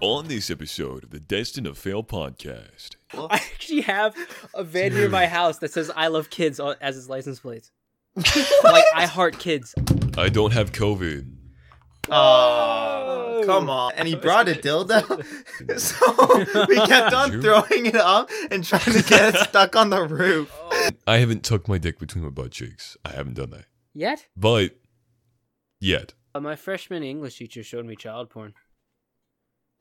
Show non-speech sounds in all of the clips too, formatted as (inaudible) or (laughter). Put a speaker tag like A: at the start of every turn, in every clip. A: On this episode of the Destined to Fail podcast,
B: I actually have a van near my house that says "I love kids" on, as its license
C: (laughs)
B: plate. like I heart kids.
A: I don't have COVID.
C: Oh, come on. And he brought a dildo. (laughs) so we kept on
A: True.
C: throwing it up and trying to
A: (laughs)
C: get it stuck on the roof.
A: I haven't tucked my dick between my butt cheeks. I haven't done that.
B: Yet,
A: But yet.
B: uh, my freshman English teacher showed me child porn.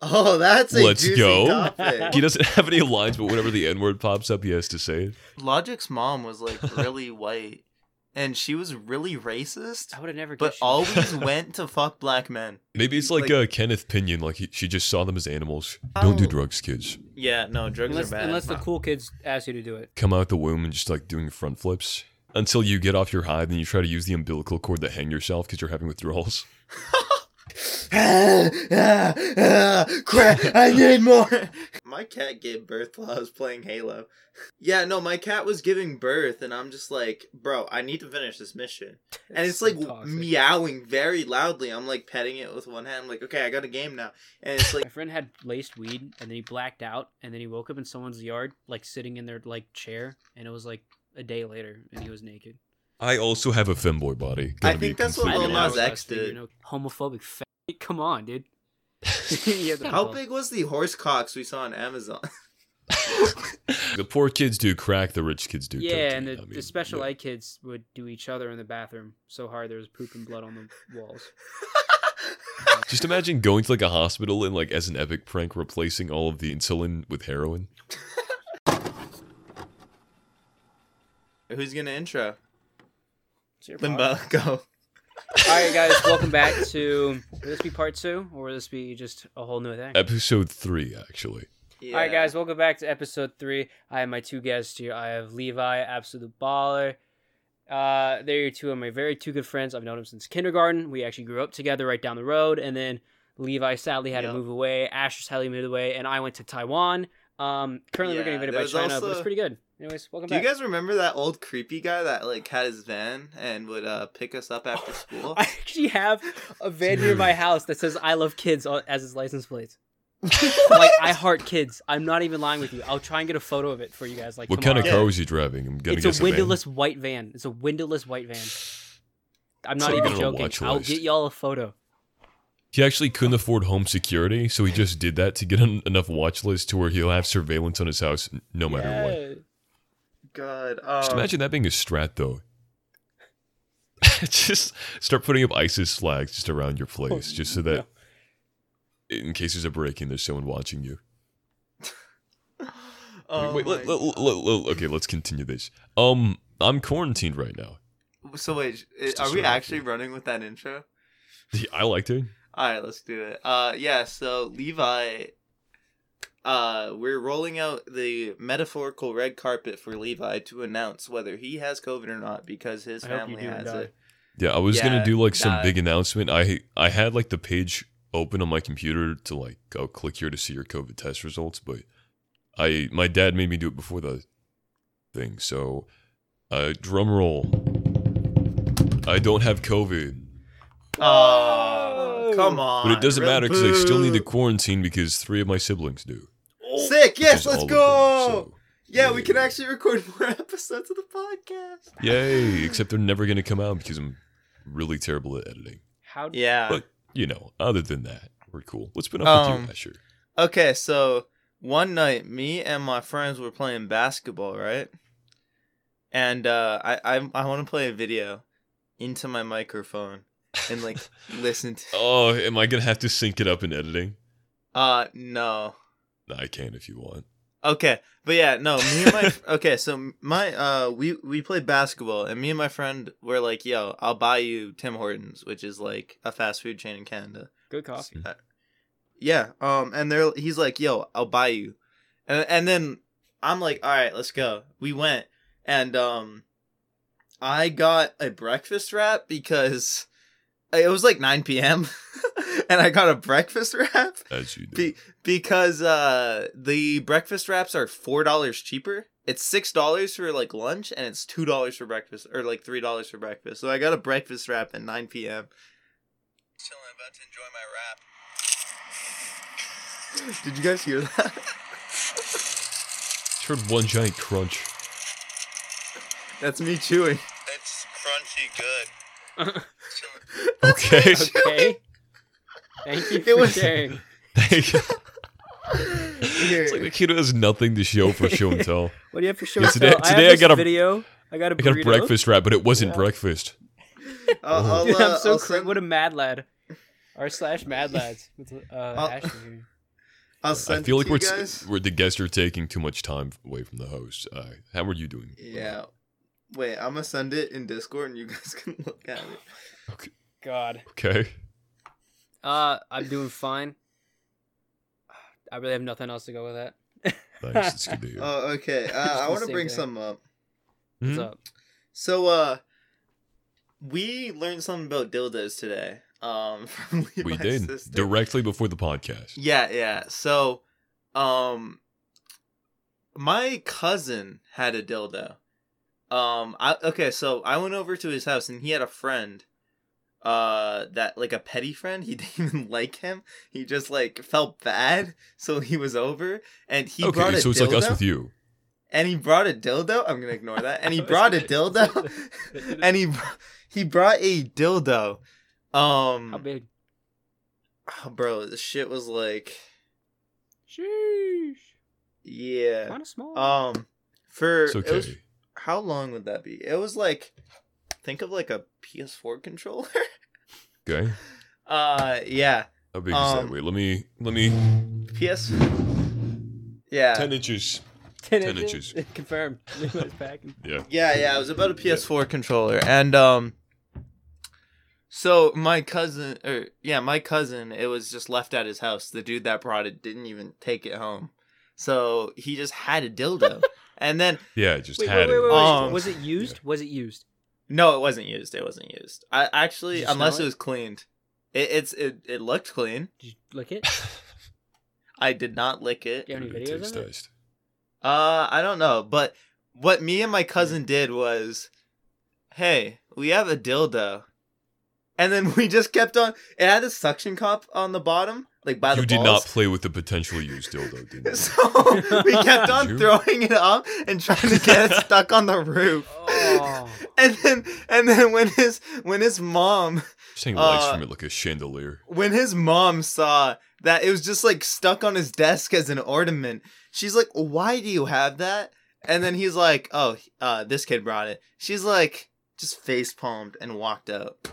C: Oh, that's a
A: Let's
C: juicy
A: go. He
C: topic.
A: doesn't (laughs) have any lines, but whenever the N word pops up, he has to say it.
C: Logic's mom was like
A: (laughs)
C: really white and she was really racist,
B: I would have never.
C: but
B: guessed she-
C: always went to fuck black men.
A: Maybe it's like, uh,
C: Like-
A: Kenneth Pinion. Like he, she just saw them as animals. Don't do
C: Oh.
A: drugs, kids.
C: Yeah, no, drugs
B: unless,
C: are bad.
B: unless the cool kids ask you to do it.
A: Come out the womb and just like doing front flips until you get off your high. Then you try to use the umbilical cord to hang yourself because you're having withdrawals.
C: Crap, (laughs) I need more. My cat gave birth while I was playing Halo. (laughs) Yeah, no, my cat was giving birth, and I'm just like, bro, I need to finish this mission. And it's
B: so
C: like
B: toxic.
C: meowing very loudly. I'm like petting it with one hand. I'm like, okay, I got a game now. And
B: (laughs)
C: it's like,
B: My friend had laced weed, and then he blacked out, and then he woke up in someone's yard, like sitting in their like chair, and it was like a day later, and he was naked.
A: I also have a femboy body.
C: I
A: Gonna be
C: think that's what
A: completely
B: didn't
C: Lil
B: know
A: honest.
C: Nas
B: what I
C: X
B: was thinking,
C: did.
B: you know, homophobic. F- (laughs) Come on, dude. (laughs) Yeah, the
C: how
B: pump.
C: big was the horse cocks we saw on Amazon? (laughs)
A: The poor kids do crack. The rich kids do.
B: yeah, and the,
A: cocaine. I
B: the
A: mean,
B: special
A: yeah.
B: ed kids would do each other in the bathroom so hard there was poop and blood on
A: (laughs)
B: the walls.
A: Just imagine going to like a hospital and like as an epic prank, replacing all of the insulin with heroin.
C: Who's gonna intro?
B: It's your problem.
C: Limbo, go.
B: All right, guys, welcome
A: (laughs)
B: back to. Will this be part two, or will this be just a whole new thing?
A: Episode three, actually.
B: All right, guys, welcome back to episode three. I have my two guests here. I have Levi, absolute baller. Uh, they're two of my very two good friends. I've known him since kindergarten. We actually grew up together right down the road, and then Levi sadly had
C: Yep.
B: to move away. Asher sadly moved away, and I went to Taiwan. Um, currently we're
C: Yeah,
B: getting invited
C: there
B: by
C: was
B: China, but it's
C: also-
B: pretty good. Anyways, welcome
C: Do
B: back.
C: you guys remember that old creepy guy that like had his van and would uh, pick us up
B: (laughs)
C: after school?
B: (laughs) I actually have a van near
C: (laughs)
B: my house that says "I love kids" on, as its license plate. like I heart kids. I'm not even lying with you. I'll try and get a photo of it for you guys. Like
A: what kind of
B: tomorrow.
A: car was he driving? I'm gonna
B: It's
A: guess
B: a windowless white van. It's a windowless
A: (sighs)
B: white van. I'm not
A: So
B: even
A: you're on a
B: joking.
A: watch
B: I'll
A: list.
B: get y'all a photo.
A: He actually couldn't afford home security, so he just did that to get en- enough watch lists to where he'll have surveillance on his house n- no matter what.
C: God, um,
A: Just (laughs) imagine that being a strat, though. (laughs) just start putting up ISIS flags just around
B: Oh,
A: your place, just so that in case there's a break in, there's someone watching you.
C: Oh
A: wait, let-
C: my-
A: let- let- let- okay, let's continue this. Um, I'm quarantined right now.
C: so wait,
A: Just
C: are we
A: distracted.
C: actually running with that intro?
A: I liked it.
C: All right, let's do it. Uh, yeah. So Levi, uh, we're rolling out the metaphorical red carpet for Levi to announce whether he has COVID or not because his
B: I hope you
C: family
B: do
C: has
B: die.
C: it.
A: Yeah, I was gonna
C: Yeah,
A: do like some
C: nah.
A: big announcement. I I had like the page open on my computer to like go click here to see your COVID test results, but I my dad made me do it before the thing. So, uh, drum roll. I don't have COVID,
C: Oh, come on!
A: but it doesn't
C: Red
A: matter because I still need to
C: Bull.
A: quarantine because three of my siblings do.
B: Oh.
C: Sick.
A: which
C: Yes,
A: is
C: let's
A: all of
C: go.
A: them, so,
C: Yeah, we can actually record more (laughs) episodes of the podcast.
A: Yay! Except they're never gonna come out because I'm really terrible at editing.
B: How?
C: Yeah.
A: But you know, other than that, we're cool. What's been up with
C: Um,
A: you, Asher?
C: Okay, so one night me and my friends were playing basketball, right? And uh I I, I want to play a video into my microphone and like listen to
A: Oh, am I gonna have to sync it up in editing?
C: Uh no.
A: No, I can if you want.
C: Okay, but yeah, no, me and my okay, so my uh we we played basketball and me and my friend were like, "Yo, I'll buy you Tim Hortons, which is like a fast food chain in Canada."
B: Good
C: (laughs)
B: coffee.
C: Uh, yeah. Um. And they're he's like, "Yo, I'll buy you," and and then I'm like, "All right, let's go." We went, and um, I got a breakfast wrap because it was like 9 p.m. (laughs) and I got a breakfast wrap
A: As you do.
C: be- because uh the breakfast wraps are four dollars cheaper. It's six dollars for like lunch and it's two dollars for breakfast or like three dollars for breakfast. So I got a breakfast wrap at nine p.m. Chilling, about to enjoy my wrap. (laughs) Did you guys hear that? (laughs)
A: Just heard one giant crunch.
C: (laughs) That's me chewing.
D: That's crunchy good.
A: Okay.
B: (laughs) Okay. Thank you
C: (laughs) It
B: for
C: was-
B: sharing.
A: Thank you.
C: Here. (laughs)
A: It's
B: (laughs)
A: like the kid who has nothing to show for show and tell.
B: What do you have for
A: (laughs)
B: show?
A: Yeah,
B: and
A: today-
B: tell? I,
A: today
B: have
A: I
B: this
A: got a-
B: video. I got a
A: I got a
B: burrito.
A: breakfast wrap, but it wasn't
B: Yeah.
A: breakfast.
C: I'll, (laughs) I'll,
B: Dude, (laughs)
C: uh,
B: I'm so
C: I'll
B: cr-
C: send,
B: what a mad
C: (laughs)
B: lad. R slash mad lads with uh,
C: I'll-
B: Ashley here.
C: I'll
A: I
C: send
A: feel like
C: it to
A: we're,
C: you
A: s-
C: guys.
A: we're the guests are taking too much time away from the host. Uh, how are you doing?
C: Yeah. Wait, I'm gonna send it in Discord and you guys (laughs) can look at it.
B: God.
C: (laughs)
A: Okay.
B: Uh, I'm doing fine. (sighs) I really have nothing else to go with that.
A: (laughs) Nice. It's good to hear.
C: Oh, okay.
B: It's
C: Uh, I
B: the
C: want to
B: same
C: bring
B: thing.
C: some up.
B: (laughs) What's
A: Hmm?
B: up?
C: So, uh, we learned something about dildos today. Um, (laughs) from Levi's
A: we did
C: sister.
A: directly before the podcast.
C: Yeah, yeah. So, um, my cousin had a dildo. Um, I okay. So I went over to his house and he had a friend, uh, that like a petty friend. He (laughs) didn't even like him. He just like felt bad, so he was over and he brought
A: okay,
C: a
A: so it's
C: dildo.
A: like us with you.
C: and he brought a dildo. I'm gonna ignore that.
B: (laughs)
C: And he brought a dildo. (laughs) and he br- he brought a dildo. Um,
B: How big?
C: oh, (sighs) bro, this shit was like,
B: Sheesh.
C: yeah.
B: Kind of small. (laughs)
C: Um, for
A: It's
C: it
A: okay.
C: was- how long would that be? It was like, think of like a PS4 controller. (laughs)
A: okay.
C: uh, yeah,
A: How big is
C: um,
A: that? Wait, let me let me
C: PS. Yeah,
A: ten inches.
B: 10,
A: 10
B: inches. (laughs) Confirmed. Levi's packing.
A: Yeah.
C: Yeah, yeah, it was about a PS4 controller, and um, so my cousin, or yeah, my cousin, it was just left at his house. The dude that brought it didn't even take it home, so he just had
B: (laughs)
C: a dildo, and then
A: Yeah, it just
B: Wait, wait,
A: had
B: wait, wait,
A: it. (laughs)
B: wait.
C: Um,
B: was it used? Was it used?
C: no, it wasn't used. It wasn't used. I
B: Did
C: actually,
B: you
C: unless
B: smell
C: it
B: it?
C: was cleaned, it, it's it it looked clean.
B: Did you lick (laughs) it?
C: I did not lick it.
B: Do you have any
A: Good
B: videos
A: taste
B: of it?
A: test.
C: Uh, I don't know, but what me and my
A: Hmm.
C: cousin did was, hey, we have a dildo, and then (laughs) we just kept on. It had a suction cup on the bottom, like by the
A: You did not
C: balls.
A: play with the potential used dildo,
C: (laughs)
A: did (laughs) you?
C: So we kept on
A: Did you?
C: (laughs) throwing it up and trying to
A: (laughs)
C: get it stuck on the roof.
B: Oh.
C: And then, and then when his when his mom
A: Just hang lights
C: Uh,
A: from it like a chandelier.
C: when his mom saw that it was just like stuck on his desk as an ornament, she's like, "Why do you have that?" And then he's like, "Oh, uh, this kid brought it." She's like, just face palmed and walked out.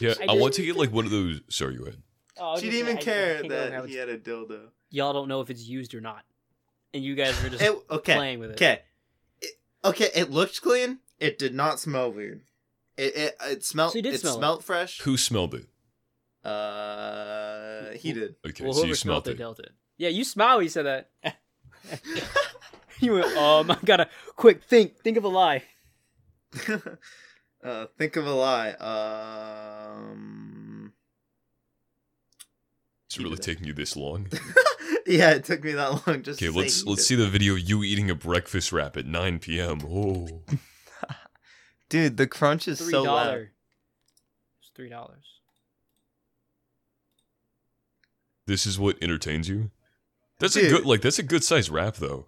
A: Yeah,
B: I
A: I, want
B: just-
A: to get like one of those. Sorry, you had.
B: Oh, I was
C: she
B: just
C: didn't even
B: saying, I- I
C: care
B: can't go with how
C: that
B: it's-
C: he had a dildo.
B: y'all don't know if it's used or not, and you guys were just
C: (laughs) It, okay,
B: playing with it.
C: okay, It- okay. It looked clean. It did not smell weird. It it, it smelled.
B: So you did
C: it
B: smell it.
C: smelled fresh.
A: Who smelled it?
C: Uh, he did. (laughs)
A: Okay,
B: Well,
A: so
B: whoever
A: you
B: smelled
A: smelled
B: it
A: it.
B: dealt it. Yeah, you smile. when You said that. (laughs) you went, um, (laughs) I gotta quick think, think of a lie.
C: uh, think of a lie. Um.
A: It's really taking you this
C: (laughs)
A: long.
C: yeah, it took me that long. Just
A: Okay,
C: to say
A: let's
C: he
A: let's
C: did.
A: see the video of you eating a breakfast wrap at 9 p.m. Oh,
C: Dude, the crunch is
B: Three
C: so loud.
B: dollar. It's three dollars.
A: this is what entertains you. That's a
C: Dude.
A: good like that's a good size wrap though.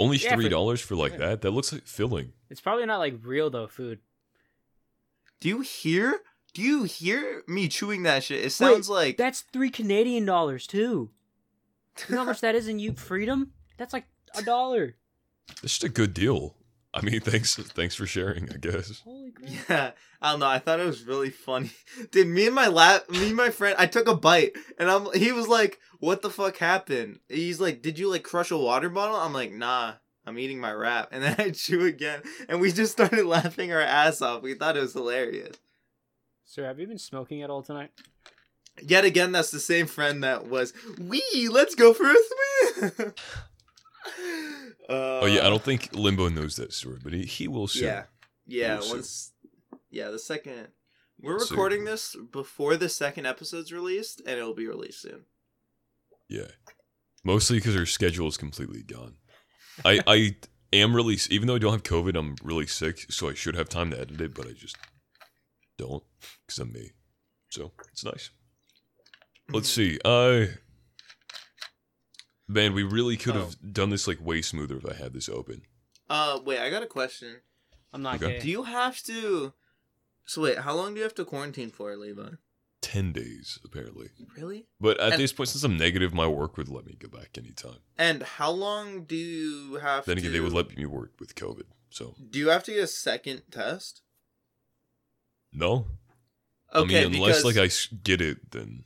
A: Only
B: Yeah, for-
A: three dollars for like
B: yeah.
A: that. That looks like filling.
B: It's probably not like real though. Food.
C: Do you hear? Do you hear me chewing that shit? It sounds like
B: That's three Canadian dollars too. You know how much that is in you freedom? That's like a dollar.
A: That's just a good deal. I mean, (laughs) thanks thanks for sharing. I guess.
B: Holy crap!
C: (laughs) Yeah, I don't know. I thought it was really funny. (laughs) Dude, me and my lap, me and my friend, I took a bite, and I'm. He was like, "What the fuck happened?" He's like, "Did you like crush a water bottle?" I'm like, "Nah, I'm eating my wrap." And then (laughs) I chew again, and we just started (laughs) laughing our ass off. We thought it was hilarious.
B: (laughs) Sir, have you been smoking at all tonight?
C: Yet again, that's the same friend that was, "Wee, let's go for a swim." (laughs) uh,
A: oh yeah, I don't think Limbo knows that story, but he, he will soon.
C: Yeah. Yeah,
A: We'll see.
C: once Yeah, the second we're
A: We'll see.
C: recording this before the second episode's released and it'll be released soon.
A: Yeah. Mostly because her schedule is completely gone. I, I am really, even though I don't have COVID, I'm really sick, so I should have time to edit it, but I just don't
C: (clears throat)
A: because I'm me. So it's nice. Let's see. Uh, Man, we really could have
C: Oh.
A: done this like way smoother if I had this open.
C: (laughs) Uh, wait, I got a question.
B: I'm not
A: Okay.
B: gay.
C: Do you have to? So wait, how long do you have to quarantine for, Levi?
A: Ten days apparently.
C: Really?
A: But at
C: And-
A: this point, since I'm negative, my work would let me go back anytime.
C: And how long do you have?
A: Then
C: to...
A: again, they would let me work with COVID. So
C: Do you have to get a second test?
A: no,
C: Okay,
A: I mean, unless
C: because
A: like I s- get it, then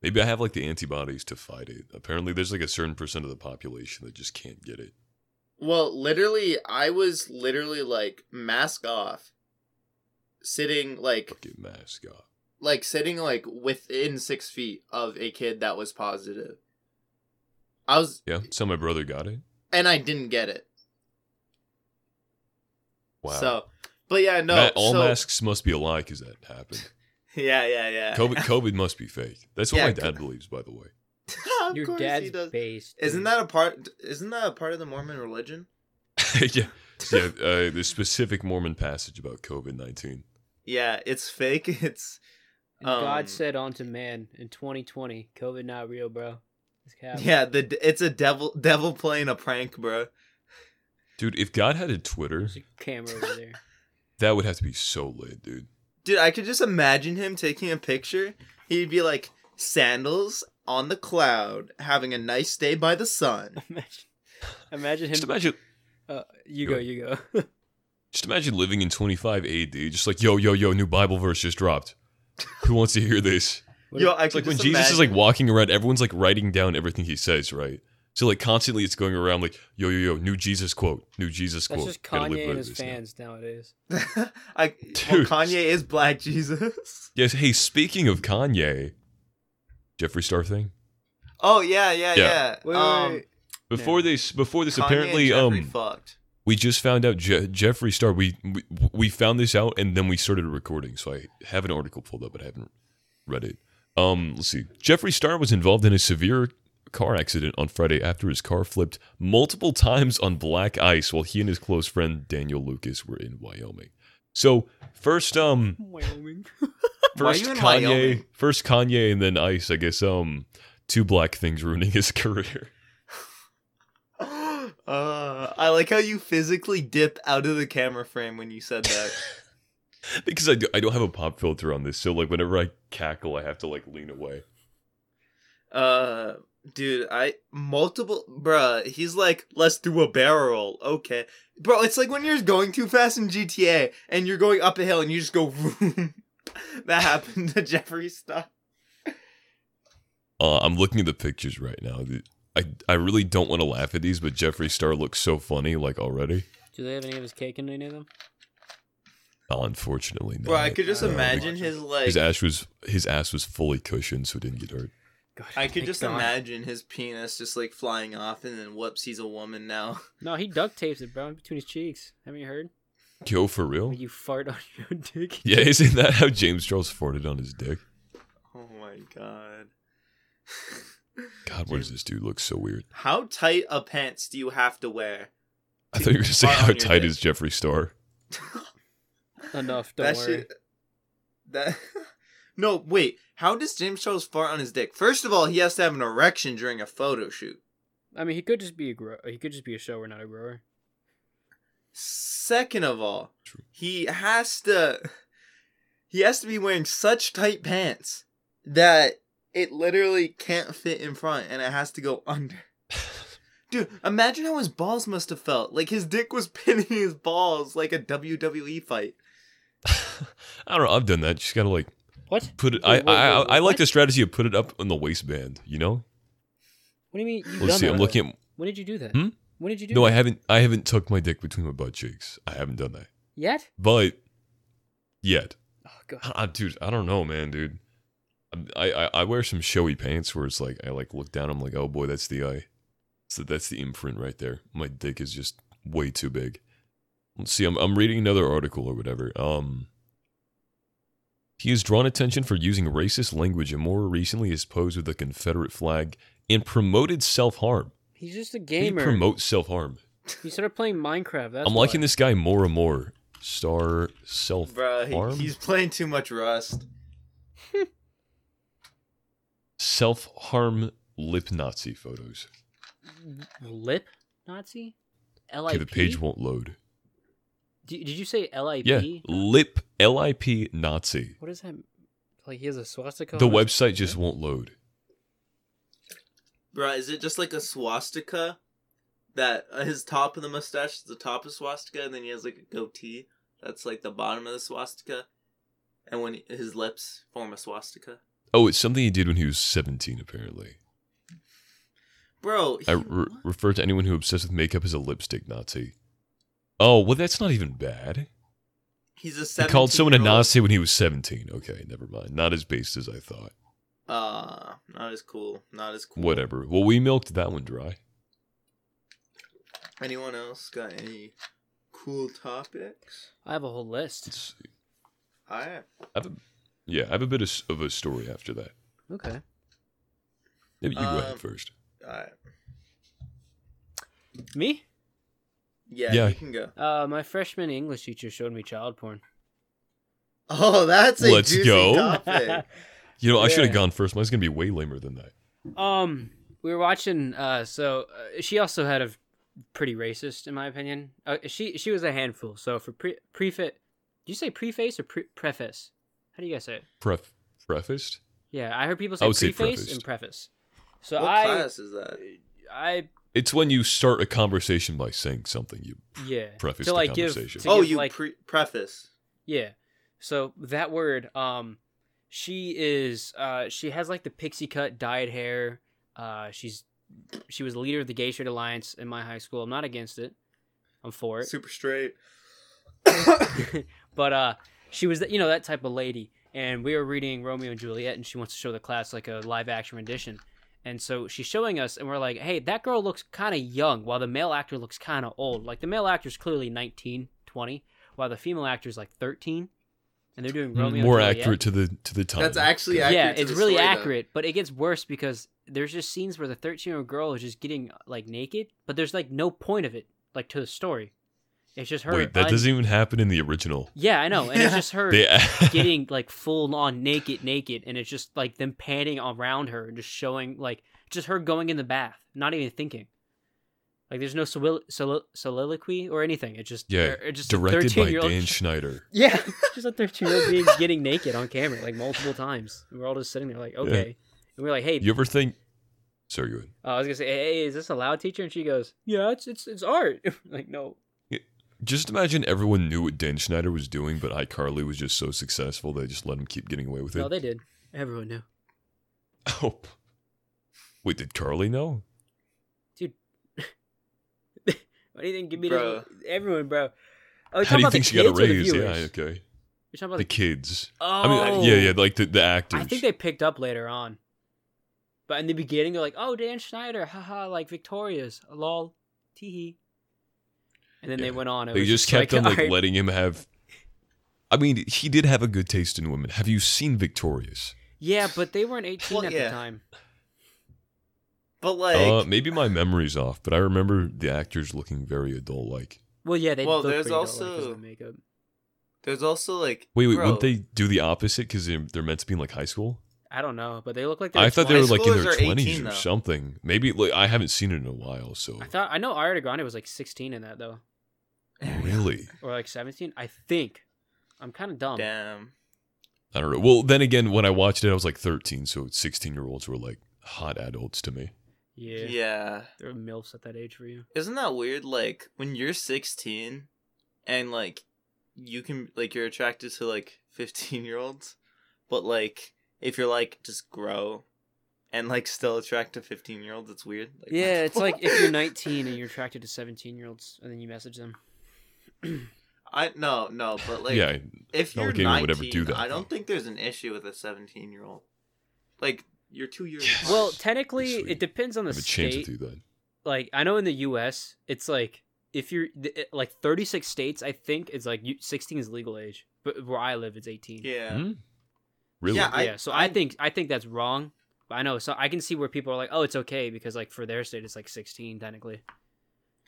A: maybe I have like the antibodies to fight it. Apparently, there's like a certain percent of the population that just can't get it.
C: well, literally, I was literally like mask off, sitting like
A: Fucking mask off.
C: like sitting like within six feet of a kid that was positive. I was
A: Yeah, so my brother got it.
C: and I didn't get it.
A: Wow.
C: So, but yeah, no.
A: Ma- all
C: so,
A: masks must be a lie because that happened.
C: (laughs) Yeah, yeah, yeah.
A: COVID, COVID must be fake. That's what
C: Yeah,
A: my dad
C: co-
A: believes, by the way.
C: (laughs)
A: (laughs)
C: of
B: Your
C: course
B: dad's
C: he does.
B: based.
C: Isn't
B: dude.
C: that a part? Isn't that a part of the Mormon religion?
A: yeah, yeah. Uh, the specific Mormon passage about COVID nineteen.
C: Yeah, it's fake. (laughs) It's
B: And God
C: um,
B: said unto man in 2020, COVID not real, bro. It's cap.
C: yeah. The it's a devil devil playing a prank, bro.
A: Dude, if God had a Twitter,
B: There's a camera over
C: (laughs)
B: there.
A: that would have to be so lit, dude.
C: Dude, I could just imagine him taking a picture. He'd be like sandals on the cloud, having a nice day by the sun.
B: imagine, imagine
A: Just
B: him.
A: imagine,
B: Uh, you go, you go.
A: just imagine living in twenty five A.D. Just like yo, yo, yo, new Bible verse just dropped. Who wants to hear
C: (laughs)
A: this?
B: What (laughs)
C: Yo,
B: if-
C: I
A: It's (laughs) like
C: could
A: when
C: just
A: Jesus is like
C: imagine-
A: walking around, everyone's like writing down everything he says, right? So like constantly, it's going around like yo, yo, yo, new Jesus quote, new Jesus
B: That's
A: quote.
B: just
A: Gotta live
B: Kanye
A: by
B: and his
A: this now.
B: fans nowadays.
C: (laughs) I, well,
A: Dude.
C: Kanye is Black Jesus. (laughs)
A: Yes. Hey, speaking of Kanye, Jeffree Star thing.
C: Oh yeah, yeah,
A: Yeah.
C: yeah.
B: Wait, wait,
C: um,
B: wait.
A: Before this, before this,
C: Kanye
A: apparently,
C: and
A: um,
C: Jeffrey fucked. (gasps)
A: we just found out Je- Jeffree Star. We, we we found this out, and then we started recording. So I have an article pulled up, but I haven't read it. Um, let's see. Jeffree Star was involved in a severe car accident on Friday after his car flipped multiple times on black ice while he and his close friend Daniel Lucas were in Wyoming. So first, um,
B: Wyoming.
C: (laughs) Why are
A: first
C: you in
A: Kanye,
C: Wyoming?
A: first Kanye, and then Ice. I guess um, two black things ruining his (laughs) career.
C: uh, I like how you physically dip out of the camera frame when you said that.
A: because I, do, I don't have a pop filter on this, so like whenever I cackle, I have to like lean away.
C: uh, dude, I multiple bruh. He's like, let's do a barrel roll, okay, bro. It's like when you're going too fast in GTA and you're going up a hill and you just go. (laughs) vroom. that happened to Jeffree Star.
A: Uh, I'm looking at the pictures right now. The- I I really don't want to laugh at these, but Jeffree Star looks so funny like already.
B: Do they have any of his cake in any of them?
A: Oh, unfortunately, not.
C: Bro, I could just
A: Uh,
C: imagine his like.
A: his ass was his ass was fully cushioned, so it didn't get hurt.
B: God,
C: I could
B: thank
C: just
B: God.
C: imagine his penis just like flying off, and then whoops, he's a woman now. (laughs)
B: No, he duct tapes it, bro, in between his cheeks. Haven't you heard?
A: Yo, for real?
B: When you fart (laughs) on your own dick.
A: Yeah, (laughs) isn't that how James Charles farted on his dick?
C: Oh my god.
A: God, what does this dude look so weird?
C: How tight a pants do you have to wear?
A: I thought you were gonna say
C: Fart on
A: how
C: your
A: tight
C: dick.
A: is Jeffree Star. (laughs)
B: Enough. Don't
C: that
B: worry.
C: shit. That. (laughs) no, wait. How does James Charles fart on his dick? First of all, he has to have an erection during a photo shoot.
B: I mean, he could just be a grow. He could just be a shower, not a grower.
C: Second of all,
A: True.
C: he has to. He has to be wearing such tight pants that it literally can't fit in front, and it has to go under. Dude, imagine how his balls must have felt. Like his dick was (laughs) pinning his balls like a WWE fight.
A: I don't know. I've done that. Just gotta like
B: What?
A: put it.
B: Wait,
A: I
B: wait,
A: I,
B: wait,
A: I, I like
B: what?
A: the strategy of put it up on the waistband. You know.
B: What do you mean? You've
A: Let's
B: done
A: see.
B: that,
A: I'm
B: though?
A: looking at
B: When did you do that?
A: Hmm?
B: When did you do?
A: No,
B: that?
A: I haven't. I haven't tucked my dick between my butt cheeks. I haven't done that,
B: Yet?
A: but yet,
B: Oh god.
A: I, I- dude, I don't know, man, dude. I, I I wear some showy pants where it's like I like look down. I'm like, oh boy, that's the eye. So that's the imprint right there. My dick is just way too big. Let's see. I'm I'm reading another article or whatever. Um. He has drawn attention for using racist language and more recently has posed with the Confederate flag and promoted self harm.
B: He's just a
A: He
B: gamer.
A: promotes self harm.
B: He started playing Minecraft. That's
A: I'm liking
B: why.
A: this guy more and more. Star self
C: Bro,
A: harm.
C: he, he's playing too much Rust.
A: Self harm lip Nazi photos.
B: Lip Nazi? LIP?
A: Okay, the page won't load.
B: Did, did you say LIP?
A: Yeah, lip L I P Nazi.
B: What is that? Like he has a swastika.
A: The
B: on his-
A: website just won't load.
C: Bruh, is it just like a swastika? That uh, his top of the mustache is the top of swastika, and then he has like a goatee that's like the bottom of the swastika, and when he- his lips form a swastika.
A: Oh, it's something he did when he was 17, apparently.
C: Bro, he,
A: I re- refer to anyone who obsessed with makeup as a lipstick Nazi. Oh, well, that's not even bad.
C: he's a
A: He
C: seventeen.
A: called someone a
C: year old.
A: Nazi when he was 17. Okay, never mind. Not as based as I thought.
C: Uh, not as cool. Not as cool.
A: Whatever. Well, we milked that one dry.
C: Anyone else got any cool topics?
B: I have a whole list.
A: Let's see.
C: All right.
A: I have a, yeah, I have a bit of, s- of a story after that.
B: Okay.
A: Maybe you go
C: Um,
A: ahead first.
C: All right.
B: Me?
C: Yeah,
A: Yeah.
C: you can go. (laughs)
B: Uh, my freshman English teacher showed me child porn.
C: Oh, that's a
A: Let's
C: juicy
A: go.
B: (laughs)
C: topic.
A: You know, I should
B: yeah.
A: have gone first. Mine's going to be way lamer than that.
B: um, we were watching. Uh, so uh, she also had a pretty racist, in my opinion. Uh, she she was a handful. So for pre prefit, did you say preface or pre- preface? How do you guys say it?
A: Pref- prefaced?
B: Yeah, I heard people say
A: would say
B: preface
A: prefaced.
B: and preface. So
C: what
B: I
C: class is that?
B: I
A: It's when you start a conversation by saying something. You
B: yeah
A: preface
B: to
A: the
B: like give
A: conversation.
B: to
C: Oh,
B: give,
C: you
B: like
C: pre- preface.
B: Yeah. So that word, um, she is, uh, she has like the pixie cut dyed hair. Uh, she's, she was leader of the Gay Straight Alliance in my high school. I'm not against it. I'm for it. (coughs)
C: Super straight.
B: (laughs) but uh, she was, you know, that type of lady. And we were reading Romeo and Juliet, and she wants to show the class like a live action rendition. And so she's showing us, and we're like, hey, that girl looks kind of young, while the male actor looks kind of old. Like the male actor's clearly 19, 20, while the female actor's like 13. And they're doing Romeo
A: Mm, more
B: and Juliet.
A: accurate to the to the time.
C: That's actually
A: Okay.
C: accurate.
B: yeah,
C: to
B: it's
C: the
B: really
C: story, though.
B: accurate, but it gets worse because there's just scenes where the 13 year old girl is just getting like naked, but there's like no point of it, like to the story. It's just her.
A: Wait, that
B: un-
A: doesn't even happen in the original.
B: Yeah, I know, and it's just
A: (laughs)
B: her
A: They
B: (laughs) getting like full on naked, naked, and it's just like them panning around her and just showing like just her going in the bath, not even thinking. Like there's no solilo- solilo- soliloquy or anything. It's just
A: Yeah,
B: or- or just
A: directed by
B: 13-year-old (laughs)
A: Dan Schneider.
B: yeah, just a 13 year old being getting naked on camera like multiple times. And we're all just sitting there like, okay. And we're like, hey,
A: You ever think? Sorry, you.
B: uh, I was gonna say, hey, is this allowed, teacher? And she goes, yeah, it's it's it's art. (laughs) like, no,
A: Just imagine everyone knew what Dan Schneider was doing, but iCarly was just so successful they just let him keep getting away with it.
B: no, they did. Everyone knew,
A: (laughs) oh. Wait, did Carly know?
B: dude. what do you think? Give me
C: Bro.
B: everyone, bro. Oh, you're
A: How
B: talking
A: do you
B: about
A: think
B: the
A: she got a
B: kids or the
A: raise? Yeah,
B: viewers?
A: okay.
B: You're talking about
A: The
B: the,
A: kids.
B: oh,
A: I mean, yeah, yeah, like the, the actors.
B: I think they picked up later on, but in the beginning they're like, oh, Dan Schneider, haha, like Victoria's, lol, teehee. And then they
A: Yeah.
B: went on. It
A: They
B: was
A: just kept on
B: (laughs)
A: like
B: alright.
A: letting him have. I mean, he did have a good taste in women. Have you seen Victorious?
B: Yeah, but they weren't 18
C: Well,
B: at
C: yeah.
B: the time.
C: But like,
A: uh, maybe my memory's off, but I remember the actors looking very adult-like.
B: Well, yeah, they
C: Well,
B: look
C: there's
B: pretty adult-like 'cause
C: also-
B: of the makeup.
C: there's also like.
A: Wait, wait,
C: bro,
A: wouldn't
B: (laughs)
A: they do the opposite because they're, they're meant to be in like high school?
B: I don't know, but they look like they're.
A: I thought they were
C: High
A: like in their
C: schoolers are 18
A: twenties or
C: though.
A: something. Maybe like, I haven't seen it in a while. So
B: I thought I know Ariana Grande was like 16 in that though,
A: really,
B: or like 17. I think. I'm kind of dumb.
C: Damn.
A: I don't know. Well, then again, when I watched it, I was like thirteen, so sixteen-year-olds were like hot adults to me.
B: Yeah,
C: Yeah.
B: They're milfs at that age for you.
C: Isn't that weird? Like when you're 16, and like you can like you're attracted to like 15 year olds, but like if you're like just grow, and like still attracted to 15 year olds, it's weird. Like,
B: Yeah, it's like if you're 19
C: (laughs)
B: and you're attracted to 17 year olds, and then you message them. (clears throat)
C: I no no, but like
A: yeah,
C: if
A: No
C: you're
A: gamer
C: 19,
A: would ever do that,
C: I don't
A: though.
C: think there's an issue with a 17 year old. Like you're two years.
A: Yes.
C: apart.
B: Well, technically,
A: Sweet.
B: it depends on
A: I
B: the
A: have a chance with
B: state.
A: you then.
B: Like I know in the U.S., it's like if you're th- it- like 36 states, I think it's like you, 16 is legal age, but where I live, it's 18.
C: yeah.
A: Hmm? Really?
C: Yeah, I-
B: yeah, so I,
C: I-
B: think I think that's wrong. But I know, so I can see where people are like, "Oh, it's okay," because like for their state, it's like sixteen technically.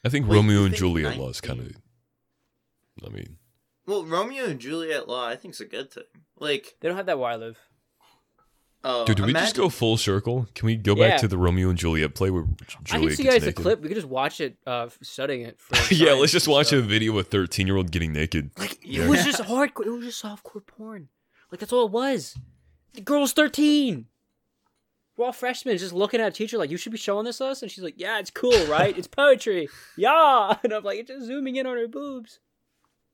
A: I think
C: Wait,
A: Romeo
C: you
A: and
C: think
A: Juliet law is kind
C: 19?
A: of. I mean,
C: Well, Romeo and Juliet law, I think's a good thing. Like,
B: They don't have that where I live.
C: Oh,
A: Dude, do we just
C: imagine-
A: go full circle? Can we go
B: Yeah.
A: back to the Romeo and Juliet play where
B: I
A: Juliet
B: can see
A: gets
B: guys the
A: naked?
B: clip. We could just watch it, uh, f- studying it. For
A: (laughs) yeah,
B: science
A: let's just
B: and
A: watch a
B: stuff.
A: video of a 13 year old getting naked.
C: (laughs)
B: Like it
A: Yeah.
B: was just hardcore. It was just softcore porn. Like that's all it was. The girl was thirteen. We're all freshmen, just looking at a teacher like, "You should be showing this to us," and she's like, "Yeah, it's cool, right? it's poetry, (laughs) yeah." And I'm like, "It's just zooming in on her boobs."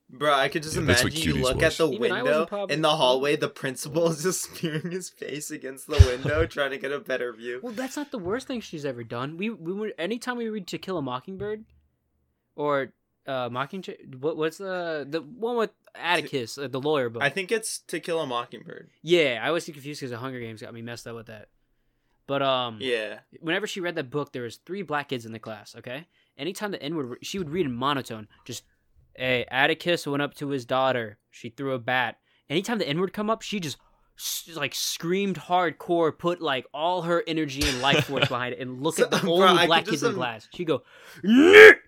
C: Bro, I could just
A: Yeah, that's what
C: imagine you
A: cuties
C: look
A: was.
C: at the
B: Even I wasn't
C: window
B: probably-
C: in the hallway. The principal is just (laughs) smearing his face against the
A: (laughs)
C: window, trying to get a better view.
B: Well, that's not the worst thing she's ever done. We we were anytime we read To Kill a Mockingbird, or uh, Mockingbird. What what's the the one with Atticus, uh, the lawyer book?
C: I think it's To Kill a Mockingbird.
B: yeah, I always get confused because the Hunger Games got me messed up with that. But
A: Hmm.
B: um,
C: Yeah,
B: whenever she read that book, there was three black kids in the class. Okay, anytime the N word, she would read in monotone. Just, hey, Atticus went up to his daughter. She threw a bat. Anytime the N word come up, she just s- like screamed hardcore, put like all her energy and life force behind it,
C: (laughs)
B: and look
C: So,
B: at the
C: bro,
B: only
C: I could
B: black kids
C: just
B: in
C: im-
B: class. She go, "Nyeh!" (laughs)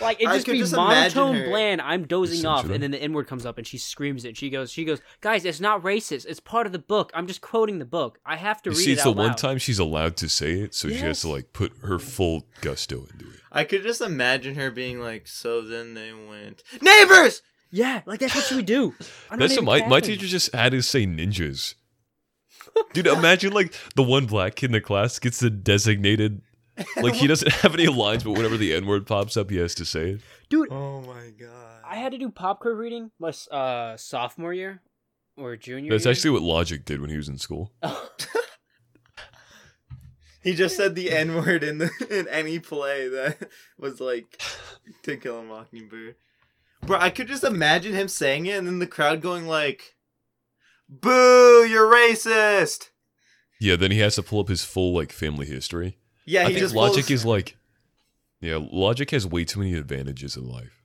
B: like it
C: I
B: just
C: could
B: be
C: just imagine
B: monotone,
C: her.
B: bland. I'm dozing
A: Listen
B: off,
A: to them.
B: and then the N word comes up, and she screams it. She goes, she goes, guys, it's not racist. It's part of the book. I'm just quoting the book. I have to
A: You
B: read
A: see,
B: it
A: it's
B: out
A: the
B: loud.
A: one time she's allowed to say it, so she has to
B: Yes.
A: like put her full gusto into it.
C: I could just imagine her being like, "So then they went neighbors."
B: Yeah, like that's what you
A: (laughs)
B: would do. I'm not
A: That's what
B: even
A: my, my
B: capping.
A: teacher just had to say ninjas. Dude, imagine like the one black kid in the class gets the designated, like
C: (laughs)
A: he doesn't have any lines, but whenever the N word pops up, he has to say it.
B: Dude,
C: Oh my god!
B: I had to do pop curve reading my s- uh, sophomore year or junior.
A: That's
B: year.
A: actually what Logic did when he was in school.
C: He just said the N word in the (laughs) in any play that was like To Kill a Mockingbird. Bro, I could just imagine him saying it and then the crowd going like, "Boo! You're racist!"
A: Yeah, then he has to pull up his full like family history.
C: Yeah,
A: I
C: he
A: think
C: just
A: Logic
C: pulls-
A: is like, yeah, Logic has way too many advantages in life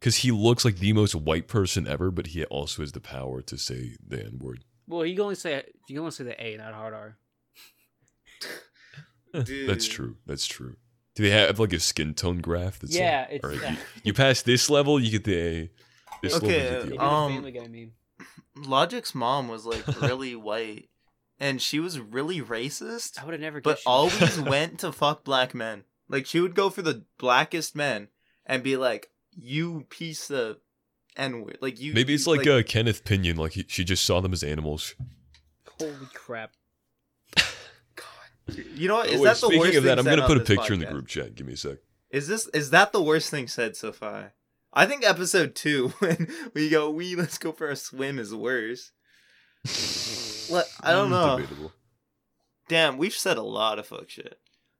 A: because he looks like the most white person ever, but he also has the power to say the N word.
B: (laughs) well, you can only say you can only say the A, not hard R.
A: That's
C: Dude.
A: true. That's true. Do they have like a skin tone graph? That's
B: yeah,
A: Like,
B: it's
A: all right,
B: yeah.
A: you, you pass this level, you get the A. (laughs) This
C: Okay,
A: level, you
B: They
A: get
B: do
A: the
B: the
A: O.
C: um,
B: Family Guy meme.
C: Logic's mom was like really (laughs) white, and she was really racist,
B: I would have never
C: but
B: guessed.
A: (laughs)
B: you.
C: always went to fuck black men. Like she would go for the blackest men and be like, "You piece of N word!" Like you.
A: Maybe it's
C: you-
A: like, uh, Kenneth Pinion. Like he, she just saw them as animals.
B: (laughs) Holy crap!
C: You know what? Is
A: Oh, wait,
C: that the
A: speaking
C: worst
A: of that,
C: thing
A: I'm
C: said
A: gonna
C: on
A: put a
C: this
A: picture in the
C: podcast?
A: group chat. Give me a sec.
C: Is this is that the worst thing said so far? I think episode two (laughs) when we go we let's go for a swim is worse. Let, (laughs) I don't
A: Mm,
C: know.
A: Debatable.
C: Damn, we've said a lot of fuck shit.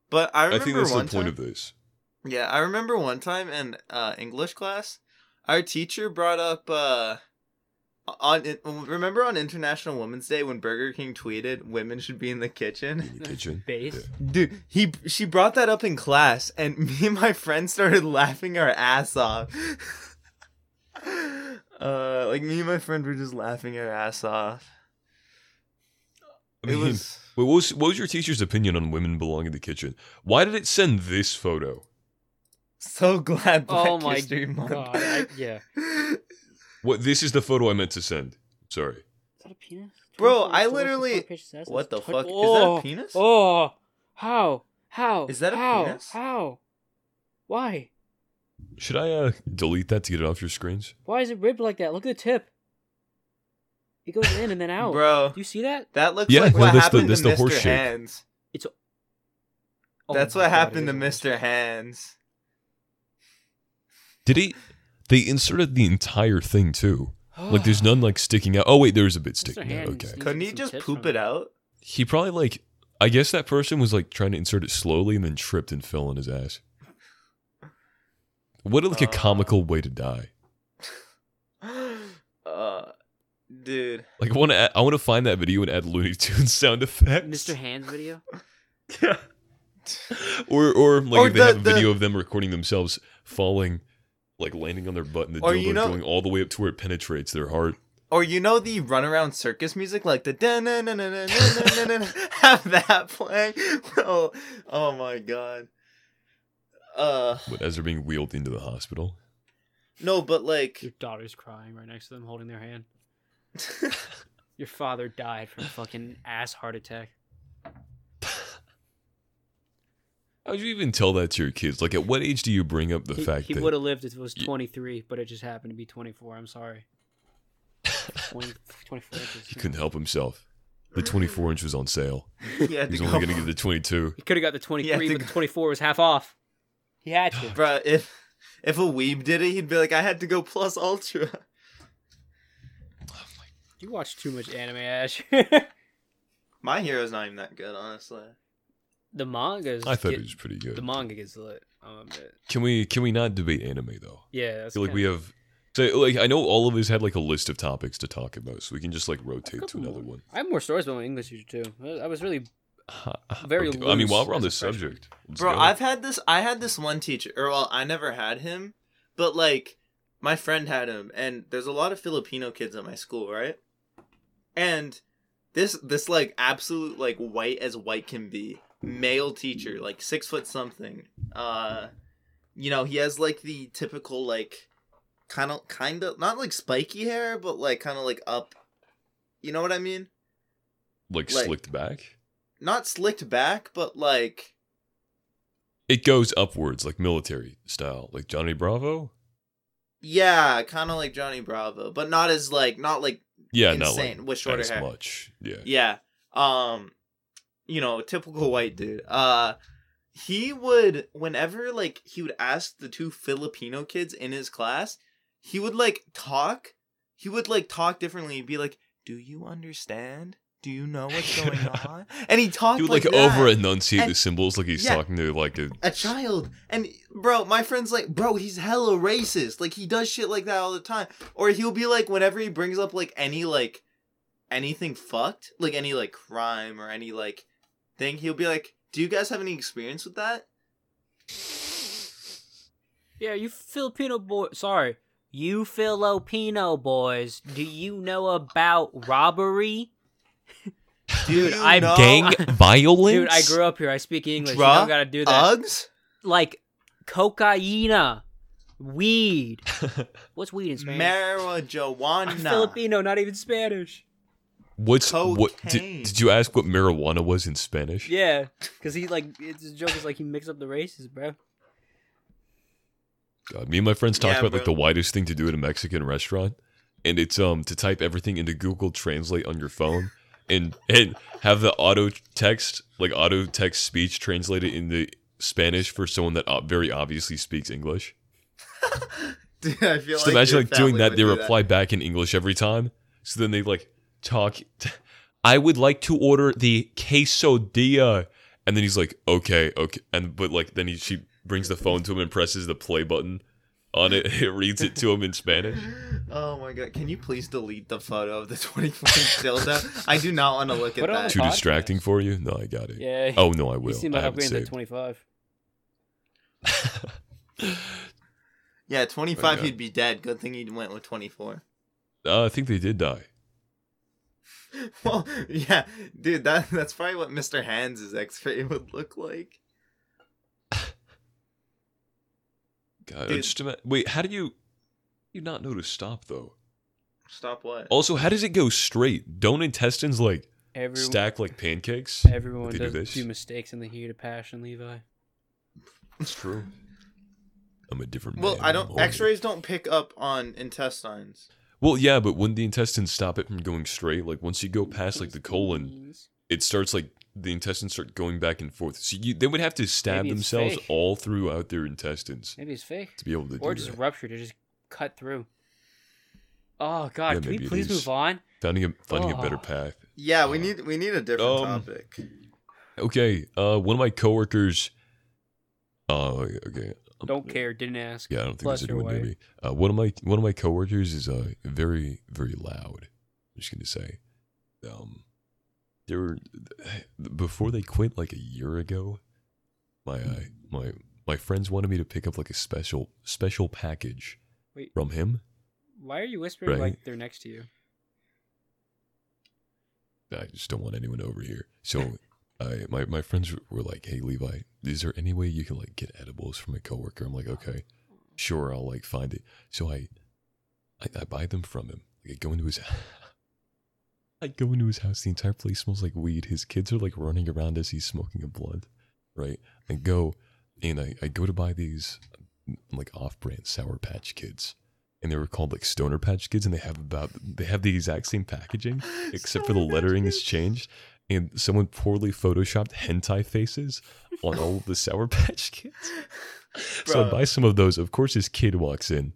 C: But
A: I
C: I remember
A: think that's the
C: one
A: point
C: time,
A: of this.
C: Yeah, I remember one time in uh, English class, our teacher brought up uh, on remember on International Women's Day when Burger King tweeted women should be in the kitchen.
A: In the (laughs) kitchen.
B: Base.
A: Yeah.
C: Dude, he she brought that up in class, and (laughs) me and my friend started laughing our ass off. (laughs) uh, like me and my friend were just laughing our ass off.
A: I
C: It
A: mean,
C: was
A: Wait, what was, what was your teacher's opinion on women belong in the kitchen? Why did it send this photo?
C: so (laughs) glad Black
B: Oh my
C: History Month.
B: God! I, (laughs) yeah. Is
C: (laughs)
A: What? This is the photo I meant to send. Sorry.
B: that a penis?
C: Bro,
B: 24
C: I
B: is the
C: literally-
B: front page of Assassin's
C: what the
B: Creed.
C: fuck?
B: Oh,
C: Is that a penis?
B: Oh, how? How?
C: Is that a
B: how?
C: penis?
B: How? Why?
A: Should I uh, delete that to get it off your screens?
B: Why is it ribbed like that? Look at the tip. It goes in and then out.
C: Bro,
B: Do you see that?
C: that looks
A: Yeah,
C: like
A: no,
C: what
A: that's the-
C: happened
A: that's
C: to
A: the
C: Mr.
A: horse shape.
C: Hands.
B: Oh
C: that's
B: my
C: what
B: God,
C: happened
B: it
C: to
B: is (gasps) almost-
C: Mr. Hands.
A: Did he? They inserted the entire thing too. Like there's none like sticking out. Oh wait, there is a bit sticking out.
B: Hands
A: Okay.
B: needs-
C: Couldn't he
B: some
C: just
B: tips
C: poop
B: from it.
C: it out?
A: He probably like. I guess that person was like trying to insert it slowly and then tripped and fell on his ass. What like a
C: Uh.
A: comical way to die.
C: Uh, (gasps) dude.
A: Like I want to. I want to find that video and add Looney Tunes sound effects.
B: Mr. Hands (laughs) video.
A: or or like
C: Or
A: if they
C: the-
A: have a
C: the-
A: video of them recording themselves falling, like landing on their butt in the
C: Or
A: dildo,
C: you know-
A: going all the way up to where it penetrates their heart.
C: Or you know the runaround circus music, like the da na na na na na na na have that playing. (laughs) Oh, oh my god. Uh,
A: But as they're being wheeled into the hospital,
C: no, but
A: (laughs)
C: like,
B: Your daughter's crying right next to them, holding their hand. Your father died from a fucking ass heart attack.
A: How would you even tell that to your kids? Like, at what age do you bring up the
B: he
A: fact
B: he
A: that
B: would have lived if it was
A: y-
B: 23, but it just happened to be 24.
A: (laughs)
B: I'm sorry. 20, 24 inches.
A: he couldn't help himself? The 24 inch was on sale.
C: He had
A: He's
C: to
A: only
C: go.
A: going to get the 22.
B: He could have got the
C: Yeah, I
B: 23, but
C: think-
B: the 24 was half off. He had to.
C: (laughs) Bruh, if if a weeb did it, he'd be like, I had to go plus ultra. (laughs)
B: Oh You watch too much anime, Ash. (laughs)
C: My hero's not even that good, honestly.
B: the manga is.
A: I thought
B: get-
A: it was pretty
B: The
A: good.
B: manga gets lit. Um, but-
A: Can we can we not debate anime though?
B: yeah,
A: I
B: that's
A: feel like
B: kinda-
A: we have. So, like I know all of us had like a list of topics to talk about, so we can just like rotate to
B: couple
A: another
B: more.
A: one.
B: I have more stories about my English teacher too. I I was really Very
A: Uh, Okay, I mean,
B: loose
A: while we're on
B: as a
A: this
B: freshman.
A: subject, let's
C: Bro,
A: go.
C: I've had this I had this one teacher, or well, I never had him, but like my friend had him, and there's a lot of Filipino kids at my school, right? And this this like absolute like white as white can be male teacher, like six foot something. Uh you know, he has like the typical like kind of kind of not like spiky hair, but like kind of like up. You know what I mean?
A: like,
C: like-
A: slicked back.
C: Not slicked back, but like
A: It goes upwards, like military style, like Johnny Bravo.
C: Yeah, kind of like Johnny Bravo, but not as like not like
A: Yeah, not
C: insane
A: like
C: with shorter
A: as
C: hair.
A: much. Yeah.
C: Yeah. Um you know, typical white dude. Uh he would whenever like he would ask the two Filipino kids in his class, he would like talk. He would like talk differently and be like, "Do you understand? Do you
A: (laughs)
C: know what's going on?" And he talked
A: He would like,
C: that.
A: over enunciate the
C: And-
A: symbols, like he's
C: yeah.
A: talking to like a.
C: a child. And bro, my friend's like, bro, he's hella racist. Like he does shit like that all the time. Or he'll be like, whenever he brings up like any like anything fucked, like any like crime or any like thing, he'll be like, do you guys have any experience with that?
B: Yeah, you Filipino boy. Sorry, you Filipino boys. Do you know about robbery?
C: (laughs) Dude,
B: I'm No.
A: Gang violence.
B: Dude, I grew up here. I speak English. You
C: Drug
B: don't gotta do that.
C: Uggs?
B: like cocaina, weed. What's weed in Spanish? I'm (laughs)
C: Marijuana.
B: Filipino, not even Spanish.
A: What's what?
C: Cocaine.
A: Did, did you ask what marijuana was in Spanish?
B: Yeah, because he like it's, his joke is like he mixed up the races, bro.
A: God, Uh, me and my friends talked
C: Yeah,
A: about like the
C: bro.
A: widest thing to do at a Mexican restaurant, and it's um to type everything into Google Translate on your phone, and and have the auto text like auto text speech translated into Spanish for someone that ob- very obviously speaks English.
C: (laughs) Dude, I feel
A: Just
C: like
A: imagine
C: your
A: like doing
C: family
A: that.
C: would
A: They
C: do
A: reply back in English every time, so then they like talk. I would like to order the quesadilla, and then he's like, okay, okay, and but like then he she brings the phone to him and presses the play button on it. (laughs) It reads it to him in
B: (laughs)
A: Spanish.
C: (laughs) Oh my god! Can you please delete the photo of the (laughs) twenty-four inch dildo? I do not want to look
B: Put
C: at
B: it on
C: that.
A: Too
B: the podcast.
A: distracting for you? No, I got it.
B: Yeah.
A: Oh no, I will.
B: you seem
A: I
B: like
A: haven't
B: upgrading to
A: saved.
B: twenty five.
C: Yeah, 25,
A: Okay.
C: he'd be dead. Good thing he went with 24.
A: Uh, I think they did die.
C: (laughs) Well, yeah, dude, that that's probably what Mr. Hands' x ray (laughs) would look like.
A: God, I
C: Dude.
A: just ima- wait. How do you you not know to stop though?
C: Stop what?
A: Also, how does it go straight? Don't intestines like
B: Every
A: stack like pancakes?
B: Everyone
A: They do
B: does do,
A: this.
B: mistakes in the heat of passion, Levi.
A: It's true. I'm a different.
C: well,
A: man.
C: I
A: I'm
C: don't.
A: older.
C: X rays don't pick up on intestines.
A: Well, yeah, but wouldn't the intestines stop it from going straight? Like once you go past like the colon, it starts like the intestines start going back and forth. So you, they would have to stab
B: Maybe it's
A: themselves
B: fake.
A: all throughout their intestines
B: Maybe it's fake.
A: to be able to
B: Or
A: do
B: just
A: that.
B: ruptured. It just cut through. Oh
A: Yeah,
B: god, can
A: maybe
B: we
A: it
B: please
A: is.
B: move on?
A: finding a finding a better
B: Oh.
A: path.
C: Yeah, we
A: Uh,
C: need we need a different
A: um,
C: topic. (laughs)
A: Okay, uh, one of my coworkers. Uh, okay. um,
B: Don't care, didn't ask.
A: Yeah, I don't think
B: Plus
A: there's
B: you're
A: anyone near
B: white.
A: me. Uh, one of my one of my coworkers is uh very very loud. I'm just gonna say, um, they were before they quit like a year ago. My uh, my my friends wanted me to pick up like a special special package
B: Wait.
A: from him.
B: Why are you whispering
A: Right.
B: like they're next to you?
A: I just don't want anyone over here. So, I my my friends were like, "Hey, Levi, is there any way you can like get edibles from a coworker?" I'm like, "Okay, sure, I'll like find it." So I, I, I buy them from him. Like I go into his, (laughs) I go into his house. The entire place smells like weed. His kids are like running around as he's smoking a blunt, right? I go and I, I go to buy these like off-brand Sour Patch Kids, and they were called like Stoner Patch Kids, and they have about they have the exact same packaging
C: (laughs)
A: except for the
C: Sour Patch
A: lettering is (laughs)
C: Kids.
A: changed. And someone poorly photoshopped hentai faces on all of the Sour (laughs) Patch Kids. So I
C: Bruh.
A: buy some of those. Of course, his kid walks in,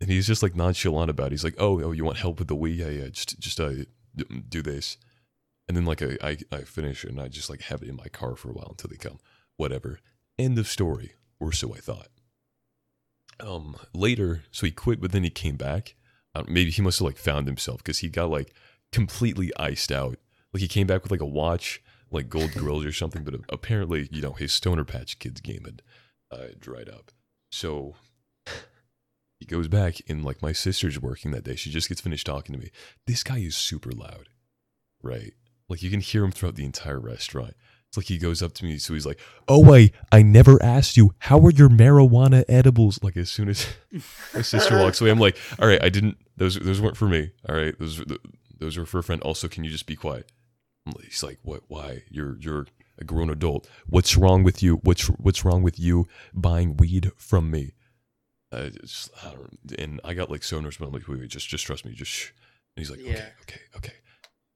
A: and he's just like nonchalant about. it. He's like, "Oh, oh, you want help with the Wii? Yeah, yeah. Just, just uh, d- do this." And then like I, I, I finish it, and I just like have it in my car for a while until they come. Whatever. End of story, or so I thought. Um, later, so he quit, but then he came back. Uh, maybe he must have like found himself because he got like completely iced out. Like he came back with like a watch, like gold grills or something, but apparently, you know, his Stoner Patch Kids game had uh, dried up. So he goes back, and like my sister's working that day. She just gets finished talking to me. This guy is super loud, right? Like you can hear him throughout the entire restaurant. It's like he goes up to me, so he's like, "Oh wait, I never asked you. How are your marijuana edibles?" Like as soon as my sister walks away, I'm like, "All right, I didn't. Those those weren't for me. All right, those were- those were for a friend. Also, can you just be quiet?" I'm like- He's like, "What? Why? You're you're a grown adult. What's wrong with you? What's what's wrong with you buying weed from me?" I just, I don't, and I got like so nervous, but I'm like, "Wait, wait, just just trust me. Just." Shh. And he's like, "Okay,
C: Yeah.
A: okay, okay.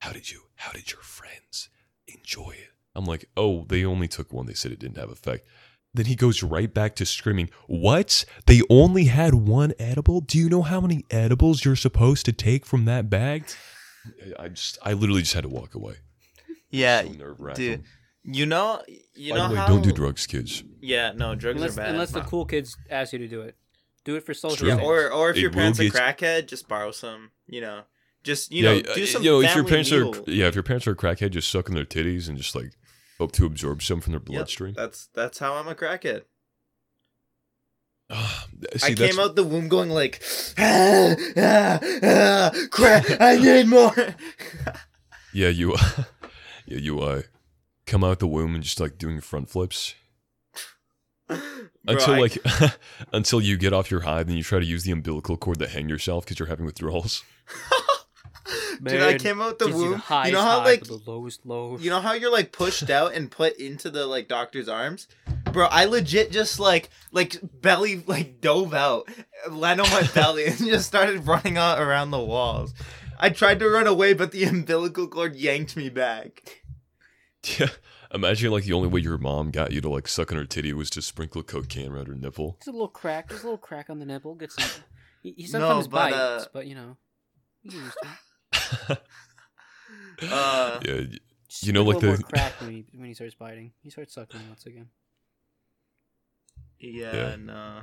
A: How did you? How did your friends enjoy it?" I'm like, "Oh, they only took one. They said it didn't have effect." Then he goes right back to screaming, What? They only had one edible? Do you know how many edibles you're supposed to take from that bag?
C: (sighs)
A: I- I just, I literally just had to walk away.
C: (laughs) Yeah,
A: so nerve
C: dude. you know, you
A: By
C: know
A: the way,
C: how.
A: don't do drugs, kids.
C: Yeah, no, drugs
B: unless,
C: are bad.
B: unless the
C: Nah.
B: cool kids ask you to do it. Do it for social.
A: True.
C: Yeah,
B: things.
C: or or if
A: It
C: your parents
A: will
C: are
A: get-
C: crackhead, just borrow some. You know, just you know,
A: yeah,
C: do
A: uh,
C: some.
A: you know, if your
C: family
A: parents are,
C: meal.
A: yeah, if your parents are a crackhead, just suck on their titties and just like hope to absorb some from their
C: Yep,
A: bloodstream.
C: That's that's how I'm a crackhead.
A: Ah,
C: I
A: See, that's,
C: came out the womb going like, ah, ah, ah, crap, I need more.
A: yeah, you, (laughs) yeah, you, uh, come out the womb and just like doing front flips
C: Bro,
A: (laughs) until
C: I-
A: like (laughs) until you get off your high, then you try to use the umbilical cord to hang yourself because you're having withdrawals. (laughs)
C: dude, I
B: Man,
C: came out the
B: gives you
C: womb. You,
B: highest
C: know how
B: high,
C: like,
B: but the lowest low.
C: you know how you're like pushed out and put into the like doctor's arms, bro. I legit just like like belly like dove out,
B: (laughs)
C: land on my belly, and just started running out around the walls. I tried to run away, but the umbilical cord yanked me back.
A: Yeah. Imagine like the only way your mom got you to like suck on her titty was to sprinkle cocaine around her nipple. (laughs)
B: Just a little crack. Just a little crack on the nipple. Get some.
C: (laughs)
B: He, he
C: No,
B: sometimes
C: but, uh,
B: bites, but you know. you get used to it.
C: Uh,
A: yeah,
B: Just
A: You know, like
B: sprinkle a
A: the-
B: little more crack when he, when he starts biting. He starts sucking once (laughs) again.
C: Yeah,
A: Yeah.
C: no.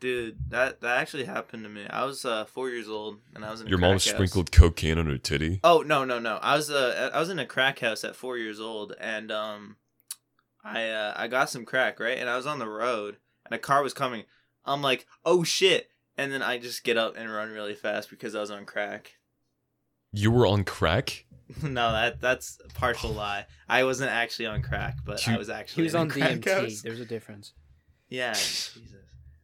C: Dude, that that actually happened to me. I was uh, four years old, and I was in a
A: your
C: crack
A: mom
C: house.
A: sprinkled cocaine on her titty.
C: Oh no no no! I was uh, I was in a crack house at four years old, and um, I uh, I got some crack right, and I was on the road, and a car was coming. I'm like, oh shit! And then I just get up and run really fast because I was on crack. (laughs)
A: You were on crack.
C: no, that that's a partial lie. I wasn't actually on crack, but I
A: You-
C: was
B: He
C: actually
B: was
C: in a
B: on
C: crack
B: DMT.
C: house.
B: There's a difference.
C: Yeah, Jesus.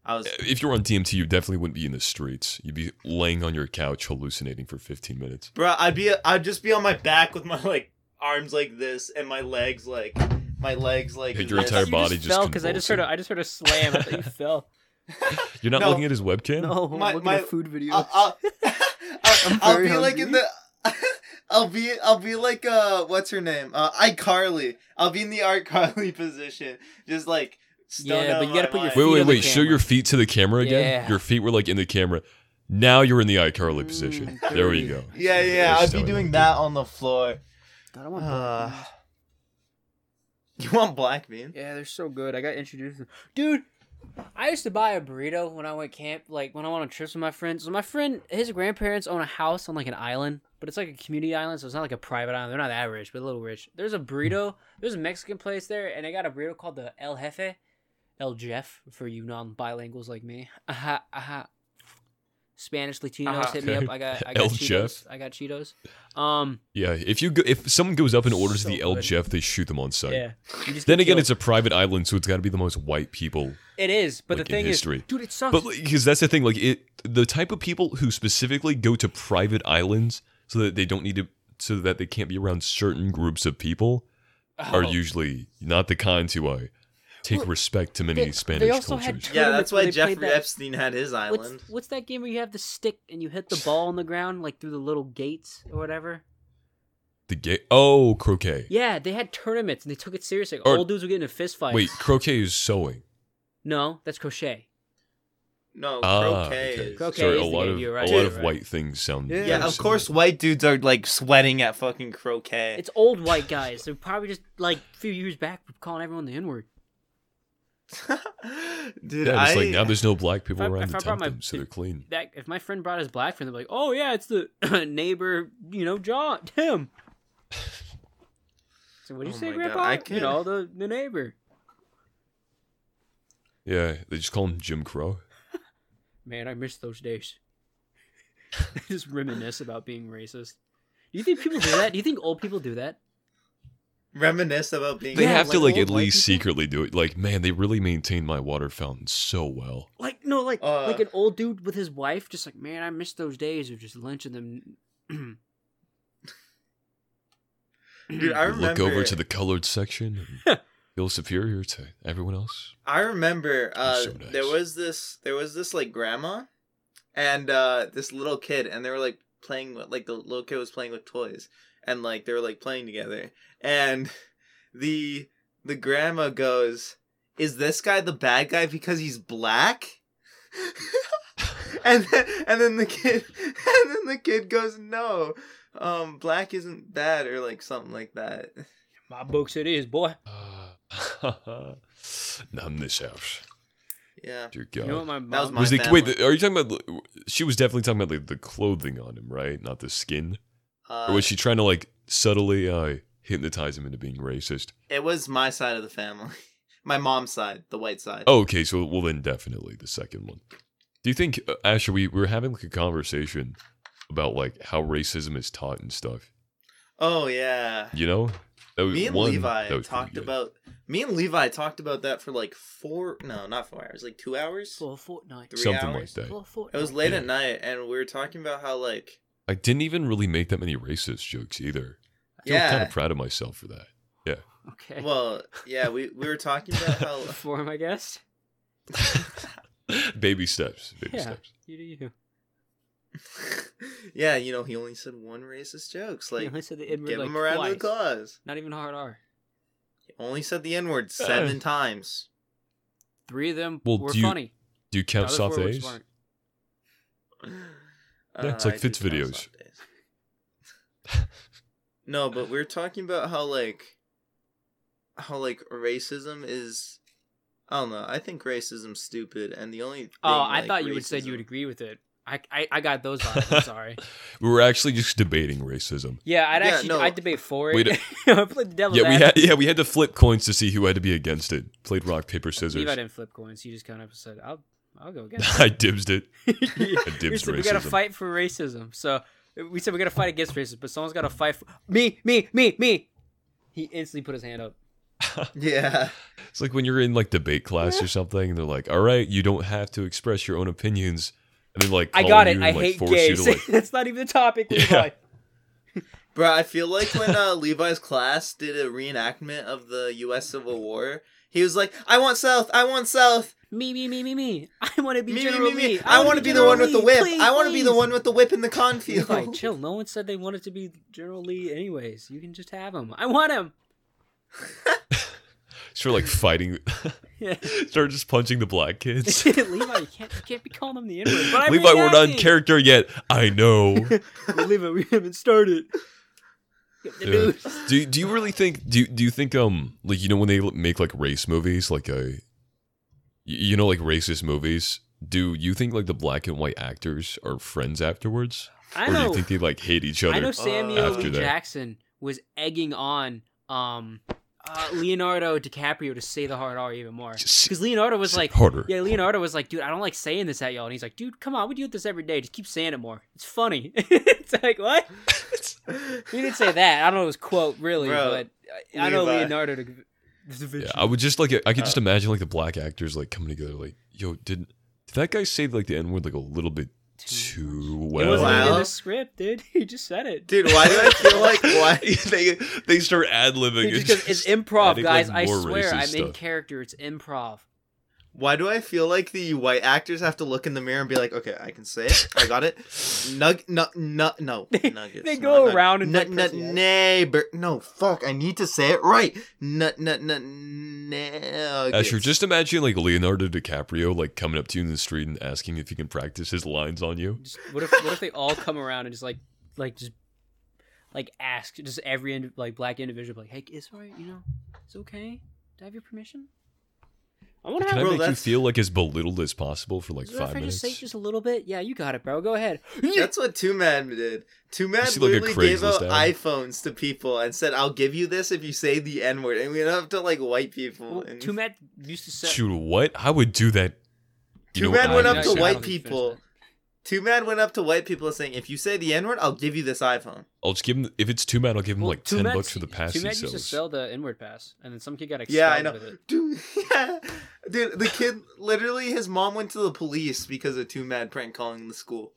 C: I was
A: If you were on DMT, you definitely wouldn't be in the streets. You'd be laying on your couch hallucinating for 15 minutes.
C: Bro, I'd be I'd just be on my back with my like arms like this and my legs like my legs like
A: Yeah, your
C: this.
A: entire
B: You
A: body
B: just
A: just
B: fell because I just heard a,
A: convulsing.
B: I just heard a slam. I
A: (laughs)
B: thought you fell.
A: You're not
C: No.
A: looking at his webcam.
B: No, uh,
C: My-
B: I'm looking
C: my-
B: at food videos.
C: (laughs) I'll, I'll, I'll, (laughs)
B: I'm
C: I'll
B: very
C: be like in the (laughs) I'll be I'll be like uh what's her name? Uh iCarly. I'll be in the iCarly (laughs) position. Just like stoned
B: Yeah,
C: out
B: but
C: of
B: you gotta
C: my
B: put your
C: mind.
A: Wait,
B: Feet
A: wait,
B: on the
A: wait. Show
B: camera.
A: your feet to the camera again.
B: Yeah.
A: Your feet were like in the camera. Now you're in the iCarly position.
B: Mm,
A: There we
B: dirty.
A: go.
C: Yeah, yeah,
A: That's
C: I'd
A: how
C: be
A: I
C: doing
A: looked.
C: that on the floor.
B: God, I want
C: Uh,
B: black
C: (laughs) you want black bean?
B: beans. yeah, they're so good. I got introduced, to- dude. I used to buy a burrito when I went camp, like when I went on trips with my friends. So my friend, his grandparents own a house on like an island, but it's like a community island, so it's not like a private island. They're not that rich, but a little rich. There's
A: Hmm.
B: a burrito. There's a Mexican place there, and they got a burrito called the El Jefe, El Jeff for you non-bilinguals like me. Aha, aha. Spanish Latinos
C: Aha.
B: hit me
A: Okay.
B: up.
A: (laughs)
B: I got I got
A: El
B: Cheetos.
A: Jeff.
B: I got Cheetos. Um,
A: Yeah, if you go, if someone goes up and orders
B: So
A: the El
B: good.
A: Jeff, they shoot them on sight.
B: yeah. You just
A: Then
B: get
A: again,
B: killed.
A: it's a private island, so it's got to be the most white people.
B: It is, but
A: like,
B: the
A: in
B: thing
A: history.
B: is, dude, it sucks.
A: But because that's the thing, like it, the type of people who specifically go to private islands so that they don't need to so that they can't be around certain groups of people are
B: Oh.
A: usually not the kinds who I take
B: Well,
A: respect to many
B: they
A: Spanish
B: also had
A: cultures.
C: Yeah,
B: Tournaments
C: that's
B: where
C: why
B: they played
C: Jeffrey
B: that-
C: Epstein had his island.
B: What's, what's that game where you have the stick and you
C: (sighs)
B: hit the ball on the ground like through the little gates or whatever?
A: the gay. Oh, croquet.
B: Yeah, they had tournaments and they took it seriously.
A: Or-
B: Old dudes were getting in fist fights.
A: Wait, croquet is sewing.
B: no, that's crochet.
C: No,
A: Ah,
C: Oh, croquet.
A: okay.
C: is-
B: Croquet
A: Sorry, oh,
B: is
A: a
B: the
A: lot
B: game,
A: of
B: you're right,
A: a lot
B: you're
A: of
B: right.
A: white things sound.
B: Yeah.
A: very
C: Yeah, of
A: similar.
C: course, white dudes are like sweating at fucking croquet.
B: It's old white guys. They're probably just like a few years back calling everyone the N word.
C: (laughs) Dude,
A: Yeah,
C: I
A: it's like now there's no black people
B: I-
A: around to
B: if I brought
A: tempt
B: my-
A: them, so they're clean.
B: That if my friend brought his black friend, they're like, "Oh yeah, it's the (clears throat) neighbor, you know, John,
A: (laughs)
B: Tim." So what do you
C: Oh
B: say,
C: my God,
B: Grandpa?
C: I
B: You
C: can't-
B: know, the the neighbor.
A: Yeah, they just call him Jim Crow.
B: Man, I miss those days. (laughs) I just reminisce about being racist. Do you think people do that? Do you think old people do that?
C: reminisce about being.
A: They
B: Yeah,
A: have to
B: like
A: like at
B: old white
A: least
B: people.
A: secretly do it. Like, man, they really maintain my water fountain so well.
B: Like no, like
C: Uh.
B: like an old dude with his wife, just like man, I miss those days of just lynching them.
C: (coughs)
B: (clears throat)
C: Dude, I
B: (clears throat)
A: You
C: remember.
A: Look over to the colored section and feel superior to everyone else.
C: I remember uh,
A: so nice.
C: there was this there was this like grandma and uh, this little kid and they were like playing with like the little kid was playing with toys and like they were like playing together and (laughs) the the grandma goes is this guy the bad guy because he's black (laughs) and then, and then the kid (laughs) and then the kid goes no um black isn't bad or like something like that
B: My books, it is, boy.
A: Uh, (laughs) Numb this house,
C: yeah
A: dear God.
B: You know what my mom?
C: That was my
A: was the
C: family.
A: wait? The, are you talking about? the- She was definitely talking about like, the clothing on him, right? Not the skin.
C: uh,
A: or was she trying to like subtly uh, hypnotize him into being racist?
C: It was my side of the family. (laughs) My mom's side, the white side.
A: Oh, okay, so well then definitely the second one. Do you think uh, Asher? We, we were having like a conversation about like how racism is taught and stuff.
C: Oh, yeah.
A: You know, that was
C: Me and
A: Oh, one- that
C: Levi
A: was pretty
C: talked
A: good.
C: about me and Levi talked about that for like four no, not four hours, like two hours.
B: for Fortnite.
C: three
A: something
C: hours.
A: like that.
B: For Fortnite.
C: It was late
A: Yeah.
C: at night and we were talking about how like
A: I didn't even really make that many racist jokes either. I feel
C: Yeah.
A: kind of proud of myself for that.
B: okay.
C: well, yeah, we, we were talking about
B: (laughs)
C: how (laughs)
B: for him, I guess.
A: (laughs) baby steps, baby
B: Yeah.
A: steps.
B: You do you.
C: Yeah, you know, he only said one racist jokes.
B: Like,
C: Like
B: only said the N word
C: give
B: like
C: him around the
B: twice.
C: claws.
B: Not even hard R.
C: He only said the
A: (laughs)
C: N word seven times.
B: Three of them
A: Well,
B: were
A: do you-
B: funny.
A: Do you
B: The
A: count
B: other
A: soft
B: four were
A: A's?
B: smart.
A: Yeah, it's
C: Uh,
A: like
C: I
A: Fitz
C: did count
A: videos.
C: soft days. (laughs) no, but we are talking about how like how like racism is I don't know. I think racism's stupid and the only thing,
B: Oh, I
C: like,
B: thought you would said you would
C: racism-
B: agree with it. I, I, I got those vibes.
C: (laughs)
B: I'm sorry.
A: We were actually just debating racism.
B: Yeah, I'd
C: Yeah,
B: actually
C: no.
B: I'd debate for it.
A: Wait
B: (laughs) I played the devil's
A: yeah, we had
B: advocate.
A: yeah we had to flip coins to see who had to be against it. Played rock paper scissors.
B: Levi didn't flip coins. He just kind of said, "I'll I'll go (laughs) against."
A: (laughs) I dibsed it.
B: it." (laughs)
A: I
B: we
A: dibsed
B: said
A: racism.
B: we gotta fight for racism. So we said we gotta fight against racism, but someone's gotta fight for me, me, me, me. He instantly put his hand up. (laughs)
C: Yeah.
A: It's like when you're in like debate class or something, and they're like, "All right, you don't have to express your own opinions," and they're like,
B: I
A: call
B: got
A: you
B: it.
A: and,
B: I
A: like,
B: hate
A: force
B: gays.
A: You to, like,
B: (laughs) That's not even the topic.
A: (laughs) Yeah.
B: Levi.
C: Bro, I feel like
B: (laughs)
C: when uh, Levi's class did a reenactment of the US Civil War, he was like, I want South, I want South,
B: Me, me, me, me, me. I want to be
C: me, me,
B: General
C: me, me.
B: Lee.
C: I want
B: wanna
C: to be the one with the
B: General
C: whip.
B: Lee,
C: I want to be the
B: please."
C: one with the whip in the
B: Levi,
C: cornfield.
B: chill. No one said they wanted to be General Lee, anyways. You can just have him. I want (laughs) him.
A: start like fighting, (laughs)
B: Yeah.
A: start just punching the black kids.
B: Levi, you can't, you can't be calling him the N word. (laughs) But
A: (laughs)
B: I'm
A: Levi, we're not in
B: reenacting.
A: character yet. I
B: (laughs)
A: know.
B: Well, Levi, we haven't started. Get the
A: Yeah.
B: news.
A: do do you really think do do you think um like you know when they l- make like race movies like a y- you know like racist movies do you think like the black and white actors are friends afterwards
B: I
A: or do
B: know.
A: you think they like hate each
B: I know
A: other
B: Samuel
A: after
B: Lee
A: that.
B: Jackson was egging on um, uh, Leonardo DiCaprio to say the hard R even more.
A: Just-
B: Because Leonardo was
A: Say
B: like,
A: harder
B: yeah, Leonardo was like, dude, I don't like saying this at y'all. And he's like, dude, come on, we do this every day. Just keep saying it more. It's funny. (laughs) it's like, what? He didn't say that. I don't know his quote, really,
C: Bro,
B: but I, I know
C: Levi.
B: Leonardo da, da Vinci.
A: yeah i would just like i could just imagine like the black actors like coming together like yo did did that guy say like the n word like a little bit too
B: It wasn't
A: well.
B: even
A: (laughs)
B: in
C: Wow.
B: the script, dude. (laughs) You just said it.
C: (laughs) Dude, why do I feel like why?
A: (laughs) they they start ad
B: Dude,
A: libbing.
B: just
A: (laughs)
B: 'cause it's improv,
A: adding,
B: guys.
A: like,
B: I
A: more
B: swear,
A: racist
B: I'm in
A: stuff.
B: character. It's improv.
C: Why do I feel like the white actors have to look in the mirror and be like, okay, I can say it,
B: (laughs)
C: I got it. Nug, no, no, no.
B: They-
C: Nuggets.
B: they
C: not
B: go
C: nug-
B: around and, like,
C: nut, nut,
B: press yes.
C: neighbor. No, fuck, I need to say it right. Nut, nut, nut, nuggets.
A: Asher, just imagine like Leonardo DiCaprio like coming up to you in the street and asking if he can practice his lines on you.
B: Just, what if what if they all come around and just like like just like ask just every indi- like black individual like, hey, it's all right, you know, it's okay. Do I have your permission? I want to
A: Can
B: have.
A: I
C: Bro,
A: make you
C: that's-
A: feel like as belittled as possible for like
B: Is it all right
A: five
B: if I just
A: minutes?
B: say just a little bit? Yeah, you got it, bro. Go ahead.
C: That's what Two Mad did. Two Mad
A: see, like, a
C: literally gave out
A: Craigslist ad.
C: iPhones to people and said, "I'll give you this if you say the N word," and we went up to like white people.
B: Well,
C: And
B: Two Matt used to say.
A: Dude, what? I would do that. You
C: Two
A: know
C: men
A: what
C: went
A: I
C: up
A: would
C: to
A: say?
C: white people. Two Mad went up to white people saying, "If you say the N word, I'll give you this iPhone."
A: I'll just give him. If it's two man, I'll give him
B: Well,
A: like
B: Two
A: ten
B: Matt-
A: bucks for the pass
B: Two
A: he
B: Matt used to
A: sells.
B: sell the inward pass, and then some kid got expelled
C: Yeah, I know.
B: with it.
C: Dude, (laughs) yeah. Dude, the kid literally his mom went to the police because of Two Mad prank calling the school.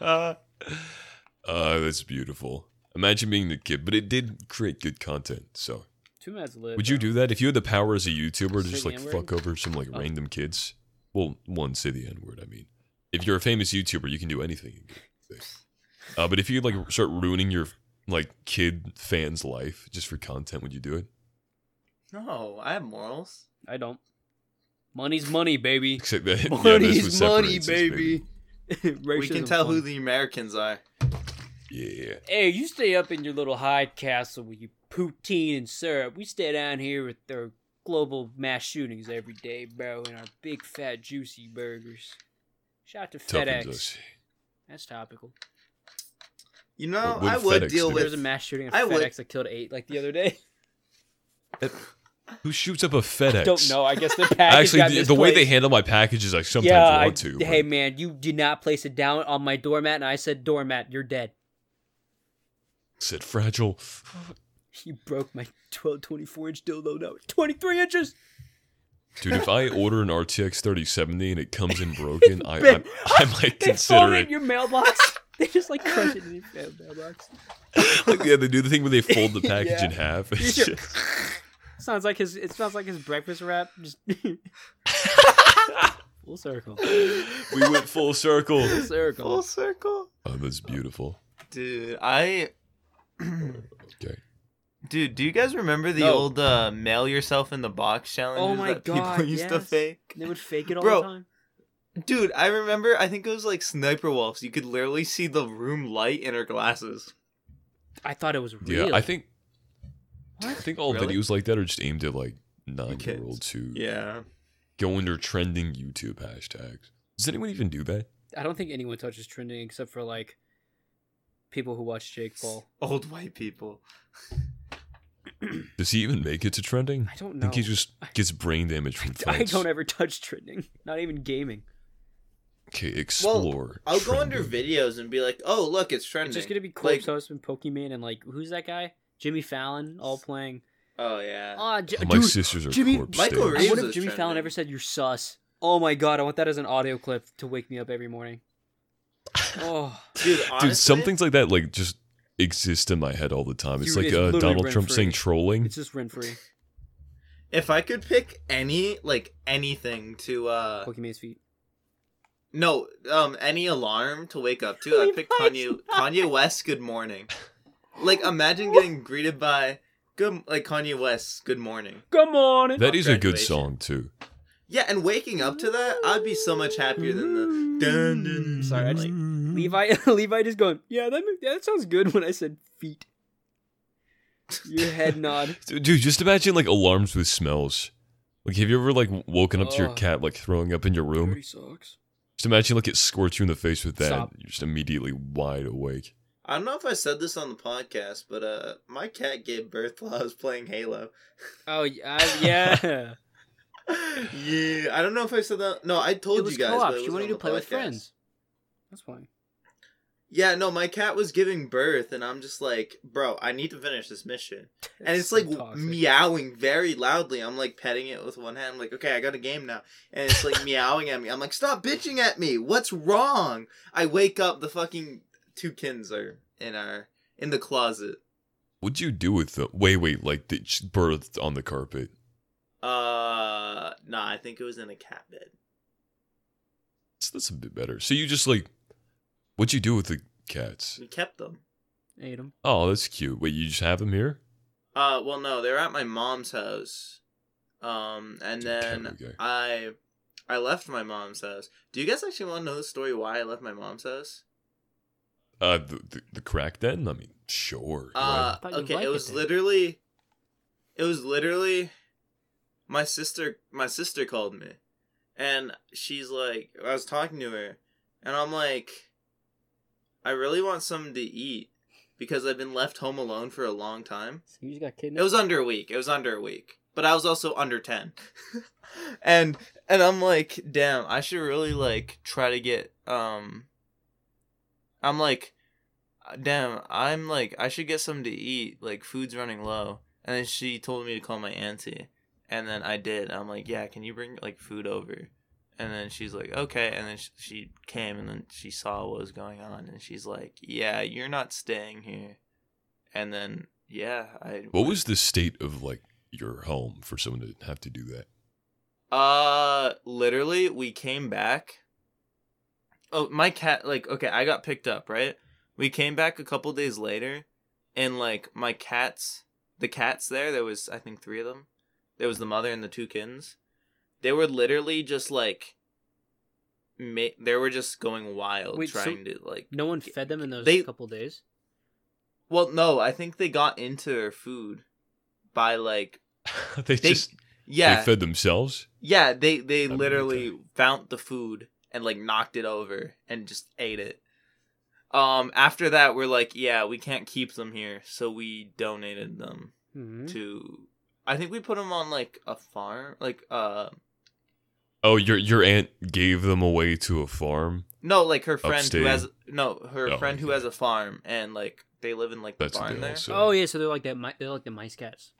A: uh, (laughs) Oh, that's beautiful. Imagine being the kid, but it did create good content. So,
B: Two Mad's lit.
A: would you
B: bro.
A: do that if you had the power as a YouTuber to
B: Say
A: just
B: the
A: like
B: N-word?
A: fuck over some like
B: Oh.
A: random kids? Well, one say the n word. I mean, if you're a famous YouTuber, you can do anything. and get things. Uh, but if you like start ruining your like kid fans' life just for content, would you do it? (laughs)
C: No, I have morals.
B: I don't. Money's money, baby.
A: Except that (laughs) yeah, that's what
B: Money's money,
A: separates us,
B: baby. (laughs)
C: we can tell who the Americans are.
A: Yeah.
B: Hey, you stay up in your little high castle with your poutine and syrup. We stay down here with our global mass shootings every day, bro, and our big fat juicy burgers. Shout out to
A: Toughens
B: FedEx.
A: us.
B: That's topical.
C: You know,
A: What would
C: I would
A: FedEx
C: deal
A: do?
B: There was a
C: with
B: mass shooting at
C: I
B: FedEx
C: would-
B: that killed eight like the other day.
A: Who shoots up a FedEx?
B: (laughs) Don't know. I guess the package got
A: Actually, the, the way they
B: misplaced.
A: handle my package is I sometimes
B: yeah,
A: want
B: I-
A: to.
B: hey
A: but-
B: man, you did not place it down on my doormat, and I said doormat, you're dead. (laughs)
A: said fragile.
B: You broke my 12, 24 inch dildo. No, 23 inches.
A: Dude, if I order an RTX 3070 and it comes
B: (laughs)
A: in broken, I, I,
B: Ben, (laughs)
A: I might
B: They fold
A: consider
B: it in
A: it. (laughs)
B: your mailbox. they just like crush it in your mail- mailbox.
A: Like, yeah, they do the thing where they fold the package
B: (laughs) Yeah.
A: in half.
B: Here's
A: It's
B: your-
A: just-
B: (laughs) sounds like his. It sounds like his breakfast wrap. Just (laughs) full circle.
A: we went full
B: (laughs)
A: circle.
B: Full
C: (laughs) full
B: circle.
C: circle.
A: Oh, that's beautiful.
C: Dude, I (clears throat)
A: Okay.
C: Dude, do you guys remember the
B: No.
C: old uh, mail yourself in the box challenge
B: Oh my
C: that
B: God,
C: people used to
B: yes.
C: fake?
B: They would fake it all
C: Bro.
B: the time.
C: Dude, I remember. I think it was like Sniper Wolves. You could literally see the room light in her glasses.
B: I thought it was
A: Yeah,
B: real.
A: I think I think all
C: Really?
A: videos like that are just aimed at like nine year olds who
C: Yeah.
A: go under trending YouTube hashtags. Does anyone even do that?
B: I don't think anyone touches trending except for like people who watch Jake Paul.
C: Old white people.
A: Does he even make it to trending?
B: I don't
A: I
B: know.
A: think he just gets brain damage from
B: I
A: fights.
B: don't ever touch trending. (laughs) Not even gaming.
A: Okay, explore.
C: I'll go under
A: trending.
C: videos and be like, "Oh, look, it's trending."
B: It's just gonna be
C: like,
B: Corpse Husband, Pokemon, and like who's that guy? Jimmy Fallon, all playing.
C: oh yeah.
B: Ah, J-
A: My
B: dude,
A: sisters are
B: Jimmy-
A: corpse
C: Michael
A: days.
B: I
C: Reeves
B: wonder if
C: was
B: Jimmy
C: trending.
B: Fallon ever said you're sus. Oh my god, I want that as an audio clip to wake me up every
C: (laughs)
B: morning. Oh,
C: Dude, honestly,
A: Dude, some things like that like just exist in my head all the time. It's
B: Dude,
A: like
B: it's
A: uh,
B: literally
A: Donald
B: rent
A: Trump saying
B: free.
A: trolling.
B: it's just rent free.
C: If I could pick any, like anything to, uh
B: Pokemon's feet.
C: no, um, any alarm to wake up to,
B: Leave
C: I'd pick
B: my
C: Kanye, Kanye West, "Good Morning." Like, imagine getting greeted by good, like Kanye West's "Good Morning."
B: Good morning.
A: That is a good
C: graduation.
A: song too.
C: Yeah, and waking up to that, I'd be so much happier than the. Dun, dun,
B: Mm. Sorry, I just-
C: like,
B: Levi, (laughs) Levi just going. Yeah, that ma- that sounds good. When I said feet, your head nod.
A: Dude, just imagine like alarms with smells. Like, have you ever like woken up to your
B: Ugh.
A: cat like throwing up in your room?
B: Dirty socks.
A: Just imagine like it squirts you in the face with that.
B: Stop.
A: You're just immediately wide awake.
C: I don't know if I said this on the podcast, but uh, my cat gave birth while I was playing Halo.
B: Oh yeah, (laughs) I-
C: (laughs)
B: yeah.
C: yeah, I don't know if I said that. No, I told
B: it was
C: you guys.
B: co-op.
C: but it
B: She
C: wasn't
B: wanted
C: on
B: to
C: the
B: play with
C: podcast.
B: friends. That's why.
C: Yeah, no, my cat was giving birth, and I'm just like, bro, I need to finish this mission. and it's
B: so
C: like
B: toxic.
C: meowing very loudly. I'm like petting it with one hand. I'm like, okay, I got a game now. And it's like meowing at me. I'm like, stop bitching at me. What's wrong? I wake up. The fucking two kins are in our in the closet.
A: What'd you do with the wait wait like the she birthed on the carpet?
C: Uh, nah, I think it was in a cat bed.
A: That's, that's a bit better. So you just like what'd you do with the cats?
C: We kept them.
B: Ate 'em.
A: Oh, that's cute. Wait, you just have them here?
C: Uh, well, no, they were at my mom's house. Um, and then
A: Okay, okay.
C: I, I left my mom's house. Do you guys actually want to know the story why I left my mom's house?
A: Uh, the the, the crack den. I mean, sure.
C: Uh,
B: thought you
C: okay,
B: liked
C: it
B: it
C: was
B: then.
C: literally, it was literally, my sister. My sister called me, and she's like, I was talking to her, and I'm like, I really want something to eat because I've been left home alone for a long time.
B: So you just got
C: It
B: kidnapped.
C: was under a week. It was under a week. But I was also under 10. (laughs) and and I'm like, damn, I should really like try to get um I'm like damn, I'm like I should get something to eat. Like food's running low. And then she told me to call my auntie. And then I did. I'm like, yeah, can you bring like food over? And then she's like, okay. And then sh- she came and then she saw what was going on. And she's like, yeah, you're not staying here. And then, yeah, I.
A: what was the state of like your home for someone to have to do that? (laughs)
C: Uh, literally, we came back. Oh, my cat, like, okay, I got picked up, right? We came back a couple days later, and, like, my cats, the cats there, there was, I think, three of them. There was the mother and the two kins. They were literally just, like, ma- they were just going wild,
B: Wait, so-
C: trying to, like,
B: No one fed them in those
C: They-
B: couple days.
C: well, no, I think they got into their food by, like,
A: they,
C: They-
A: just
C: yeah.
A: they fed themselves.
C: Yeah, they they
A: mean,
C: literally found the food and like knocked it over and just ate it. Um after that we're like, yeah, we can't keep them here, so we donated them
B: hmm
C: to I think we put them on like a farm, like uh
A: Oh, your your aunt gave them away to a farm.
C: no, like her friend
A: Upstate.
C: who has no, her
A: Oh,
C: friend who
A: yeah.
C: has a farm and like they live in like the
A: That's what
C: barn
A: they
C: there
A: also.
B: Oh yeah, so they're like that. Mi- they're like the mice cats.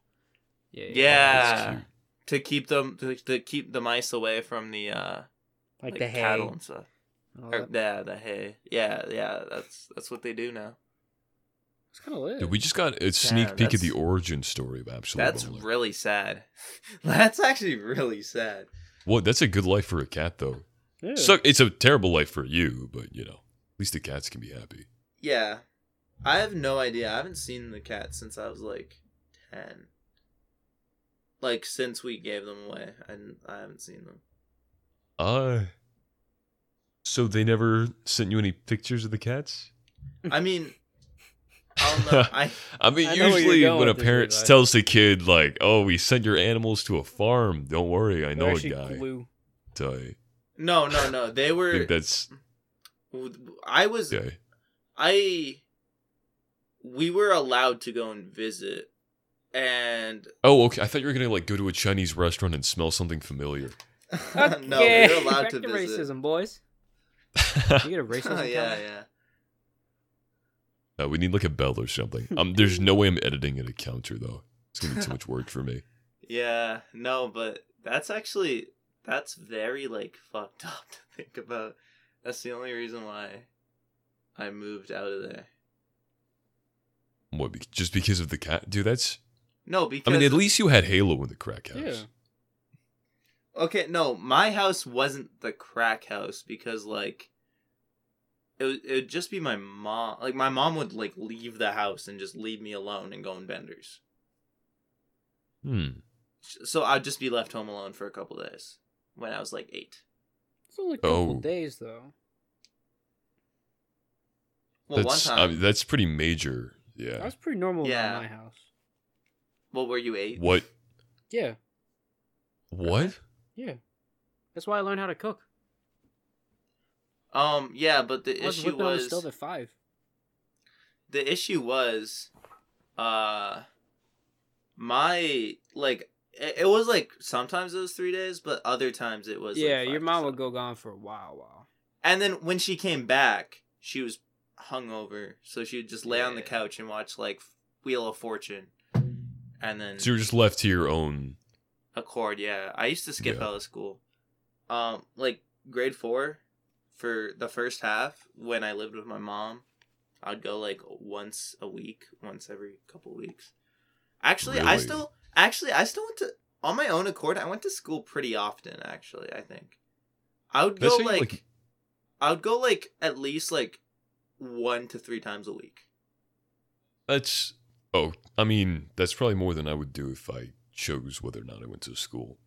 B: Yeah.
A: That's
C: Yeah.
A: cute.
C: to keep them to, to keep the mice away from the uh
B: Like,
C: like
B: the hay.
C: cattle and stuff.
B: and all
C: Or,
B: that.
C: yeah, the hay. Yeah, yeah, that's that's what they do now.
B: It's kind of lit.
A: Dude, we just got a sneak
C: Yeah,
A: peek at the
C: that's-
A: origin story of Absolute
C: That's
A: Baller.
C: really sad. (laughs) That's actually really sad.
A: What? That's a good life for a cat, though.
B: Yeah.
A: Suck. It's a terrible life for you, but you know, at least the cats can be happy.
C: Yeah. I have no idea. I haven't seen the cat since I was like 10. Like since we gave them away, and I haven't seen them.
A: Uh. So they never sent you any pictures of the cats?
C: I mean, I'll know. I
A: I mean,
B: I know where you're
A: usually
B: going
A: when a
B: with this,
A: parent
B: Levi.
A: tells the kid like, "Oh, we sent your animals to a farm. Don't worry, I
B: They're
A: know a
B: actually
A: guy."
B: glue.
A: So I
C: no, no, no. They were.
A: think that's
C: I was.
A: okay.
C: I. We were allowed to go and visit, and (laughs)
A: Oh, okay. I thought you were gonna like go to a Chinese restaurant and smell something
B: (laughs)
A: familiar.
C: (laughs) no, we
B: Okay,
C: were allowed
B: back
C: to
B: to
C: visit. (laughs)
B: racism, boys. You get a racism.
C: Oh, yeah,
B: comment?
C: yeah.
A: Uh, we need like a bell or something. Um, there's no way I'm editing at a counter though. It's gonna be too much work for me.
C: Yeah, no, but that's actually that's very like fucked (laughs) up to think about. That's the only reason why I moved out of there.
A: What? be- Just because of the cat? Dude, that's.
C: No,
A: I
C: because
A: mean, at least you had Halo in the crack house.
B: Yeah.
C: okay, no, my house wasn't the crack house because like it would, it would just be my mom. Like my mom would like leave the house and just leave me alone and go on benders.
A: Hmm.
C: So I'd just be left home alone for a couple days when I was like eight.
B: It's only a couple
A: Oh.
B: days though.
C: Well,
A: that's.
C: one
A: I
C: time.
A: mean, that's pretty major.
B: That
A: Yeah.
B: was pretty normal
C: Yeah.
B: around my house.
C: Well, were you eight?
A: What?
B: Yeah,
A: What?
B: yeah. That's why I learned how to cook.
C: Um, yeah, but the
B: I was
C: issue
B: whipping on the
C: was
B: stove at five.
C: the issue was uh my like it, it was like sometimes it was three days but other times it was like,
B: Yeah,
C: five
B: your
C: to
B: mom would
C: seven.
B: go gone for a while. Wow.
C: and then when she came back she was hungover, so she would just lay on the
B: Yeah.
C: couch and watch like Wheel of Fortune, and then
A: So you're just left to your own.
C: Accord. Yeah, I used to skip
A: Yeah.
C: out of school, um, like grade four, for the first half when I lived with my mom, I'd go like once a week, once every couple weeks. Actually, I
A: Really?
C: still actually I still went to on my own accord. I went to school pretty often. Actually, I think I would
A: That's
C: go
A: how you,
C: like, I would go like at least like one to three times a week.
A: That's oh, I mean, that's probably more than I would do if I chose whether or not I went to school.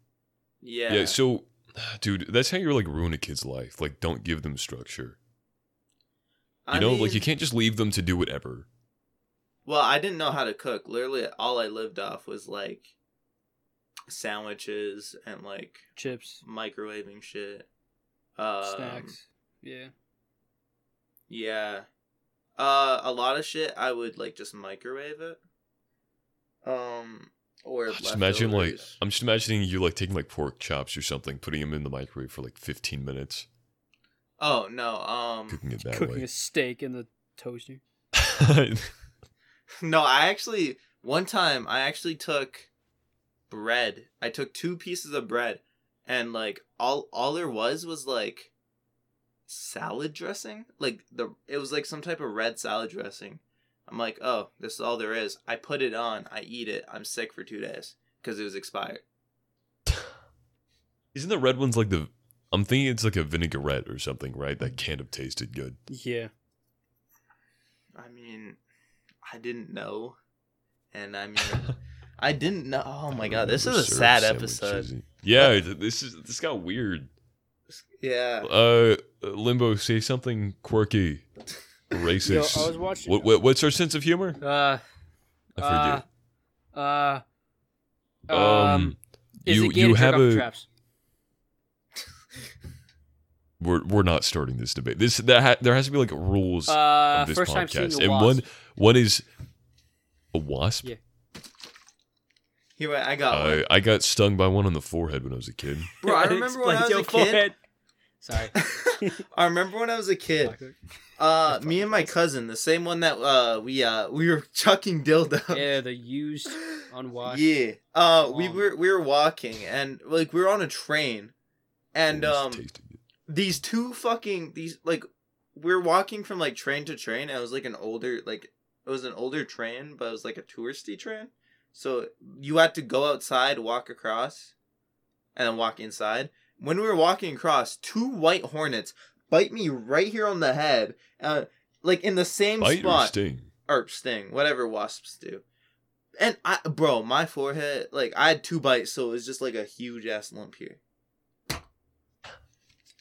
C: Yeah.
A: Yeah. so, dude, that's how you're like ruin a kid's life. Like, don't give them structure. You
C: I
A: know,
C: mean-
A: like you can't just leave them to do whatever.
C: Well, I didn't know how to cook. Literally, all I lived off was like sandwiches and like
B: chips,
C: microwaving shit. Um,
B: snacks. Yeah.
C: Yeah. Uh, a lot of shit I would like just microwave it. Um, or
A: Just imagine like
C: leftovers.
A: I'm just imagining you like taking like pork chops or something, putting them in the microwave for like 15 minutes,
C: oh no, um,
A: cooking it that
B: Cooking
A: way.
B: a steak in the toaster.
C: no. I actually one time I actually took bread. I took two pieces of bread, and like all all there was was like salad dressing. Like the it was like some type of red salad dressing. I'm like, oh, this is all there is. I put it on. I eat it. I'm sick for two days because it was expired.
A: (laughs) Isn't the red one's like the? I'm thinking it's like a vinaigrette or something, right? That can't have tasted good.
B: Yeah.
C: I mean, I didn't know, and I mean,
A: (laughs)
C: I didn't know. Oh my god, this is a
A: Preserved
C: sad
A: sandwiches.
C: episode.
A: Yeah, th- this is this got weird.
C: Yeah.
A: Uh, Limbo, say something quirky,
B: Yo,
A: racist.
B: I was watching.
A: what, what what's our sense of humor?
B: Uh,
A: I
B: uh,
A: forget.
B: uh, um,
A: um,
B: is
A: you
B: it gay
A: you
B: to jerk
A: have
B: off to
A: a.
B: traps?
A: We're we're not starting this debate. This that ha- there has to be like rules.
B: Uh,
A: of this
B: first time seeing
A: podcast.
B: a
A: And
B: wasp. (laughs)
A: one- one is a wasp.
B: Yeah.
C: Here, wait, I got
A: I (laughs)
C: one.
A: I got stung by one on the forehead when I was a kid.
C: Bro, I remember when I
B: Explains
C: was a
B: your
C: kid.
B: forehead.
C: (laughs)
B: Sorry.
C: I remember when I was a kid. Uh, me and my cousin, the same one that uh we uh we were (laughs) chucking dildo.
B: (laughs)
C: (laughs)
B: yeah, the used, unwashed.
C: Yeah. Uh, we
B: Um,
C: were we were walking and like we were on a train, and
A: Always
C: um
A: tasted good.
C: these two fucking these like we're walking from like train to train and it was like an older like it was an older train but it was like a touristy train so you had to go outside walk across and then walk inside when we were walking across two white hornets bite me right here on the head uh, like in the same
A: bite or
C: spot
A: sting.
C: or sting, whatever wasps do. And I, bro, my forehead, like I had two bites, so it was just like a huge ass lump here.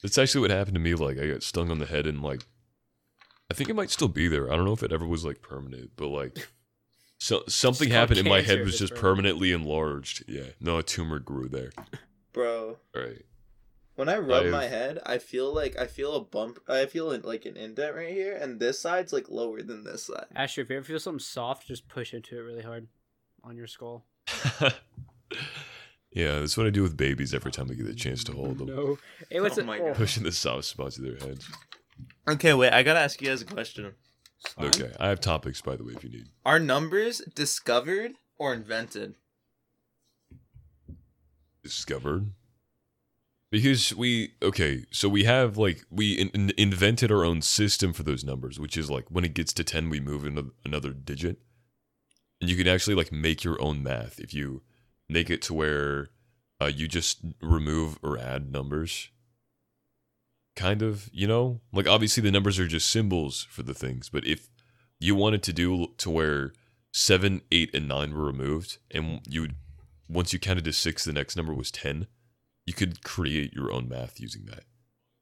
A: That's actually what happened to me. Like I got stung on the head and like I think it might still be there. I don't know if it ever was like permanent, but
B: (laughs)
A: like so something
B: It's called
A: happened and my
B: cancer
A: head
B: if
A: was
B: it's
A: just
B: permanent.
A: permanently enlarged. Yeah. No, a tumor grew there.
C: Bro,
A: All right.
C: when I rub
A: I've-
C: my head, I feel like I feel a bump. I feel an- like an indent right here, and this side's like lower than this side.
B: Asher, if you ever feel something soft, just push into it really hard on your skull.
A: yeah, that's what I do with babies every time I get a chance to hold them.
B: No. It was
C: Oh
B: a-
C: my
B: oh,
C: God.
A: Pushing the soft spots of their heads.
C: Okay, wait, I gotta ask you guys a question.
B: slime?
A: Okay. I have topics by the way if you need.
C: Are numbers discovered or invented?
A: discovered because we okay so we have like we in, in- invented our own system for those numbers which is like when it gets to 10 we move into another digit and you can actually like make your own math if you make it to where uh, you just remove or add numbers kind of you know like obviously the numbers are just symbols for the things but if you wanted to do to where 7 8 and 9 were removed and you would once you counted to six, the next number was 10. You could create your own math using that.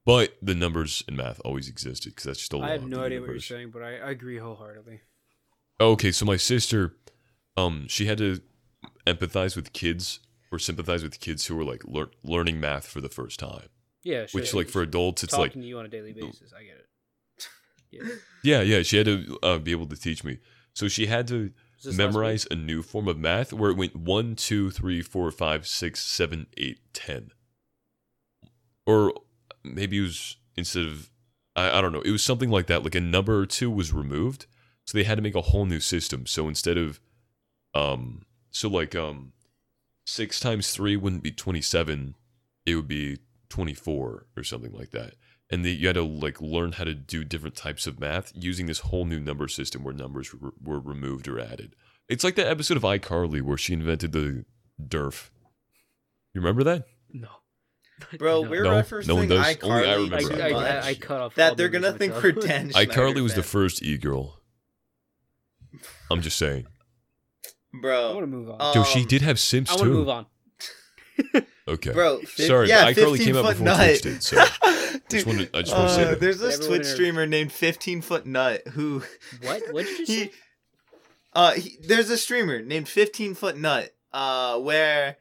A: But the numbers in math always existed because that's just a law.
B: I have
A: of
B: no
A: the
B: idea what you're
A: universe.
B: saying, but I, I agree wholeheartedly.
A: Oh, Okay, so my sister, um, she had to empathize with kids or sympathize with kids who were like lear- learning math for the first time.
B: Yeah, sure.
A: Which, like, for adults, it's
B: talking
A: like
B: to you on a daily basis. I get it. Yeah.
A: yeah, yeah. She had to uh, be able to teach me. So she had to
B: Was this last week?
A: memorize a new form of math where it went one, two, three, four, five, six, seven, eight, ten, Or maybe it was instead of I, I don't know. It was something like that. Like a number or two was removed, so they had to make a whole new system. So instead of, um, so like um, six times three wouldn't be twenty seven, it would be twenty four or something like that. And they, you had to like learn how to do different types of math using this whole new number system where numbers were, were removed or added. It's like that episode of iCarly where she invented the derf. You remember that?
B: (laughs)
C: (laughs)
B: No.
C: (laughs) Bro,
B: No.
C: we're
A: No, no one
C: referencing
A: does.
C: iCarly
A: Only I
C: too
B: I,
A: remember
B: I,
C: much
B: I, I cut off all
C: that they're
B: memories
C: gonna
B: of
C: think
B: my (laughs)
C: we're
B: childhood.
C: Dan Schneider
A: iCarly was the
C: fans.
A: first e girl. I'm just saying.
B: I want
C: bro.
B: to move on.
C: Uh,
A: Yo, she
C: Um,
A: did have Sims
B: I want
A: too.
B: to move on.
A: Okay.
C: Bro, fif-
A: Sorry,
C: yeah,
A: but iCarly
C: 15
A: came out
C: foot
A: before
C: nut.
A: Twitch did, so I just wanted- I just wanted to say
C: (laughs) Uh,
A: that.
C: There's this
B: Everyone
C: Twitch
B: in-
C: streamer named 15 Foot Nut who (laughs)
B: What? What did you
C: he,
B: say?
C: uh, he, there's a streamer named 15 Foot Nut, uh, where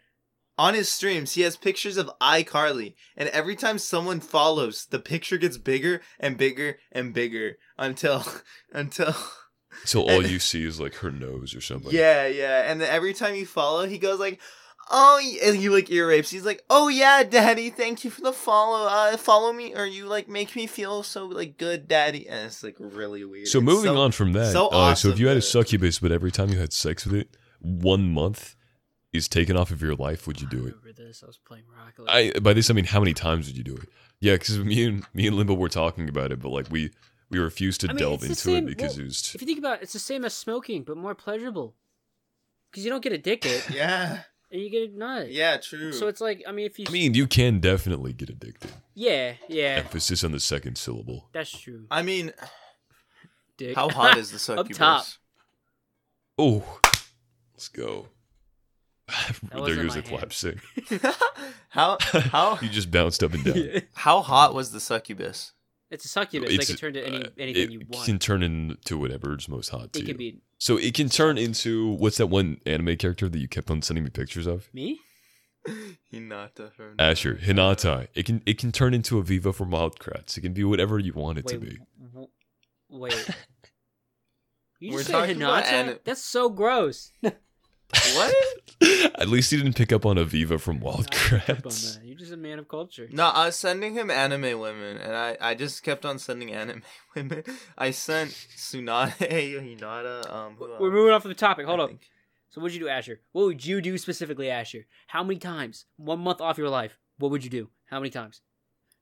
C: on his streams he has pictures of iCarly, and every time someone follows, the picture gets bigger and bigger and bigger until, (laughs) until,
A: Until all you see is like her nose or something.
C: yeah, yeah. And then every time you follow, he goes like, "Oh," y- and he like ear rapes. He's like, "Oh yeah, daddy, thank you for the follow. Uh, follow me, or you like make me feel so like good, daddy." And it's like really weird.
A: So
C: It's
A: moving on from that,
C: so
A: uh, so if
C: awesome,
A: you had a
C: dude.
A: succubus, but every time you had sex with it, one month is taken off of your life, would you do it?
B: I remember this. I was playing Rocket League.
A: I by this I mean how many times would you do it? Yeah, because me and me and Limbo were talking about it, but like we we refused to
B: I mean,
A: delve
B: it's the
A: into
B: same-
A: it because
B: well,
A: it was
B: if you think about it, it's the same as smoking, but more pleasurable. Because you don't get
C: (laughs)
B: addicted,
C: Yeah,
B: and you get a nut.
C: yeah, true.
B: So it's like, I mean, if you.
A: I mean, you can definitely get addicted.
B: yeah, yeah.
A: Emphasis on the second syllable.
B: That's true.
C: I mean,
B: Dick. (laughs)
C: how hot is the succubus?
B: top.
A: Oh, let's go. there
B: wasn't
A: goes the
B: my
A: clap
B: hand.
A: sick.
C: (laughs) how how
A: (laughs) you just bounced up and down.
C: how hot was the succubus?
B: It's a succubus.
A: It's-
B: (laughs) they can turn to any
A: uh,
B: anything
A: it
B: you
A: can
B: want.
A: turn into whatever's most hot to
B: It
A: you.
B: could be
A: so it can turn into what's that one anime character that you kept on sending me pictures of?
B: me.
C: Hinata from
A: Asher Hinata. It can it can turn into a Viva from Wildcrats. It can be whatever you want it to
B: Wait,
A: be.
B: w- wait.
C: (laughs)
B: You just
C: We're
B: said
C: talking about
B: Hinata?
C: ani-
B: That's so gross.
A: (laughs)
C: What?
A: At least he didn't pick up on a Viva from
B: I picked up on
A: Wildcrats.
B: that. You're just a man of culture.
C: No, I was sending him anime women, and I, I just kept on sending anime (laughs) women. I sent Tsunade, (laughs) Hinata, um, who
B: We're
C: else?
B: moving off of the topic.
C: I
B: Hold up.
C: think.
B: So what'd you do, Asher? What would you do specifically, Asher? How many times? One month off your life. What would you do? How many times?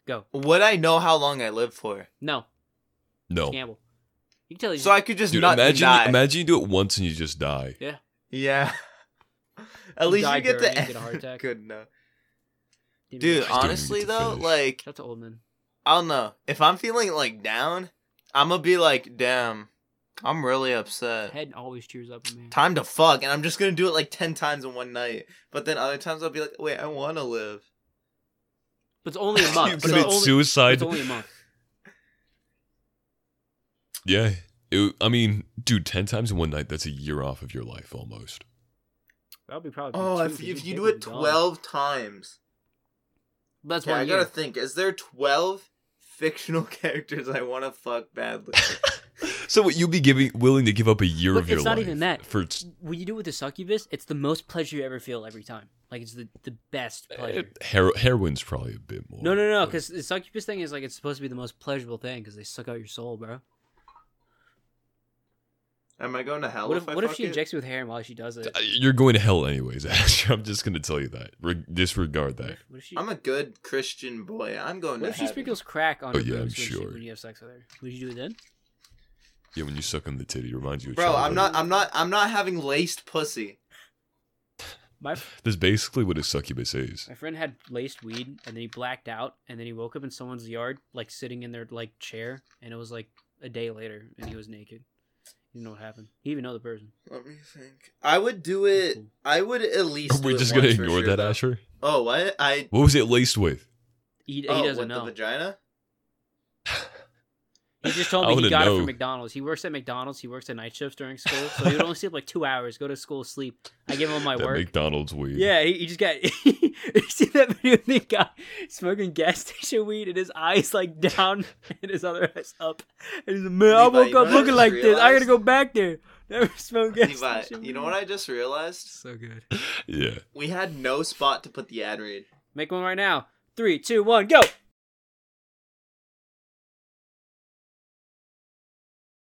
B: Go.
C: Would I know how long I live for?
B: No.
A: No,
B: Gamble. You can tell he's
C: So I could just
A: dude.
C: not
A: Imagine
C: die.
A: imagine you do it once and you just die.
C: yeah. (laughs) At least
B: die
C: you get
B: during,
C: the
B: you get a
C: (laughs)
B: heart attack.
C: Good enough,
B: Didn't even
C: dude.
B: finish.
A: get
C: Honestly
A: to
C: though,
A: finish.
C: like
B: Shout out to old man.
C: I don't know. If I'm feeling like down, I'm gonna be like, damn, I'm really upset.
B: Head always cheers up a man.
C: Time to fuck, and I'm just gonna do it like ten times in one night. But then other times I'll be like, wait, I want to live.
B: But it's only
C: (laughs)
B: a
A: you
B: month.
C: So
A: commit
B: it's, only,
A: suicide.
B: it's only a month.
A: yeah. It- I mean, dude, ten times in one night—that's a year off of your life almost.
B: That'll be probably.
C: Oh,
B: two,
C: if,
B: because
C: if you
B: hit
C: do
B: with
C: it
B: the dog.
C: twelve times,
B: that's
C: okay,
B: one
C: I
B: year.
C: gotta think. Is there twelve fictional (laughs) characters I want to
B: (laughs)
C: fuck badly?
A: So what, you'd be giving willing to give up a year
B: But
A: of your
B: it's not
A: life
B: even that.
A: for t-
B: when you do it with the succubus, it's the most pleasure you ever feel every time. Like it's the, the best pleasure.
A: eh, Hero- heroin's probably a bit more. Uh,
B: no, no, no,
A: but-
B: because the succubus thing is like it's supposed to be the most pleasurable thing because they suck out your soul, bro.
C: Am I going to hell
B: What
C: if,
B: if,
C: I
B: what if
C: fuck
B: she
C: it?
B: injects you with heroin while she does it?
A: uh, you're going to hell anyways. (laughs) Asher. I'm just gonna tell you that. Re- disregard
B: What
A: that.
B: if, what if she,
C: I'm a good Christian boy. I'm going
B: what
C: to
B: if she
C: heaven.
B: sprinkles crack on
A: Oh,
B: her
A: yeah, I'm
B: boobs when, she-
A: sure.
B: when you have sex with her? Would you do it then?
A: Yeah, when you suck on the titty, it reminds you. Of
C: Bro,
A: childhood.
C: I'm not. I'm not. I'm not having laced pussy.
B: My,
A: That's basically what a succubus is.
B: my friend had laced weed and then he blacked out and then he woke up in someone's yard, like sitting in their like chair, and it was like a day later and he was naked. You know what happened? He didn't even know the person.
C: Let me think. I would do it. I would at least.
A: Are we
C: do it
A: just gonna
C: once for
A: ignore
C: sure,
A: that,
C: though.
A: Asher?
C: Oh, what? I.
A: What was it laced with?
B: He, he
C: oh,
B: doesn't
C: with
B: know. (laughs)
C: the vagina.
B: He just
A: I
B: told me
A: wanna
B: he got it
A: know.
B: from McDonald's. He works at McDonald's. He works at night shifts during school, so he would only sleep like two hours, go to school, sleep. I give him
A: (laughs)
B: my
A: that
B: work.
A: McDonald's weed.
B: Yeah, he, he just got. (laughs) you see that video of the guy smoking gas station weed and his eyes like down and his other eyes up. And he's like, man, I
C: Levi,
B: woke
C: you know
B: up
C: what I
B: looking
C: just
B: like this. I gotta
C: realized?
B: go back there. (laughs) Never smoke gas
C: Levi,
B: station
C: you know
B: weed."
C: what I just realized?
B: So good.
A: Yeah.
C: We had no spot to put the ad read.
B: Make one right now. Three, two, one, go.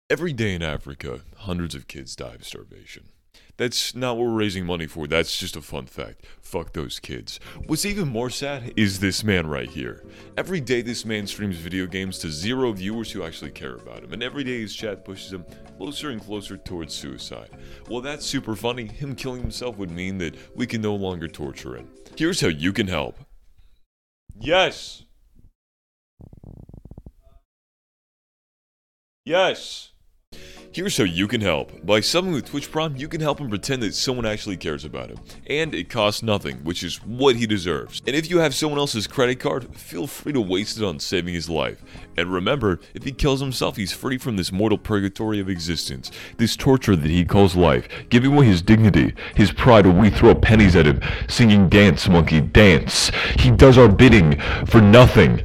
A: Every day in Africa, hundreds of kids die of starvation. That's not what we're raising money for, that's just a fun fact. Fuck those kids. What's even more sad is this man right here. Every day this man streams video games to zero viewers who actually care about him, and every day his chat pushes him closer and closer towards suicide. Well, that's super funny. Him killing himself would mean that we can no longer torture him. Here's how you can help. Yes! Yes! Here's how you can help. By subbing with Twitch Prime, you can help him pretend that someone actually cares about him. And it costs nothing, which is what he deserves. And if you have someone else's credit card, feel free to waste it on saving his life. And remember, if he kills himself, he's free from this mortal purgatory of existence, this torture that he calls life, giving away his dignity, his pride when we throw pennies at him, singing Dance Monkey Dance. He does our bidding for nothing.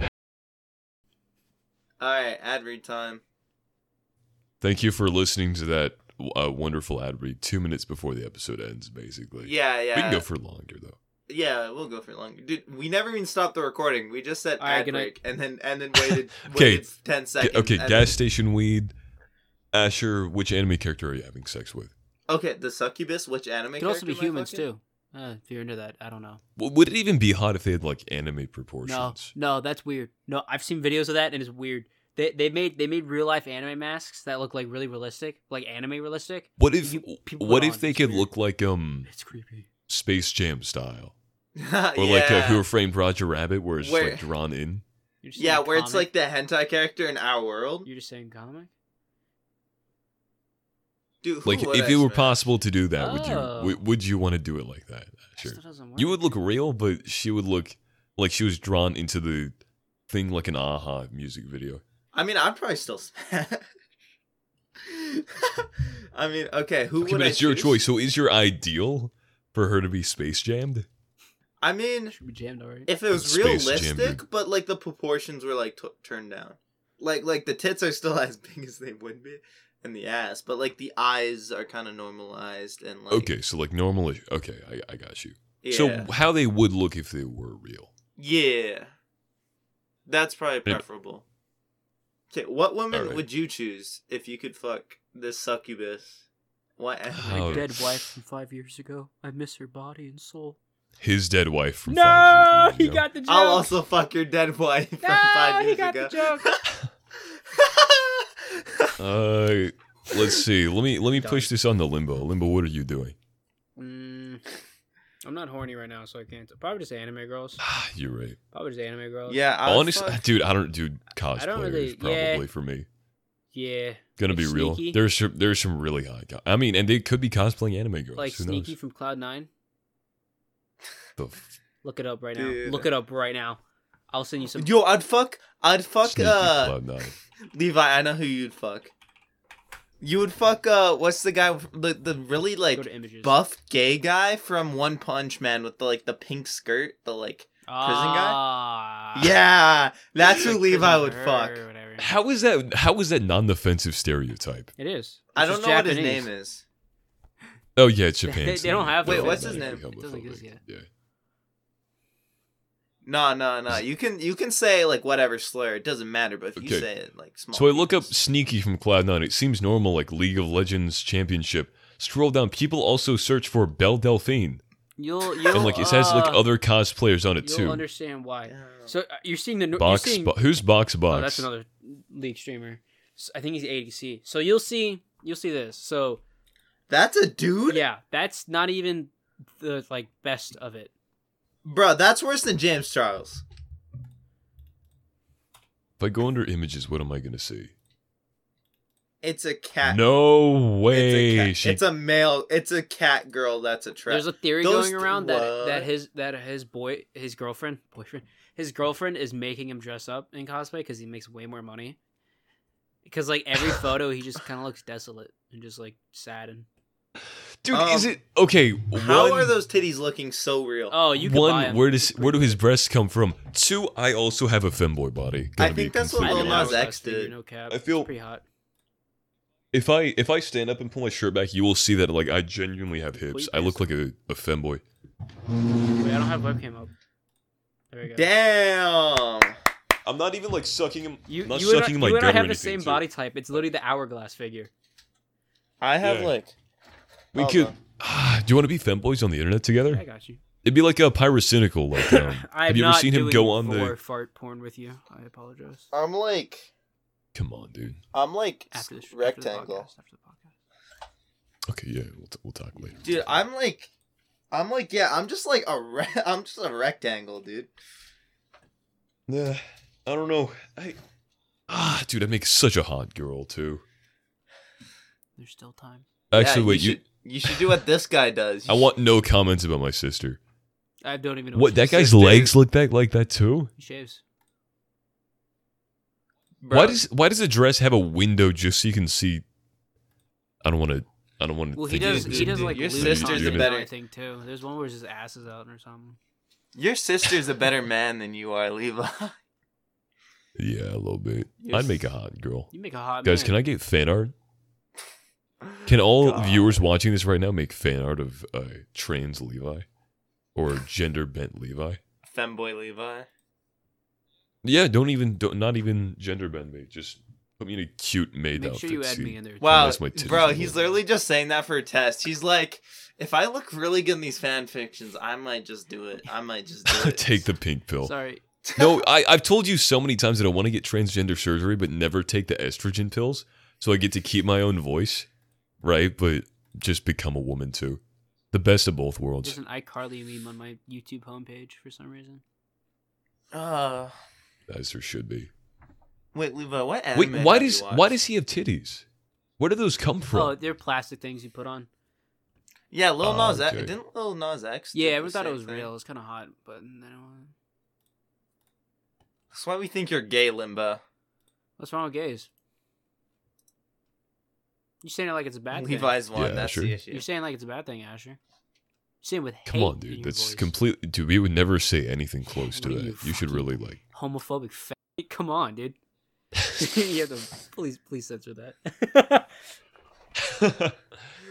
C: All right, ad read time.
A: Thank you for listening to that uh, wonderful ad read two minutes before the episode ends, basically.
C: Yeah, yeah.
A: We can go for longer, though.
C: yeah, we'll go for long. Dude, we never even stopped the recording. We just said
B: All right,
C: ad
B: good
C: break and then
A: (laughs)
C: and then waited,
A: Okay.
C: waited ten
A: Okay,
C: seconds.
A: okay,
C: and
A: gas station weed. Asher, which anime character are you having sex with?
C: then- okay, the succubus, which anime?
B: It could also be
C: character am I
B: humans
C: fucking?
B: too. Uh, if you're into that, I don't know.
A: W- Would it even be hot if they had like anime proportions?
B: No, no, that's weird. No, I've seen videos of that and it's weird. They they made they made real life anime masks that look like really realistic, like anime realistic.
A: What if
B: You- people
A: what
B: put
A: if
B: on,
A: they
B: it's
A: could
B: weird.
A: look like um
B: It's creepy.
A: Space Jam style, or
C: (laughs) yeah.
A: like uh, Who Framed Roger Rabbit, where it's just,
C: Where-
A: like drawn in?
B: You're just
C: Yeah,
B: saying
C: where it's
B: comic?
C: like the hentai character in our world,
B: you're just saying comic.
C: dude. who
A: Like
C: would
A: if
C: I
A: it were
C: smash?
A: possible to do that, would you
B: Oh.
A: w- would you want to do it like that? Asher?
B: That doesn't work.
A: You would look real, but she would look like she was drawn into the thing like an aha music video.
C: I mean, I'd probably still smash. (laughs) I mean, okay, who
A: Okay,
C: would
A: but
C: I
A: it's your
C: choose?
A: choice. So is your ideal for her to be space jammed?
C: I mean,
B: should be jammed already.
C: if it was
A: Space Jam,
C: realistic,
A: dude.
C: but like the proportions were like t- turned down, like like the tits are still (laughs) as big as they would be, and the ass, but like the eyes are kind of normalized and like
A: Okay, so like normally, okay, I, I got you.
C: yeah,
A: So how they would look if they were real?
C: yeah, that's probably
A: Maybe-
C: preferable. Okay, what woman
A: Alright.
C: would you choose if you could fuck this succubus? What?
B: My
A: Oh.
B: dead wife from five years ago. I miss her body and soul.
A: His dead wife from
B: No,
A: five years
B: he
A: ago.
B: got the joke.
C: I'll also fuck your dead wife from
B: No,
C: five
B: he
C: years
B: got
C: ago.
B: the joke.
C: (laughs)
A: Uh, let's see. Let me let me
B: Done.
A: push this on the limbo. Limbo, what are you doing? (sighs)
B: Mm, I'm not horny right now, so I can't. Probably just anime girls.
A: Ah, You're right.
B: Probably just anime girls.
C: yeah, I would
A: Honestly,
C: fuck-
A: dude, I don't do
B: I don't
A: cosplayers
B: really-
A: probably
B: yeah.
A: for me.
B: Yeah.
A: Gonna
B: Like
A: be real.
B: sneaky?
A: There's some, there's some really hot. Guy. I mean, and they could be cosplaying anime girls.
B: Like
A: Who
B: Sneaky
A: knows?
B: from Cloud Nine.
A: The f-
B: Look it up right
C: Dude.
B: now. Look it up right now. I'll send you some.
C: Yo, I'd fuck. I'd fuck.
A: Sneaky
C: uh,
A: Cloud9.
C: Levi, I know who you'd fuck. You would fuck. Uh, what's the guy? The the really
B: go to
C: like
B: images.
C: buff gay guy from One Punch Man with the like the pink skirt. The like. guy?
B: ah,
C: Yeah, that's who
B: Prison
C: Levi would
B: Bird
C: fuck.
B: or whatever.
A: How is that? How is that non-offensive stereotype?
B: It is. It's
C: I don't
B: just
C: know
B: Japanese.
C: what his name is.
A: Oh yeah, it's Japan.
B: (laughs) They- they don't have
C: Wait, what's his name?
B: It doesn't exist yet.
A: Yeah.
C: No, no, no. You can you can say like whatever slur. It doesn't matter. But if you
A: Okay.
C: say it like small.
A: So I look up
C: penis.
A: Sneaky from Cloud9. It seems normal, like League of Legends Championship. Scroll down. People also search for Belle Delphine,
C: (laughs)
B: You'll you'll
A: and like it has like
B: uh,
A: other cosplayers on it
B: You'll
A: too.
B: understand why.
C: Yeah.
B: So uh, you're seeing the no-
A: Box,
B: you're seeing,
A: Bo- who's Box Box?
B: Oh, that's another league streamer. S- I think he's ADC. So you'll see, you'll see this. So
C: That's a dude.
B: yeah, that's not even the like best of it.
C: Bro, that's worse than James Charles.
A: If I go under images, what am I gonna see?
C: It's a cat.
A: No way.
C: It's a, cat.
A: She
C: it's a male. It's a cat girl. That's a trap.
B: There's a theory
C: Those
B: going around
C: what?
B: that that his that his boy his girlfriend boyfriend his girlfriend is making him dress up in cosplay because he makes way more money. Because like
C: (laughs)
B: every photo, he just kind of looks desolate and just like sad and
A: dude. is
C: Um,
A: it okay?
C: How
A: one,
C: are those titties looking so real?
B: oh you could buy
A: one?
B: him.
A: Where does where do his breasts come from? Two. I also have a femboy body. Gotta be
C: think that's what
A: completely
C: Lil
A: honest.
C: Nas X
B: dude,
C: did.
B: No cap.
A: I
B: I
A: feel-
B: feel pretty hot.
A: If I if I stand up and pull my shirt back, you will see that like I genuinely have hips.
B: Please.
A: I look like a, a femboy.
B: Wait, I don't have webcam up. There we go.
C: Damn.
A: I'm not even like sucking him.
B: You,
A: I'm not
B: you and I,
A: sucking my
B: you and I
A: gut or
B: have the
A: anything,
B: same
A: too.
B: body type. It's literally the hourglass figure.
C: I have
A: Yeah.
C: like
A: We
C: Hold
A: could.
C: on.
A: (sighs) Do you want to be femboys on the internet together?
B: I got you.
A: It'd be like a pyrocynical.
B: (laughs)
A: Like, um,
B: I'm
A: have you ever
B: not
A: seen him
B: doing
A: go on
B: vor-
A: the?
B: fart porn with you? I apologize.
C: I'm like
A: Come on, dude.
C: I'm like
B: After this,
C: rectangle.
B: After the podcast, after the podcast.
A: Okay, yeah, we'll, t- we'll talk later.
C: Dude, I'm like I'm like yeah, I'm just like a re- (laughs) I'm just a rectangle, dude.
A: Yeah, I don't know. I ah, dude, I make such a hot girl too.
B: There's still time.
A: Actually,
C: Yeah,
A: wait, you.
C: should, you should do what this guy does.
A: (laughs)
C: You
A: I want no comments about my sister.
B: I don't even know
A: What that
B: she-
A: guy's
C: sister is-
A: legs look that like that too?
B: He shaves.
C: should- bro,
A: Why does why does the dress have a window just so you can see? I don't want to. I don't want to.
B: Well, he does.
C: he's
B: He
C: a
B: does
C: dude.
B: like
C: Your
B: lose
C: sister's
B: sister's
C: a
B: and
C: better-
B: everything too. There's one where his ass is out or something.
C: your sister's a better man than you are, Levi?
A: Yeah, a little bit.
C: Your
A: I'd make a
C: s-
A: hot girl.
B: You make a hot
A: Guys,
B: man.
A: can I get fan art? Can all
C: God.
A: viewers watching this right now make fan art of uh, trans Levi or gender bent Levi?
C: (laughs) femboy Levi?
A: Yeah, don't even, don't, not even gender bend me. Just put me in a cute maid
B: Make
A: outfit.
B: sure you add
A: see? (laughs)
B: me in there. too.
C: Wow,
A: Unless my titties
C: bro,
A: are
C: he's
A: little.
C: literally just saying that for a test. He's like, if I look really good in these fan fictions, I might just do it. I might just
A: (laughs)
C: do it.
A: take the pink pill.
B: Sorry.
A: No, I, I've told you so many times that I want to get transgender surgery, but never take the estrogen pills, so I get to keep my own voice, right? But just become a woman too. The best of both
B: There's
C: Mm-hmm.
A: worlds.
B: an iCarly meme on my YouTube homepage for some reason.
C: (laughs) Uh,
A: As there should be.
C: wait, Levi, what anime?
A: Wait, why
C: have you
A: does
C: watched?
A: why does he have titties? Where do those come from?
B: Oh, they're plastic things you put on.
C: Yeah, Lil
A: Oh,
C: Nas X.
A: okay.
C: Didn't Lil Nas X? do
B: Yeah,
C: the
B: everyone thought it
C: same
B: was
C: thing?
B: real. It's kind of hot, but then
C: That's why we think you're gay, Limbo.
B: what's wrong with gays? You're saying it like it's a
C: (laughs)
B: bad thing.
C: Levi's one.
A: Yeah,
C: that's
A: sure.
C: the issue. (laughs)
B: You're saying like it's a bad thing, Asher. You're saying with hate
A: Come on,
B: in
A: dude.
B: your
A: That's
B: voice.
A: completely. Dude, we would never say anything close to
B: What are
A: that. You,
B: you
A: should
B: fucking-
A: really like.
B: homophobic. Fa- (laughs) Come on, dude. (laughs) you have to please please censor (laughs) that.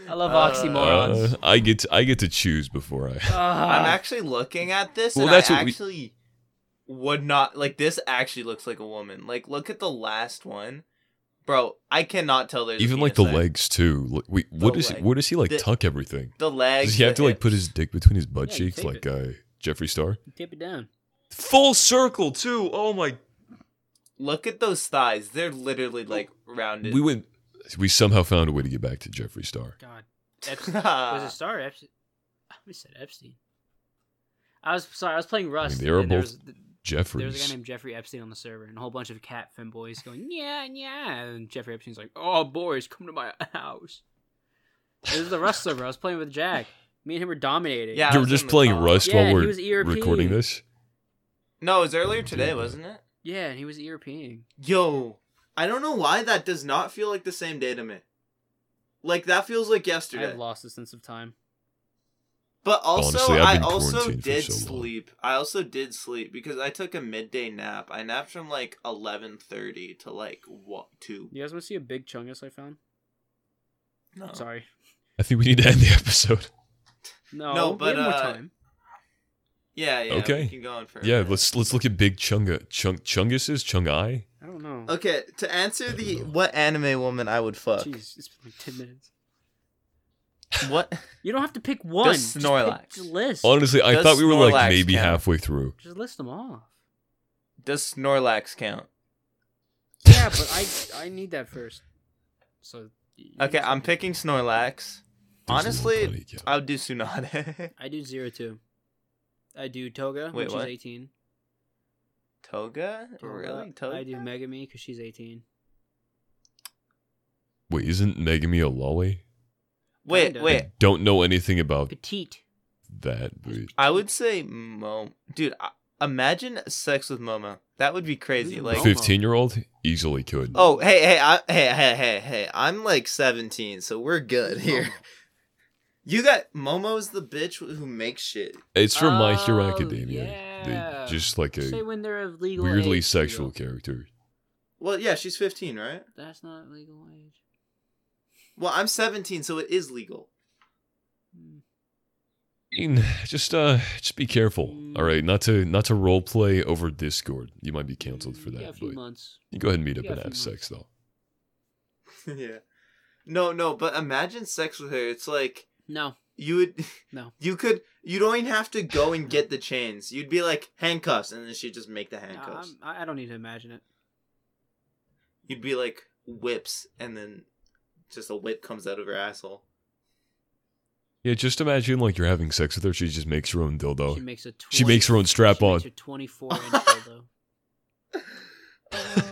B: I love
C: Uh,
B: oxymorons.
A: Uh, I get to, I get to choose before I.
C: I'm
B: Ah.
C: actually looking at this,
A: Well,
C: and
A: that's
C: I
A: what we-
C: actually would not like. This actually looks like a woman. Like, look at the last one, bro. I cannot tell. There's a
A: Even like the
C: penis there.
A: legs too. Like, Wait, what
C: The
A: is he,
C: leg.
A: where does he like
C: The-
A: tuck everything?
C: The legs.
A: Does he have
C: the
A: to like put
C: hips.
A: his dick between his butt
B: Yeah, you
A: cheeks
B: tape
A: like
B: it.
A: uh, Jeffree Star?
B: Tape it down.
A: Full circle too. Oh my!
C: Look at those thighs. They're literally like rounded. (laughs)
A: We went. We somehow found a way to get back to Jeffree Star.
B: God. Epstein. was
C: Uh. (laughs)
B: it Star or Epstein? I always said Epstein. I was sorry. I was playing Rust.
A: they were
B: and there
A: both
B: was, there was a guy
A: Jeffree's.
B: naboy Jeffrey Epstein on the server, and a whole bunch of cat femboys going, yeah, yeah. And Jeffrey Epstein's like, oh, boys, come to my house. This is the Rust server. I was playing with Jack. Me and him were dominating.
C: Yeah, I
A: You were
C: was
A: just
C: in the
A: playing
C: car.
A: Rust
B: Yeah,
A: while
B: he
A: we're
B: was ERP.
A: recording this.
C: no, it was earlier today, wasn't it?
B: Yeah, and he was European.
C: Yo, I don't know why that does not feel like the same day to me. Like that feels like yesterday.
B: I've lost the sense of time.
C: But also,
A: Honestly, I've
C: I
A: been
C: also
A: quarantined for
C: did
A: so long.
C: sleep. I also did sleep because I took a midday nap. I napped from like eleven thirty to like what two?
B: You guys want to see a big chungus I found?
C: No,
B: Sorry.
A: I think we need to end the episode.
B: No,
C: No,
B: we
C: but,
B: have more
C: uh,
B: time.
C: Yeah, yeah.
A: Okay.
C: We can go on for a
A: Yeah,
C: minute.
A: let's let's look at Big Chunga Chung Chungus's Chungai.
B: I don't know.
C: Okay, to answer the
A: I don't know.
C: what anime woman I would fuck.
B: Jeez, it's been like 10 minutes.
C: What?
B: You don't have to pick one. Just pick-
C: Snorlax.
B: Just list.
A: Honestly, I
C: Does
A: thought we were
C: Snorlax
A: like maybe
C: count?
A: halfway through.
B: Just list them
C: (laughs)
B: all.
C: Does Snorlax count?
B: Yeah, but I I need that first. So. you can
C: Okay,
B: say
C: I'm
B: that.
C: picking Snorlax.
A: There's
C: Honestly,
A: no bloody count.
C: I would do Tsunade. (laughs)
B: I do zero two. I do Toga,
C: Wait,
B: which is
C: what?
B: eighteen.
C: Toga? Really? Toga?
B: I do Megami because she's eighteen.
A: wait, isn't Megami a lolly?
C: Wait,
B: Kinda.
C: wait.
A: Don't know anything about
B: Petite.
A: that. But
C: I would say Mo. Dude, I- imagine sex with Momo. That would be crazy.
B: Who's
C: Like,
B: Momo?
A: fifteen-year-old easily could.
C: oh, hey, hey, I, hey, hey, hey, hey. I'm like 17, so we're good here. (laughs) You got Momo's the bitch who makes shit.
A: It's from My Hero
B: Oh,
A: Academia. They-
B: yeah.
A: just like
B: Say
A: a
B: when they're of legal
A: weirdly
B: age,
A: sexual
B: Theo.
A: character.
C: Well, yeah, she's 15, right?
B: That's not legal age.
C: Well, I'm 17, so it is legal.
B: Hmm.
A: mean, just uh, just be careful.
B: Mm.
A: All right, not to not to role play over Discord. You might be canceled for that.
B: Mm, Yeah, a few
A: but
B: months.
A: you go ahead and meet up
B: Yeah, a
A: and
B: few
A: have
B: months.
A: sex though.
C: (laughs) yeah. No, no, but imagine sex with her. It's like
B: No.
C: you would (laughs)
B: No.
C: You could you don't even have to go and get the chains. You'd be like handcuffs and then she'd just make the
B: No,
C: handcuffs.
B: I'm- I I don't need to imagine it.
C: You'd be like whips and then just a whip comes out of her asshole.
A: Yeah, just imagine like you're having sex with her. She just makes her own dildo.
B: She makes a. 20,
A: Oh. She makes her own strap
B: she
A: on.
B: Makes a twenty-four inch dildo.
C: (laughs) Oh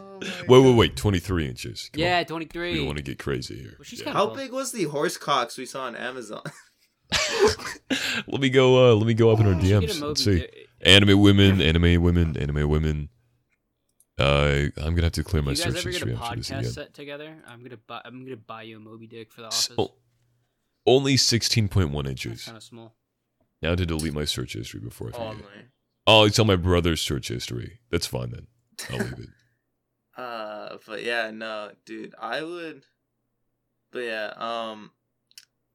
A: Wait, wait, wait. 23 inches. Come on.
B: Yeah,
A: We don't want
B: twenty-three.
A: to get crazy here.
B: Well, she's
A: Yeah.
B: got
C: How big was the horse cocks we saw on Amazon?
A: (laughs) let me go. Uh, let me go up in her
B: Oh, She should get a
A: DMs.
B: Moby
A: Let's see.
B: Dick.
A: Anime women, anime women, anime women. Uh, I'm gonna have to clear my
B: If you guys
A: search
B: ever get a
A: history after this
B: podcast
A: again.
B: set together, I'm gonna buy. I'm gonna buy you a Moby Dick for the office.
A: So- only 16.1
B: That's
A: inches.
B: kind
A: (clears throat)
B: of small.
A: Now to delete my search history before I
C: Oh,
A: forget.
C: my.
A: Oh, it's on my brother's search history. That's fine then. I'll leave
B: (laughs)
A: it. Oh.
C: (laughs) Uh, but yeah, no, dude, I would. But yeah, um,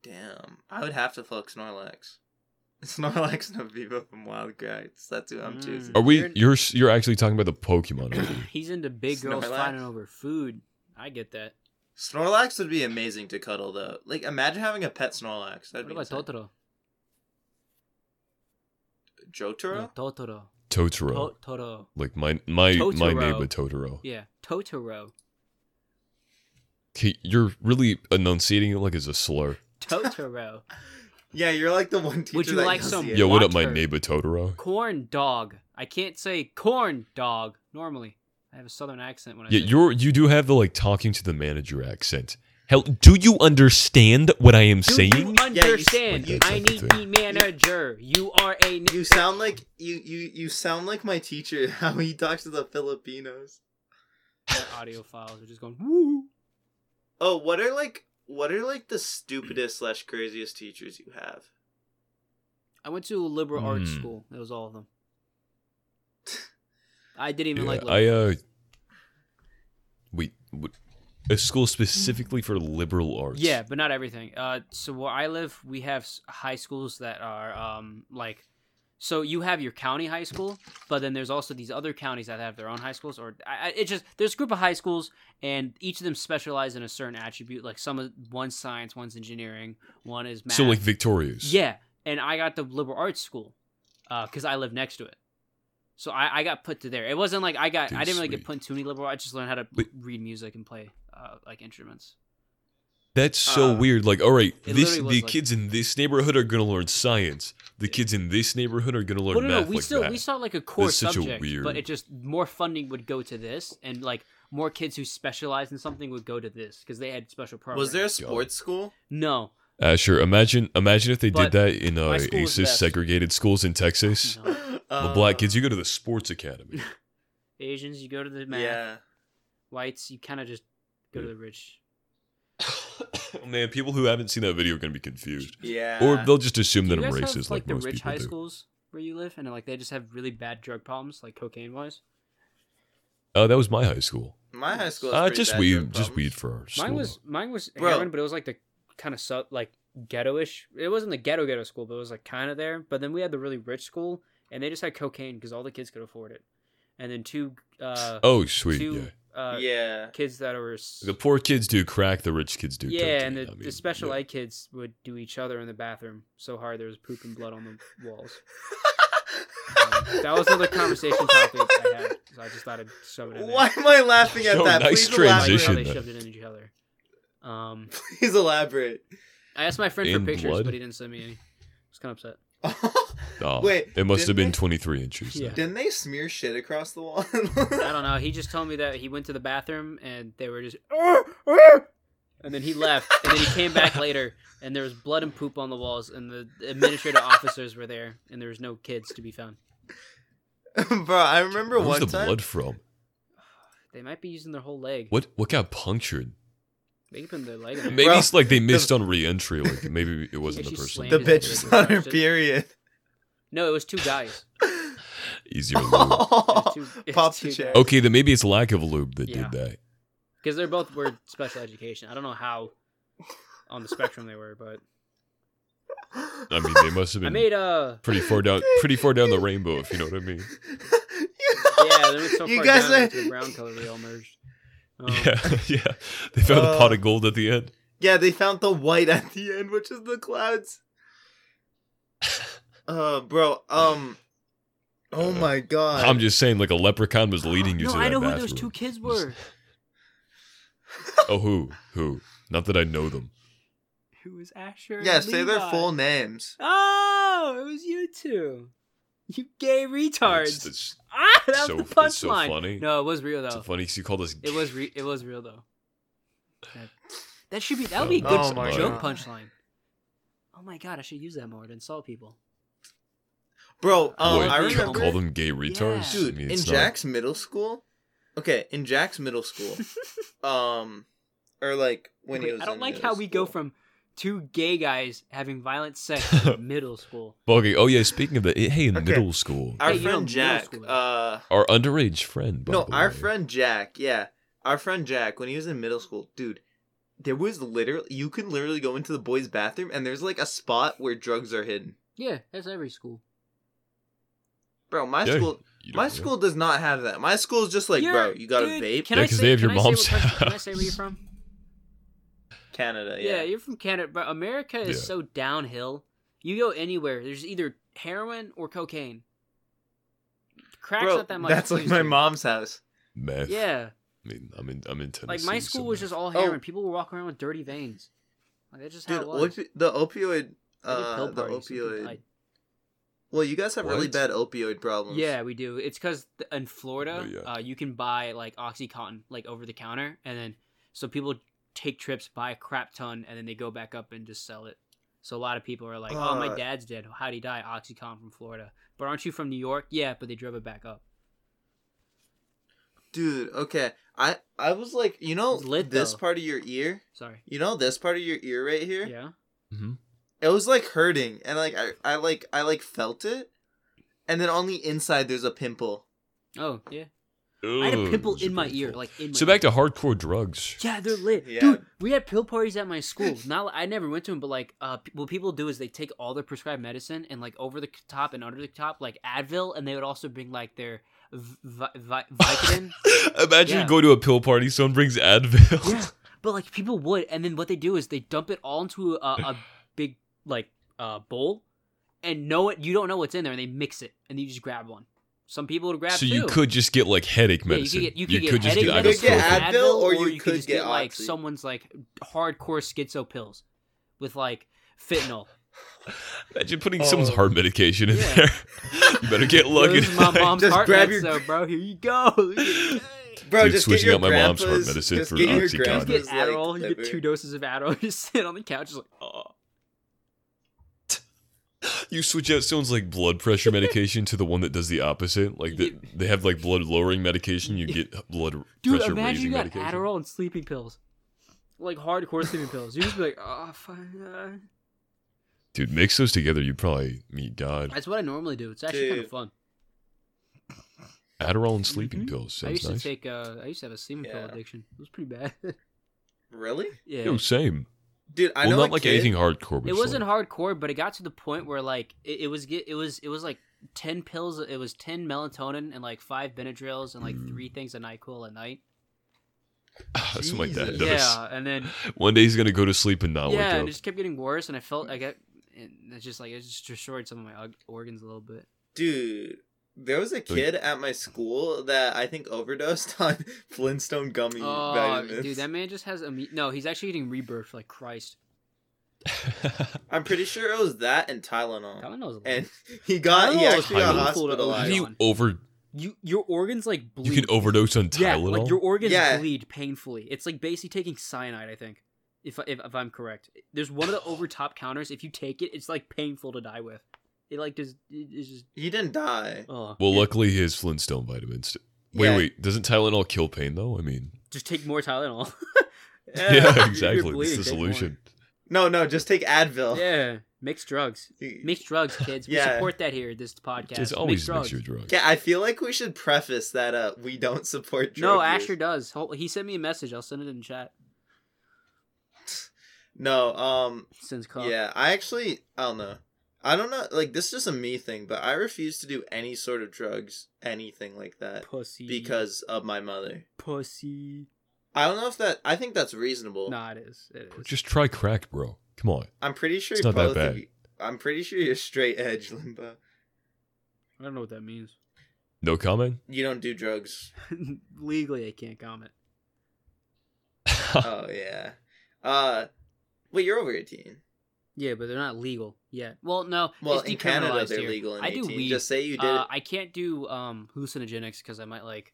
C: damn, I would have to fuck Snorlax. (laughs) Snorlax and Aviva from Wildcrafts. That's who I'm
B: Mm.
C: choosing.
A: Are we?
B: You're-
A: You're you're actually talking about the Pokemon? aren't
B: (coughs)
A: you?
B: He's into big girls
C: Snorlax.
B: fighting over food. I get that.
C: Snorlax would be amazing to cuddle though. Like, imagine having a pet Snorlax. That'd
B: What
C: be
B: about
C: insane.
B: Totoro?
C: Jotaro.
B: No, Totoro.
A: Totoro.
B: Totoro.
A: like my my my
B: Totoro.
A: neighbor Totoro.
B: Yeah, Totoro.
A: Okay, you're really enunciating it like it's a slur.
C: (laughs)
B: Totoro.
C: Yeah, you're like the one teacher
B: Would you
C: that
B: like
C: can
B: some-
C: see it.
A: Yo, what up,
B: watch
A: my
B: her.
A: neighbor Totoro?
B: corn dog. I can't say corn dog normally. I have a southern accent when I
A: Yeah,
B: say
A: you're you do have the like talking to the manager accent. Hell, do you understand what I am
B: Do you
A: saying?
B: understand?
A: Yeah, you-
B: I need the manager. You are a.
C: You sound like you you you sound like my teacher. (laughs) How he talks to the Filipinos.
B: Their (laughs) audio files are just going woo.
C: Oh, what are like what are like the stupidest slash craziest teachers you have?
B: I went to a liberal arts
A: Hmm.
B: school. That was all of them. (laughs) I didn't even
A: Yeah,
B: like.
A: I
B: Liberal.
A: uh, wait, what, a school specifically for liberal arts.
B: yeah, but not everything. Uh, so where I live, we have s- high schools that are um like, so you have your county high school, but then there's also these other counties that have their own high schools. Or I, I- it's just there's a group of high schools, and each of them specialize in a certain attribute. Like some of one's science, one's engineering, one is math.
A: So like Victorious.
B: Yeah, and I got the liberal arts school because I live next to it. So I, I got put to there. It wasn't like I got I
A: Dude,
B: didn't really get
A: sweet.
B: put into any liberal. I just learned how to
A: Wait.
B: read music and play uh, like instruments.
A: That's so
C: Uh,
A: weird. Like, all right,
B: it
A: this the
B: literally was like-
A: kids in this neighborhood are gonna learn science. The kids in this neighborhood are gonna learn
B: Well, no, no,
A: math.
B: we
A: like
B: still
A: that.
B: we saw like a core
A: That's such a
B: subject, but
A: weird-
B: it just more funding would go to this, and like more kids who specialize in something would go to this because they had special programs.
C: Was there a sports (laughs) school?
B: no?
A: Asher, Uh, imagine imagine if they did
B: But
A: that in uh,
B: my school was
A: ACES
B: best.
A: segregated schools in Texas.
B: No.
C: Uh,
A: The black kids, you go to the sports academy.
B: Asians, you go to the math.
C: Yeah.
A: (laughs)
B: Whites, you kind of just go to the rich.
A: Man, people who haven't seen that video are gonna be confused,
C: Yeah.
A: or they'll just assume
B: Do
A: that
B: you
A: I'm
B: guys
A: racist,
B: have,
A: like,
B: like, the
A: most
B: rich
A: people
B: high
A: do.
B: schools where you live, and like they just have really bad drug problems, like cocaine wise.
A: Oh, that was my high school.
C: my high school.
A: Uh, just
C: weird.
A: weed, just weed for our school.
B: Mine was mine was
C: Bro.
B: heroin, but it was like the kind of sub like ghetto-ish. It wasn't the ghetto ghetto school, but it was like kind of there. But then we had the really rich school, and they just had cocaine because all the kids could afford it. And then two, uh,
A: oh sweet,
B: two
A: yeah.
B: uh,
C: yeah.
B: kids that were s-
A: The poor kids do crack, the rich kids do.
B: yeah, and the,
A: cocaine. I mean,
B: the special
A: yeah.
B: ed kids would do each other in the bathroom so hard there was poop and blood on the walls.
C: (laughs)
B: That was another conversation topic I had, so I just thought I'd shove it in there.
C: (laughs) Why am I laughing at
A: So
C: that?
A: nice
C: Please elaborate.
B: Like how
A: transition.
B: they
A: though.
B: shoved it in each other. Um,
C: Please elaborate. (laughs)
B: I asked my friend
A: In
B: for pictures,
A: blood?
B: but he didn't send me any. I was kind of upset.
A: Oh,
C: Wait,
A: it must have
C: didn't
A: been
C: they-
A: 23 inches. then.
B: Yeah.
C: Didn't they smear shit across the wall? (laughs)
B: I don't know. He just told me that he went to the bathroom and they were just,
C: (laughs)
B: "Arr, arr," and then he left, and then he came back later, and there was blood and poop on the walls, and the administrative officers were there, and there was no kids to be found.
C: Bro, I remember
A: Where's
C: one
A: the
C: time.
A: blood from?
B: They might be using their whole leg.
A: What what got punctured?
B: They could put their leg. In
A: Maybe
C: Bro,
A: it's like they missed on re-entry. Like maybe it wasn't
B: Yeah,
A: the
B: she
A: person.
B: slammed
C: The
B: Is
C: bitch
B: it-
C: was on her
B: is it-
C: period. (laughs)
B: No, it was two guys.
A: Easier lube.
B: too- it's
C: Pop
B: too
C: the chair. (laughs)
B: bad.
A: Okay, then maybe it's lack of lube that
B: Yeah.
A: did that.
B: because they're both were special education. I don't know how on the spectrum they were, but
A: I mean, they must have
B: I
A: been
B: made uh, a.
A: pretty far down, pretty far down the rainbow, if you know what I mean.
B: Yeah, they were so far
C: you guys
B: down
C: are,
B: that the brown color they
A: (laughs)
B: all merged. Um,
A: Yeah,
B: (laughs)
A: (laughs) yeah. They found a pot
C: Uh,
A: of gold at the end.
C: Yeah, they found the white at the end, which is
A: (laughs)
C: the clouds. Uh, bro. Um. Oh
A: Uh,
C: my god.
A: I'm just saying, like a leprechaun was leading you
B: no,
A: to that
B: I know
A: bathroom.
B: who
A: (laughs)
B: those two kids were.
A: Oh, who? Who? Not that I know them.
B: Who was Asher?
C: (laughs) yeah,
B: and
C: say their
B: Levi.
C: full names.
B: Oh, it was you two. You gay retards.
A: It's, it's,
B: ah, that
A: so-
B: was the
A: it's so
B: punchline.
A: funny.
B: No, it was real
A: it's so
B: though.
A: funny because you called us.
B: It was re- it was
A: (laughs)
B: real though. That, that should be that would be a
A: Oh
B: good
A: my
B: joke
C: God.
B: punchline. Oh my god, I should use that more to insult people.
C: Bro, um,
A: Wait,
C: I
A: you
C: remember.
A: Call them gay retards.
B: Oh, Yeah.
A: I
C: dude
A: mean,
C: in
A: it's not-
C: jack's middle school okay in jack's middle
A: (laughs)
B: (laughs)
C: school um or like when he
B: Wait,
C: was
B: I don't
C: in
B: like
C: middle
B: how we go
C: school.
B: from two gay guys having violent
A: (laughs)
B: sex in middle school.
A: Okay. Oh yeah. Speaking of that, eh, hey, in
C: Okay.
A: middle school,
C: our
B: Hey, you know
C: friend
B: middle
C: jack
B: school.
C: uh
A: our underage friend. By
C: no
A: the
C: our
A: way.
C: friend jack yeah our friend jack when he was in middle school dude there was literally you could literally go into the boys bathroom and there's like a spot where drugs are hidden
B: Yeah, that's every school.
C: bro my
A: Yeah,
C: school
A: you don't
C: my
A: know.
C: school does not have that my school's just like
B: You're-
C: bro you got
B: dude,
C: a vape
B: Can
A: Yeah,
B: I
A: 'cause
B: say,
A: they have your
B: can I say
A: mom's
B: what country-
A: (laughs)
B: Can I say where you're
A: house.
B: from?
C: canada
B: Yeah,
C: (laughs) yeah,
B: you're from Canada, but America is
A: Yeah.
B: so downhill. You go anywhere, there's either heroin or cocaine. Crack's
C: bro
B: not that much.
C: that's like
B: used
C: my
B: here.
C: mom's house
A: Meth.
B: Yeah,
A: I mean, I'm in. I'm in Tennessee.
B: like my
A: so
B: school was
A: meth.
B: just all
C: Oh.
B: heroin. People were walking around with dirty veins. Like that's just how
C: dude
B: it was.
C: opi- the opioid
B: They did
C: uh,
B: pill
C: the
B: parties and people
C: opioid
B: died.
C: Well, you guys have really
A: What?
C: bad opioid problems.
B: Yeah, we do. It's because in Florida,
A: Oh, yeah.
B: uh, you can buy like OxyContin like over the counter, and then so people take trips, buy a crap ton, and then they go back up and just sell it. So a lot of people are like, "Oh, my
C: Uh.
B: dad's dead. How'd he die? OxyContin from Florida." But aren't you from New York? Yeah, but they drove it back up.
C: Dude, okay. I I was like, you know
B: It's lit,
C: this
B: though.
C: part of your ear?
B: Sorry.
C: You know this part of your ear right here?
B: Yeah.
A: Mhm.
C: It was like hurting and like I, I like I like felt it. And then on the inside there's a pimple.
B: Oh yeah. I had
A: Ugh,
B: a pimple
A: it was a
B: in my ear,
A: painful-
B: like in my.
A: So back to hardcore
B: (laughs)
A: drugs.
B: Yeah, they're lit,
C: Yeah.
B: dude. We had pill parties at my school. Not I never went to them, but like, uh, p- what people do is they take all their prescribed medicine and like over the c- top and under the top, like Advil, and they would also bring like their vi- vi- Vicodin.
A: Imagine
B: Yeah.
A: you go to a pill party, someone brings Advil.
B: yeah, but like people would, and then what they do is they dump it all into a, a big like uh bowl, and know it. You don't know what's in there, and they mix it, and you just grab one. Some people would grab
A: so
B: two.
A: you could just get like headache
B: Yeah, you
A: medicine.
B: could get you could, get
A: just
B: headache
A: get
C: medicine. You could
A: ibuprofen.
C: get Advil, or you
B: could
C: could
B: just
C: get
B: get like
C: Oxy.
B: someone's like hardcore schizo pills with like
A: (laughs)
B: fentanyl.
A: Imagine putting
C: Oh.
A: someone's heart medication in
B: Yeah.
A: there. (laughs) (laughs) you better
C: (laughs)
A: get lucky.
B: This is my mom's
C: Just
B: heart
C: grab
B: grab
C: your-
B: so bro. Here you go. (laughs) You
C: Bro,
A: Dude,
C: (laughs) just
A: switching
C: get your
A: out my mom's heart
C: grandpa's-
A: medicine
C: just
A: for
C: get your
A: Oxycontin.
C: grandpa's,
A: Just
B: get
C: like,
B: Adderall. you get
C: liver.
B: two doses of Adderall. (laughs) You sit on the couch, just like oh.
A: (laughs) You switch out someone's like blood pressure medication to the one that does the opposite. Like
B: You
A: the, they have like blood lowering medication, you get blood
B: Dude,
A: pressure
B: imagine
A: raising
B: you got
A: medication.
B: Adderall and sleeping pills, like hardcore sleeping pills. You just be like, oh, fuck. uh."
A: Dude, mix those together, you probably meet God.
B: That's what I normally do. It's actually kind of
C: Dude.
B: fun.
A: Adderall and sleeping
B: Mhm.
A: pills
B: I
A: sounds
B: used
A: nice.
B: to take. Uh, I used to have a sleeping pill
C: Yeah.
B: addiction. It was pretty bad. (laughs)
C: Really?
B: yeah.
A: Yo, same.
C: Dude, I
A: well,
C: know
A: not
C: a
A: like
C: kid-
A: anything hardcore. But
B: it
A: just,
B: wasn't
A: like,
B: hardcore, but it got to the point where like it, it was get it was it was like ten pills. It was ten melatonin and like five Benadryls and like
A: Mm.
B: three things of Nyquil at night.
A: (laughs) That's what my dad
C: Jesus.
A: does.
B: Yeah, and then
A: One day he's gonna go to sleep and not
B: yeah, and it
A: (laughs) wake up.
B: just kept getting worse. And I felt I got and it's just like it just destroyed some of my og- organs a little bit.
C: Dude, there was a kid at my school that I think overdosed (laughs) on Flintstone gummy
B: Oh,
C: vitamins.
B: dude, that man just has a no. He's actually getting rebirth. Like Christ,
C: I'm pretty sure it was that and Tylenol.
B: Tylenol's a little-
C: and (laughs) he got he
B: Tylenol is
C: actually got
B: painful to
A: How
B: Why
A: do
C: hospitalized.
A: you
B: on?
A: over?
B: you your organs like bleed.
A: You can overdose on
B: Yeah,
A: Tylenol.
B: like your organs
C: Yeah.
B: bleed painfully. It's like basically taking cyanide, I think. If, if if I'm correct, there's one of the over top counters. If you take it, it's like painful to die with. It like does it- it's just
C: He didn't die.
B: oh.
A: Well, luckily he has Flintstone vitamins. Wait,
C: Yeah. (laughs)
A: wait, doesn't Tylenol kill pain though? I mean,
B: (laughs) just take more Tylenol. (laughs)
A: yeah,
C: You're
A: exactly. That's
B: bleeding,
A: the
B: take more.
A: solution.
C: No, no, just take Advil.
B: yeah, mix drugs,
C: Yeah.
B: mix drugs, kids. We
C: Oh. Yeah.
B: support that here. This podcast.
A: It's always
B: mix
A: mix
B: drugs.
A: your drugs.
C: I feel like we should preface that uh we don't support drug
B: no,
C: use.
B: Asher does. Hol- He sent me a message. I'll send it in chat.
C: No, um,
B: since college.
C: Yeah, I actually, I don't know. I don't know. Like, this is just a me thing, but I refuse to do any sort of drugs, anything like that,
B: Pussy.
C: because of my mother.
B: Pussy.
C: I don't know if that. I think that's reasonable.
B: Nah, it is. It is.
A: Just try crack, bro. Come on.
C: I'm pretty sure
A: It's not that
C: both
A: bad.
C: of you. I'm pretty sure you're straight edge, (laughs) Limbo.
B: I don't know what that means. (laughs)
A: No comment. (laughs)
C: You don't do drugs.
B: Legally, I can't comment.
C: oh yeah. Uh, wait, you're over 18.
B: Yeah, but they're not legal yet. Well, no.
C: Well,
B: it's
C: in Canada
B: decriminalized
C: they're
B: here.
C: legal in
B: I
C: 18.
B: do weed.
C: Just say you did.
B: uh,
C: (laughs) it.
B: I can't do um, hallucinogenics because I might like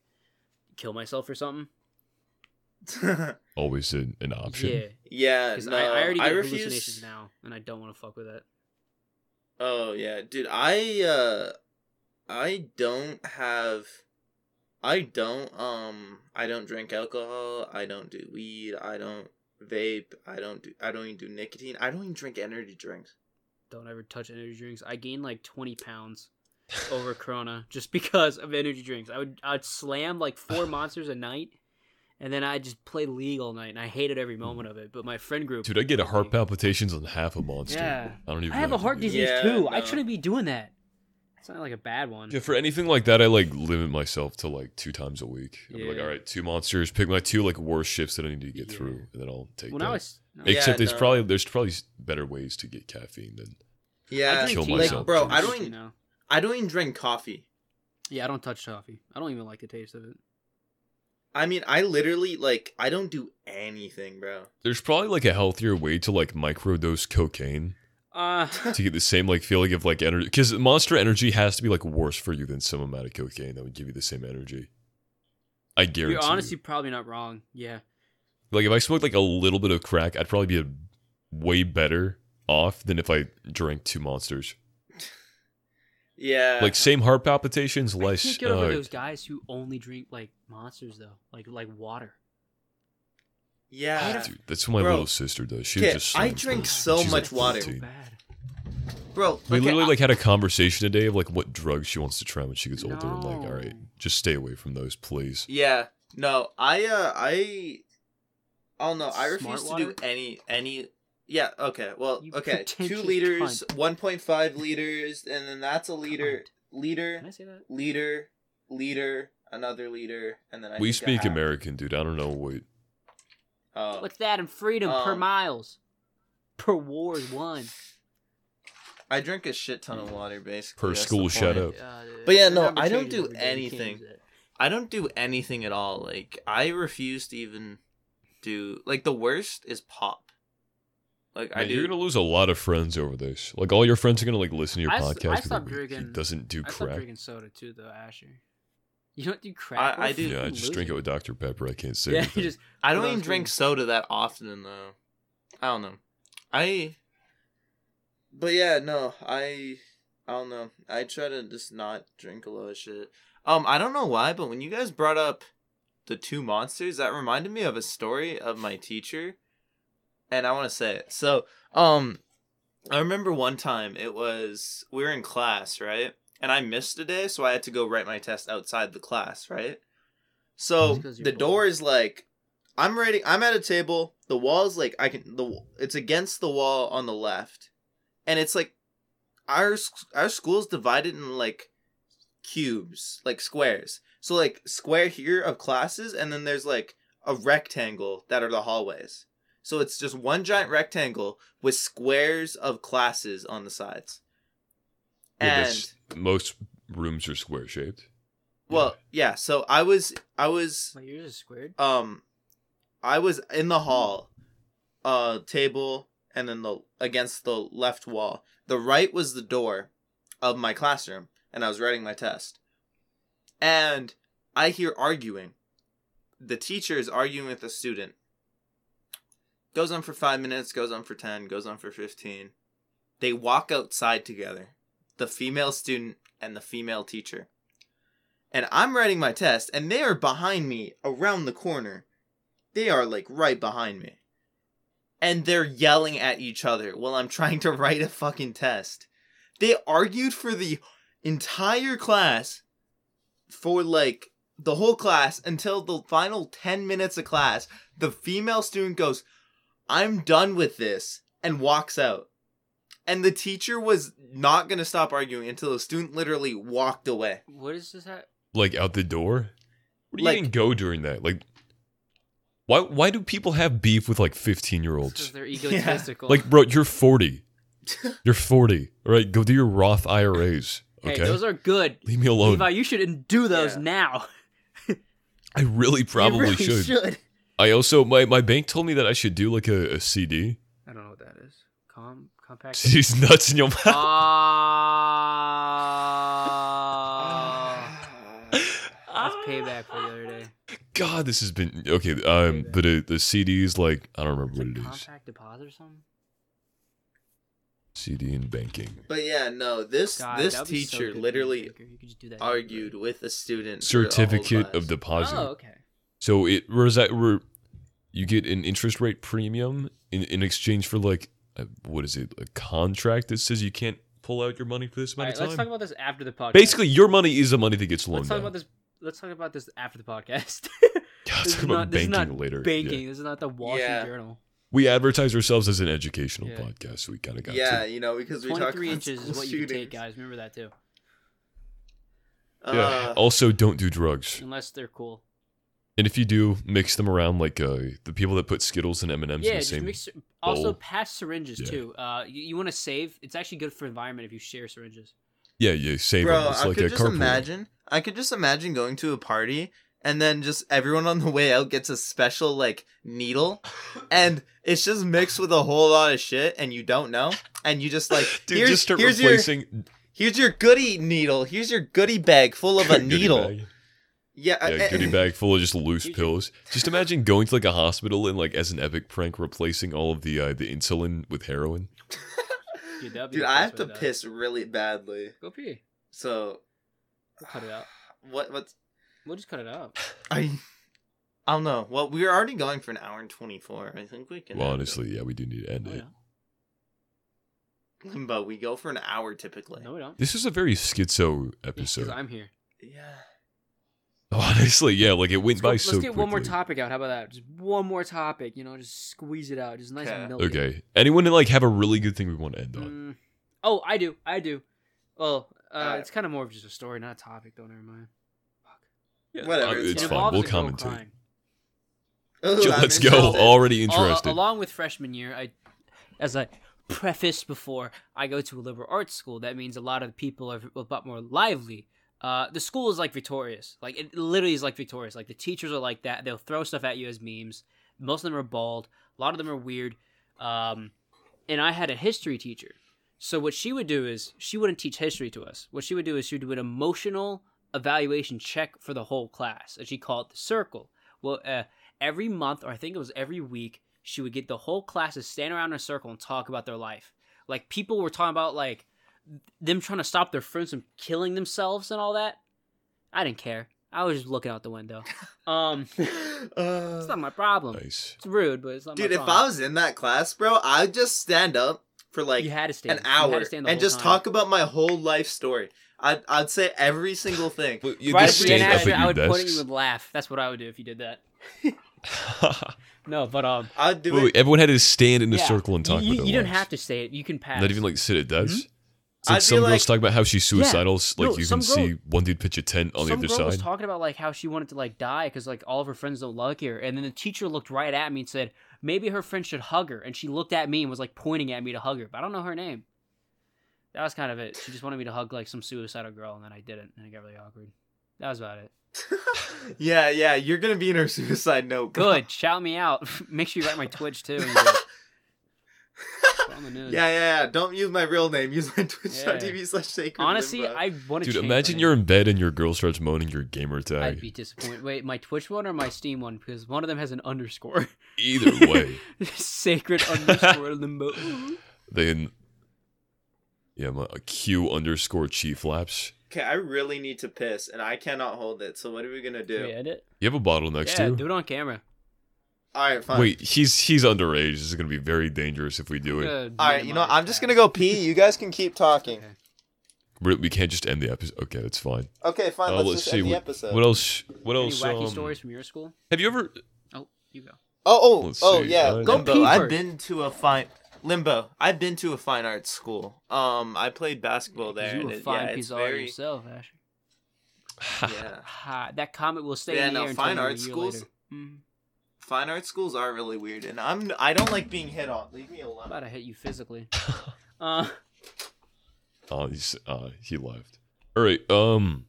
B: kill myself or something.
A: Always an, an option.
B: Yeah,
C: yeah.
B: because
C: Uh, No,
B: I, I already get
C: refuse.
B: hallucinations now, and I don't want to fuck with that.
C: Oh yeah, dude. I uh, I don't have, I don't um, I don't drink alcohol. I don't do weed. I don't vape. I don't do. I don't even do nicotine. I don't even drink energy drinks.
B: Don't ever touch energy drinks. I gained like twenty
C: (laughs)
B: pounds over Corona just because of energy drinks. I would I'd slam like
C: (sighs)
B: four monsters a night, and then I just play league all night, and I hated every moment of it. But my friend group,
A: Dude, I get a heart palpitations on half a monster.
B: Yeah.
A: I don't even.
B: I have
A: know what
B: a
A: to
B: heart
A: do.
B: disease
C: Yeah,
B: too. I
C: no.
B: shouldn't be doing that. It's not like a bad one.
A: Yeah, for anything like that, I like limit myself to like two times a week. I'm like,
B: Yeah.
A: all right, two monsters. Pick my two like worst shifts that I need to get
B: Yeah.
A: through, and then I'll take.
B: When
A: that.
B: I was no,
C: Yeah,
A: Except it's
C: no.
A: probably there's probably s- better ways to get caffeine than
C: Yeah,
B: I drink
A: kill
B: tea
A: myself.
B: now.
A: Bro,
B: Drink
C: I don't
B: tea
C: even-
B: now.
C: I don't even drink coffee.
B: Yeah, I don't touch coffee. I don't even like the taste of it.
C: I mean, I literally like I don't do anything, bro.
A: there's probably like a healthier way to like microdose cocaine (laughs)
B: Uh,
A: to get the same like feeling of like energy because monster energy has to be like worse for you than some amount of cocaine that would give you the same energy. I guarantee.
B: you're honestly
A: you.
B: probably not wrong. Yeah.
A: like if I smoked like a little bit of crack, I'd probably be a way better off than if I drank two monsters.
C: Yeah.
A: Like same heart palpitations,
B: I
A: less.
B: can't get over
A: uh,
B: those guys who only drink like monsters though, like like water.
C: yeah.
A: Dude, that's what my
C: Bro.
A: little sister does. She
C: Okay,
A: just.
C: I
A: slams
C: drink
A: those.
C: so
A: She's,
C: much
A: like,
C: water.
A: 14.
B: So Oh, bad.
C: Bro,
A: We
C: okay,
A: literally
C: I-
A: like had a conversation today of like what drugs she wants to try when she gets older, and like, all right,
B: No.
A: just stay away from those, please.
C: Yeah. No, I uh I I don't know. I refuse
B: Smart
C: to
B: water?
C: do any any yeah, okay. Well,
B: You
C: okay. 2
B: pretentious
C: liters, 1.5 liters, and then that's a liter,
B: Can I
C: liter,
B: say that?
C: liter, liter, another liter, and then I
A: we
C: think a
A: speak
C: half.
A: American, dude. I don't know what.
C: Oh.
B: What's that in freedom per
C: Um,
B: miles? Per war one.
C: I drink a shit ton of water basically.
A: Per
C: that's the
A: school, shut
C: point.
A: up.
C: But yeah,
B: that
C: no,
B: Uh, number
C: I don't
B: changes
C: do
B: every day, you can't
C: anything.
B: use that.
C: I don't do anything at all. Like I refuse to even do like the worst is pop. Like I
A: Man,
C: do
A: You're gonna lose a lot of friends over this. Like all your friends are gonna like listen to your
B: I s- I
A: podcast. because
B: stopped
A: he
B: drinking-
A: doesn't do
B: I stopped
A: crack.
B: drinking soda too, though, Asher. You don't do crack.
C: I-
B: What a
C: I do.
A: Yeah, I
B: fucking
A: just drink it
B: loser.
A: with Dr Pepper. I can't say.
B: (laughs) Yeah,
A: anything.
B: you just
C: I don't
B: Well,
C: even
B: that's
C: drink
B: good.
C: soda that often though. I don't know. I But yeah, no, I I don't know. I try to just not drink a lot of shit. Um, I don't know why, but when you guys brought up the two monsters, that reminded me of a story of my teacher. And I wanna say it. So, um I remember one time it was we were in class, right? And I missed a day, so I had to go write my test outside the class, right? So
B: Just 'cause you're
C: Oh, the door
B: bored.
C: is like I'm writing I'm at a table, the wall is like I can the it's against the wall on the left. And it's like our s- our school's divided in like cubes, like squares. So like square here of classes and then there's like a rectangle that are the hallways. So it's just one giant rectangle with squares of classes on the sides.
A: Yeah,
C: And
A: that's- most rooms are square shaped.
C: well, yeah, so I was I was
B: My ears are squared.
C: um i was in the hall uh table and then the against the left wall the right was the door of my classroom and i was writing my test and i hear arguing the teacher is arguing with the student goes on for 5 minutes goes on for 10 goes on for 15 they walk outside together the female student and the female teacher and I'm writing my test, and they are behind me around the corner. They are like right behind me. And they're yelling at each other while I'm trying to write a fucking test. They argued for the entire class for like the whole class until the final 10 minutes of class. The female student goes, I'm done with this, and walks out. And the teacher was not going to stop arguing until the student literally walked away.
B: What is this? At?
A: Like out the door? What do you
C: Like-
A: even go during that? Like why why do people have beef with like 15 year
B: Because
A: olds?
C: (laughs)
B: they're egotistical.
A: Like, bro, you're
B: (laughs)
A: 40. You're 40. All right, go do your Roth IRAs.
B: hey,
A: Okay.
B: those are good.
A: Leave me alone.
B: Levi, you should do those
C: Yeah.
B: now. (laughs)
A: I really probably
B: you really
A: should. I also my, my bank told me that I should do like a, a CD.
B: I don't know what that is. Com
A: (laughs)
B: compact.
A: CD's nuts in your mouth.
B: Um, Ah. That's payback for the other day.
A: God, this has been okay. Um, but uh, the CDs like I don't remember
B: It's
A: what
B: like
A: it is.
B: compact deposit or something.
A: CD and banking.
C: But yeah, no, this
B: God,
C: this
B: that would be so
C: teacher
B: good for you,
C: literally
B: Baker. You could just do that.
C: argued with a student for the whole
A: Certificate of
C: class.
A: deposit.
B: Oh, okay.
A: So it resi- re- you get an interest rate premium in, in exchange for like a, what is it? A contract that says you can't pull out your money for this
B: All
A: amount
B: right,
A: of
B: let's talk
A: time.
B: about this after the podcast.
A: Basically, your money is the money that gets
B: let's
A: loaned
B: talk
A: out. (laughs)
B: about this. Let's talk about this after the podcast. (laughs)
A: Yeah, let's
B: This
A: talk
B: is
A: about
B: not- this is
A: banking
B: not
A: later. Yeah.
B: Banking. This is not the Wall
C: Yeah.
B: Street Journal.
A: We advertise ourselves as an educational
B: Yeah.
A: podcast, so we kind of got
C: Yeah,
A: to.
C: you know, because we talk
B: Twenty-three
C: about
B: inches is
C: school
B: what you can
C: shootings.
B: take, guys. Remember that too.
A: Yeah.
C: Uh,
A: also, don't do drugs.
B: Unless they're cool.
A: And if you do, mix them around like uh, the people that put Skittles and M and M's in
B: Yeah,
A: the
B: just
A: same.
B: mix. Also,
A: bowl.
B: pass syringes
A: Yeah.
B: too. Uh, you, you want to save. It's actually good for environment if you share syringes.
A: yeah, yeah, save
C: Bro,
A: them. It's
C: I
A: like
C: could
A: a
C: just
A: carpool.
C: imagine. I could just imagine going to a party and then just everyone on the way out gets a special like needle,
A: (laughs)
C: and it's just mixed with a whole lot of shit, and you don't know, and you just like
A: (laughs) Dude,
C: here's,
A: just start
C: here's
A: replacing
C: (laughs) your here's your goodie needle, here's your goodie bag full of
A: (laughs)
C: a
A: goodie
C: needle.
A: bag.
C: Yeah, I-
A: Yeah, goodie bag full of just loose pills. Just imagine going to like a hospital and like as an epic prank, replacing all of the uh, the insulin with heroin.
B: Dude, that'd be
C: Dude,
B: the
C: I
B: best
C: have
B: way
C: to
B: do it.
C: piss really badly,
B: Go pee.
C: so
B: We'll cut it out.
C: what what's
B: We'll just cut it
A: (laughs)
B: out.
C: I. I don't know. Well, we're already going for an hour and twenty four. I think we can.
A: Well,
C: end it.
A: honestly, yeah, we do need to end
B: No, we
A: it.
B: don't.
C: but we go for an hour typically.
B: No, we don't.
A: This is a very schizo
B: Because
A: episode.
B: I'm here.
C: Yeah.
A: honestly, yeah, like it went
B: Let's, go-
A: by
B: let's
A: so
B: get one more
A: quickly.
B: topic out. How about that? Just one more topic. You know, just squeeze it out. Just nice
C: Okay.
B: and milk. it.
A: Okay, anyone like have a really good thing we want to end on?
B: Mm. Oh, I do. I do. Well, uh,
C: Alright.
B: it's kind of more of just a story, not a topic. Though, never mind.
A: Yeah,
C: whatever,
A: uh,
C: it's
A: it's
B: It
C: fine.
A: fine.
B: involves
A: We'll
B: a girl
A: commentate.
B: crying.
C: Ooh,
A: Yo,
C: I'm
A: let's go.
C: interested. (laughs)
A: Already
B: Al-
A: interested.
B: along with freshman year, I, as I prefaced before, I go to a liberal arts school. That means a lot of people are a lot more lively. Uh, the school is like victorious. Like it literally is like victorious. Like the teachers are like that. They'll throw stuff at you as memes. Most of them are bald. A lot of them are weird. Um, and I had a history teacher. So what she would do is she wouldn't teach history to us. What she would do is she would do an emotional evaluation check for the whole class, and she called it the circle. Well, uh, every month, or I think it was every week, she would get the whole class to stand around in a circle and talk about their life. Like people were talking about like them trying to stop their friends from killing themselves and all that. I didn't care. I was just looking out the
C: (laughs)
B: window. Um,
C: Uh,
B: it's not my problem.
A: Nice.
B: It's rude, but it's not
C: dude,
B: my
C: if
B: problem.
C: I was in that class, bro, I'd just stand up for like
B: you had to stand
C: an
B: You had to
C: hour
B: stand the
C: and
B: whole
C: just
B: time.
C: talk about my whole life story. I'd I'd say every
A: (laughs)
C: single thing.
A: Well, you
B: Right
A: just
B: if you
A: stand
B: didn't
A: up
B: ask me, I
A: at
B: would
A: your
B: point at you
A: desks.
B: and laugh. That's what I would do if you did that.
A: (laughs)
B: No, but um,
C: I'd do
A: Wait,
C: it.
A: wait, everyone had to stand in a
B: yeah.
A: circle and talk. with
B: You, you,
A: their
B: you don't
A: lives.
B: have to say it. You can pass.
A: Not even like sit at desks. It's
C: I'd be
A: like some
C: like-
A: girls talk about how she's suicidal. s- Like
B: No,
A: you
B: some
A: can
B: girl-
A: see one dude pitch a tent on the
B: Some
A: other
B: girl was
A: side.
B: talking about like how she wanted to like die because like all of her friends don't like her, and then the teacher looked right at me and said maybe her friend should hug her, and she looked at me and was like pointing at me to hug her, but I don't know her name. That was kind of it. She just wanted me to hug like some suicidal girl, and then I didn't, and it got really awkward. That was about it.
C: yeah, yeah, you're gonna be in her (laughs) suicide note. bro.
B: Good, shout me out. (laughs) Make sure you write my Twitch too. and you're like- Put on the
C: Yeah,
B: news.
C: yeah, yeah. Don't use my real name. Use my (laughs) twitch.tv
B: Yeah.
C: slash sacred.
B: Honestly,
C: Limbo.
B: I want to.
A: Dude, imagine you're in bed and your girl starts moaning your gamer
B: I'd
A: tag.
B: be disappointed. Wait, my Twitch one or my Steam one? Because one of them has an underscore. (laughs)
A: Either way,
B: Sacred underscore limbo.
C: (laughs)
A: then yeah, my a Q underscore chief laps.
C: okay, I really need to piss, and I cannot hold it. So what are we gonna
B: Can we
C: do?
B: edit?
A: You have a bottle next
B: yeah,
A: to
B: do
A: you.
B: it on camera.
C: All right, fine.
A: Wait, he's he's underage. This is gonna be very dangerous if we do it.
C: All right, you know, I'm just gonna go pee. You guys can keep talking.
B: Okay.
A: We we can't just end the episode. Okay, that's fine.
C: Okay, fine.
A: Uh,
C: let's,
A: let's
C: just
A: see
C: end the
A: what-
C: episode.
A: What else? What
B: Any
A: else?
B: wacky
A: um,
B: stories from your school?
A: Have you ever (sighs)
B: Oh, you go.
C: Oh, oh,
A: Let's
C: oh
A: see,
C: yeah.
A: I
B: Go
C: Limbo.
B: pee
C: I've
B: first.
C: been to a fine limbo. I've been to a fine arts school. Um, I played basketball there.
B: you
C: and
B: a
C: it-
B: fine
C: yeah,
B: piece
C: it's
B: of
A: (laughs)
B: art
C: very,
B: yourself, Asher.
C: yeah.
B: Ha, that comment will stay
C: Yeah,
B: in the
C: no,
B: air until
C: fine
B: you're a
C: arts
B: year
C: schools-
B: later. Mhm.
C: Fine arts schools are really weird, and I'm I don't like being hit on. Leave me
B: I'm
C: alone.
B: about to hit
A: (laughs)
B: you physically. Uh,
A: Oh, he's, uh, he left. All right. Um,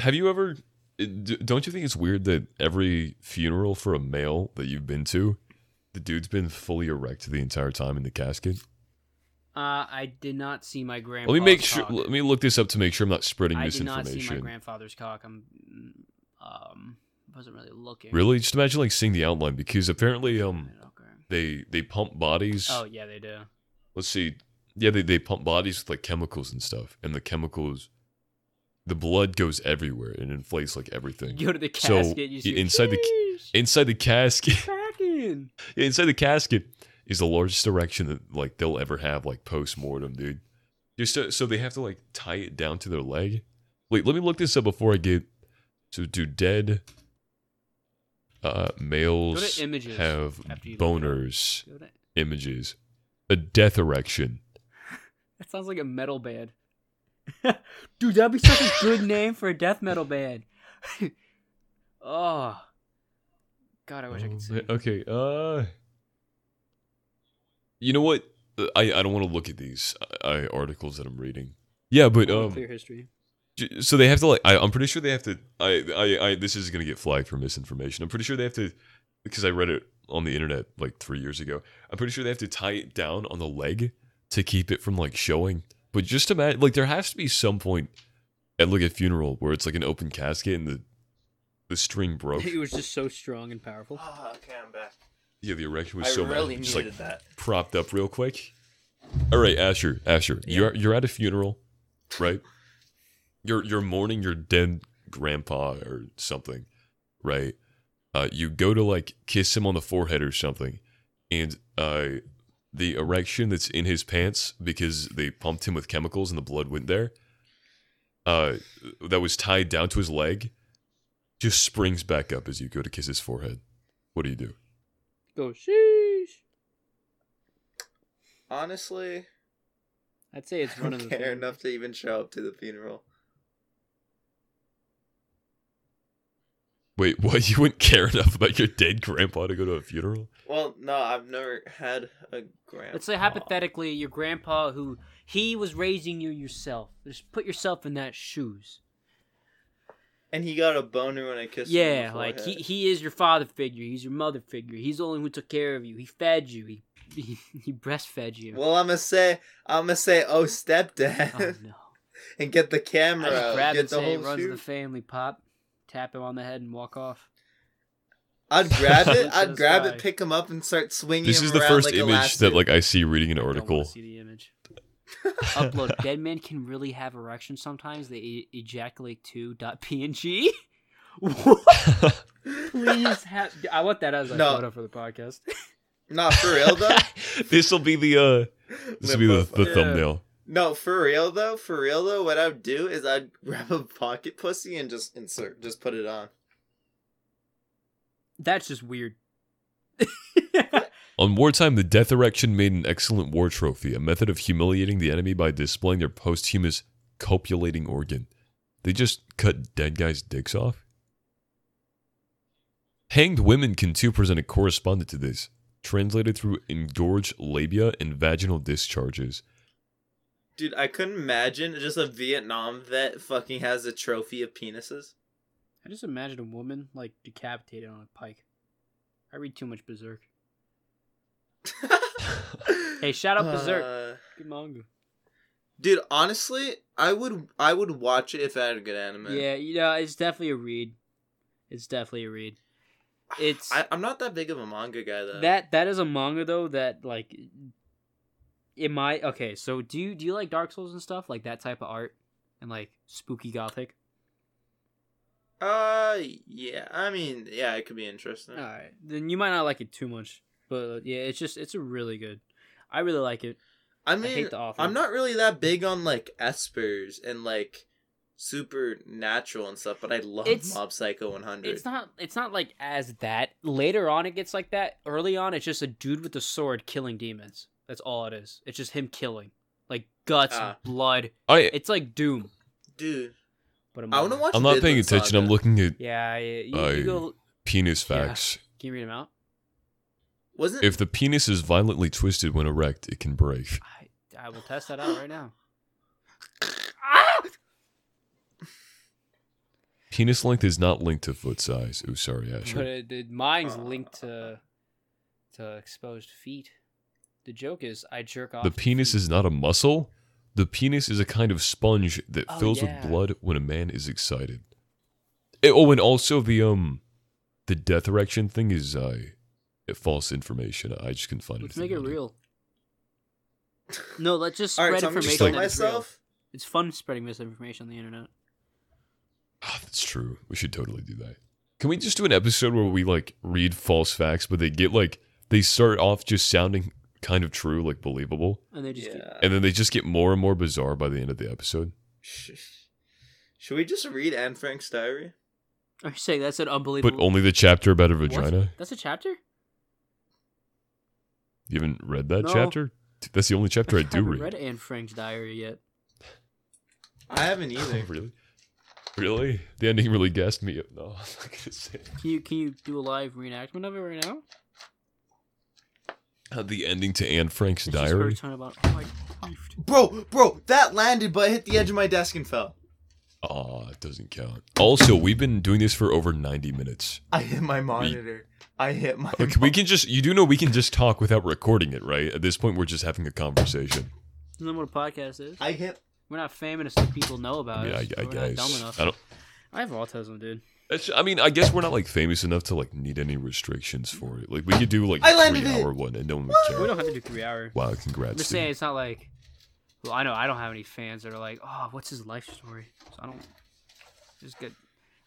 A: have you ever? eh, d- Don't you think it's weird that every funeral for a male that you've been to, the dude's been fully erect the entire time in the casket?
B: uh, I did not see my grandpa.
A: Let me make sure. Let me look this up to make sure I'm not spreading
B: I did not see my
A: misinformation.
B: grandfather's cock. I'm, um, wasn't really looking.
A: Really? Just imagine like seeing the outline because apparently, um,
B: Okay.
A: they they pump bodies.
B: Oh yeah, they do.
A: let's see yeah they, they pump bodies with like chemicals and stuff and the chemicals the blood goes everywhere and inflates like everything
B: You go to the
A: So,
B: casket. you see
A: inside the-
B: "Sheesh,
A: inside the casket
B: cracking."
A: inside the casket is the largest erection that like they'll ever have like post-mortem dude just so, so they have to like tie it down to their leg wait let me look this up before i get so do dead uh
B: Go
A: males
B: to images.
A: have
B: after you look it up.
A: boners
B: Go to-
A: images a death erection
B: That sounds like a metal band. (laughs) Dude, that'd be such a good name for a death metal band. (laughs) oh. God, I wish I
A: Oh,
B: could see.
A: man. Okay. Uh, you know what? Uh, I I don't want to look at these uh, I, I, articles that I'm reading. Yeah, but um,
B: clear history.
A: j- so they have to like. I, I'm pretty sure they have to. I, I I this is gonna get flagged for misinformation. I'm pretty sure they have to because I read it on the internet like three years ago. I'm pretty sure they have to tie it down on the leg to keep it from like showing. But just imagine, like there has to be some point at like a funeral where it's like an open casket and the the string
B: (laughs)
A: broke.
B: It was just so strong and powerful.
C: Ah, okay, I'm back.
A: Yeah, the erection was
C: I
A: so bad.
C: really
A: It just, like,
C: needed that.
A: propped up real quick. All right, Asher, Asher, you're you're at a funeral, right? You're you're mourning your dead grandpa or something, right? Uh, you go to like kiss him on the forehead or something, and uh, the erection that's in his pants because they pumped him with chemicals and the blood went there. Uh, that was tied down to his leg, just springs back up as you go to kiss his forehead. What do you do?
B: Go sheesh.
C: Honestly,
B: I'd say it's
C: (laughs) I
B: one
C: don't
B: of the
C: care
B: things.
C: enough to even show up to the funeral.
A: Wait, (laughs) what? You wouldn't care enough about your dead grandpa to go to a funeral?
C: Well, no, I've never had a grandpa.
B: Let's say hypothetically, your grandpa who he was raising you yourself. Just put yourself in that shoes.
C: And he got a boner when I kissed him. on
B: Yeah,
C: the
B: like he,
C: forehead.
B: he is your father figure. He's your mother figure. He's the only one who took care of you. He fed you. He he, he breastfed you.
C: Well, I'ma say, I'ma say, oh (laughs)
B: oh
C: stepdad,
B: no!
C: and get the camera,
B: I just
C: out,
B: grab
C: get
B: and
C: the
B: say it
C: whole
B: runs
C: shoot.
B: the family. Pop, tap him on the head and walk off.
C: I'd grab
B: Look (laughs)
C: it,
B: at
C: I'd
B: this
C: grab
B: guy.
C: it, pick him up, and start swinging.
A: This
C: him
A: is the
C: around
A: first
C: like
A: image
C: elastic.
A: that like I see reading an
B: I don't wanna
A: article. (laughs)
B: see the
C: (laughs)
B: image. Upload. Dead men can really have erections sometimes. They e- ejaculate too. Dot
C: (laughs)
B: png. What? Please have. I want that as a
C: No.
B: photo for the podcast.
C: Not for real though.
A: this will be the uh (laughs) this will be the, the
B: Yeah.
A: thumbnail.
C: No, for real though, for real though, what I'd do is I'd grab a pocket pussy and just insert, just put it on.
B: That's just weird. (laughs)
A: On wartime, the death erection made an excellent war trophy, a method of humiliating the enemy by displaying their posthumous copulating organ. They just cut dead guys' dicks off. Hanged women can too present a correspondent to this, translated through engorged labia and vaginal discharges.
C: Dude, I couldn't imagine just a Vietnam vet fucking has a trophy of penises.
B: I just imagine a woman like decapitated on a pike. I read too much Berserk. (laughs) Hey, shout out Berserk.
C: Uh,
B: Good manga.
C: dude, honestly, I would I would watch it if I had a good anime.
B: Yeah, you know, it's definitely a read. It's definitely a read. It's
C: I, uh, I'm not that big of a manga guy though.
B: that that is a manga though that like it might okay, so do you do you like Dark Souls and stuff? Like that type of art? And like spooky gothic?
C: Uh, yeah. I mean, yeah, it could be interesting.
B: Alright. Then you might not like it too much. But yeah, it's just it's a really good I really like it.
C: I
B: I
C: mean,
B: hate the author.
C: I'm not really that big on like espers and like supernatural and stuff, but I love
B: It's-
C: Mob Psycho 100.
B: It's not. It's not like as that. Later on, it gets like that. Early on, it's just a dude with a sword killing demons. That's all it is. It's just him killing, like guts, and
C: Ah.
B: blood.
A: I
B: It's like Doom,
C: Dude,
B: but a
C: I want to
B: modern- (laughs)
C: watch
A: I'm not paying
C: Vinland
A: attention.
C: Saga.
A: I'm looking at
B: Yeah, yeah, you,
A: I-
B: you go.
A: penis
B: Yeah.
A: facts.
B: Can you read them out?
C: Wasn't
A: If the penis is violently twisted when erect, it can break.
B: I, I will test that out
A: (laughs)
B: right now.
A: Penis length is not linked to foot size. Oh, sorry, Asher.
B: But it, it-
C: Ah.
B: mine's linked to to exposed feet. The joke is I jerk off.
A: The
B: to
A: penis
B: feet.
A: is not a muscle. The penis is a kind of sponge that
B: Oh,
A: fills
B: yeah.
A: with blood when a man is excited. Eh, oh, and also the um, the death erection thing is uh, false information. I just couldn't find
B: Let's
A: anything
B: make it
A: on
C: (laughs)
B: real. No, let's just
C: all
B: spread
C: right, so I'm gonna
B: information.
C: kill
B: that it's real.
C: myself.
B: It's fun spreading misinformation on the internet.
A: Ah, that's true. We should totally do that. Can we just do an episode where we like read false facts, but they get like they start off just sounding kind of true, like believable,
B: And they just (laughs)
C: yeah.
A: and then they just get more and more bizarre by the end of the episode.
C: Sh- Should we just read Anne Frank's diary?
B: are you saying that's an
A: But
B: unbelievable?
A: only the chapter about her
B: What?
A: vagina.
B: That's
A: (laughs)
B: a chapter.
A: You haven't read that
B: No.
A: chapter? Dude, That's the only chapter I, do
B: haven't
A: read.
B: read Anne Frank's diary yet.
C: I haven't
A: Oh, (laughs)
C: either.
A: really? Really? The ending really gassed me up. No, (laughs) I'm not gonna say. it.
B: Can you can you do a live reenactment of it right now?
A: Uh, the ending to Anne Frank's
B: It's just her
A: diary.
B: talking about oh, I queefed.
C: Bro, bro, that landed, but it hit the edge of my desk and fell.
A: Ah, it doesn't count. Also, we've been doing this for over 90 minutes.
C: I hit my monitor. I hit my.
A: Like, we can just, you do know we can just talk without recording it, right? At this point, we're just having a conversation.
B: Isn't that what a podcast is?
C: I hit.
B: We're not famous that people know
A: I
B: about
A: mean,
B: us.
A: I, I
B: Uh, We're not dumb
A: guess. Uh,
B: enough.
A: I don't.
B: I have autism, dude.
A: It's, I mean, I guess we're not like famous enough to like need any restrictions for it. Like, we could do like
C: I
A: a
C: landed
A: three
C: it!
A: hour one and no one would
B: We
A: care.
B: don't have to do three hour.
A: Wow,
B: I'm
A: congrats.
B: just
A: dude.
B: saying, it's not like. Well, I know I don't have any fans that are like, oh, what's his life story? So I don't. Just get.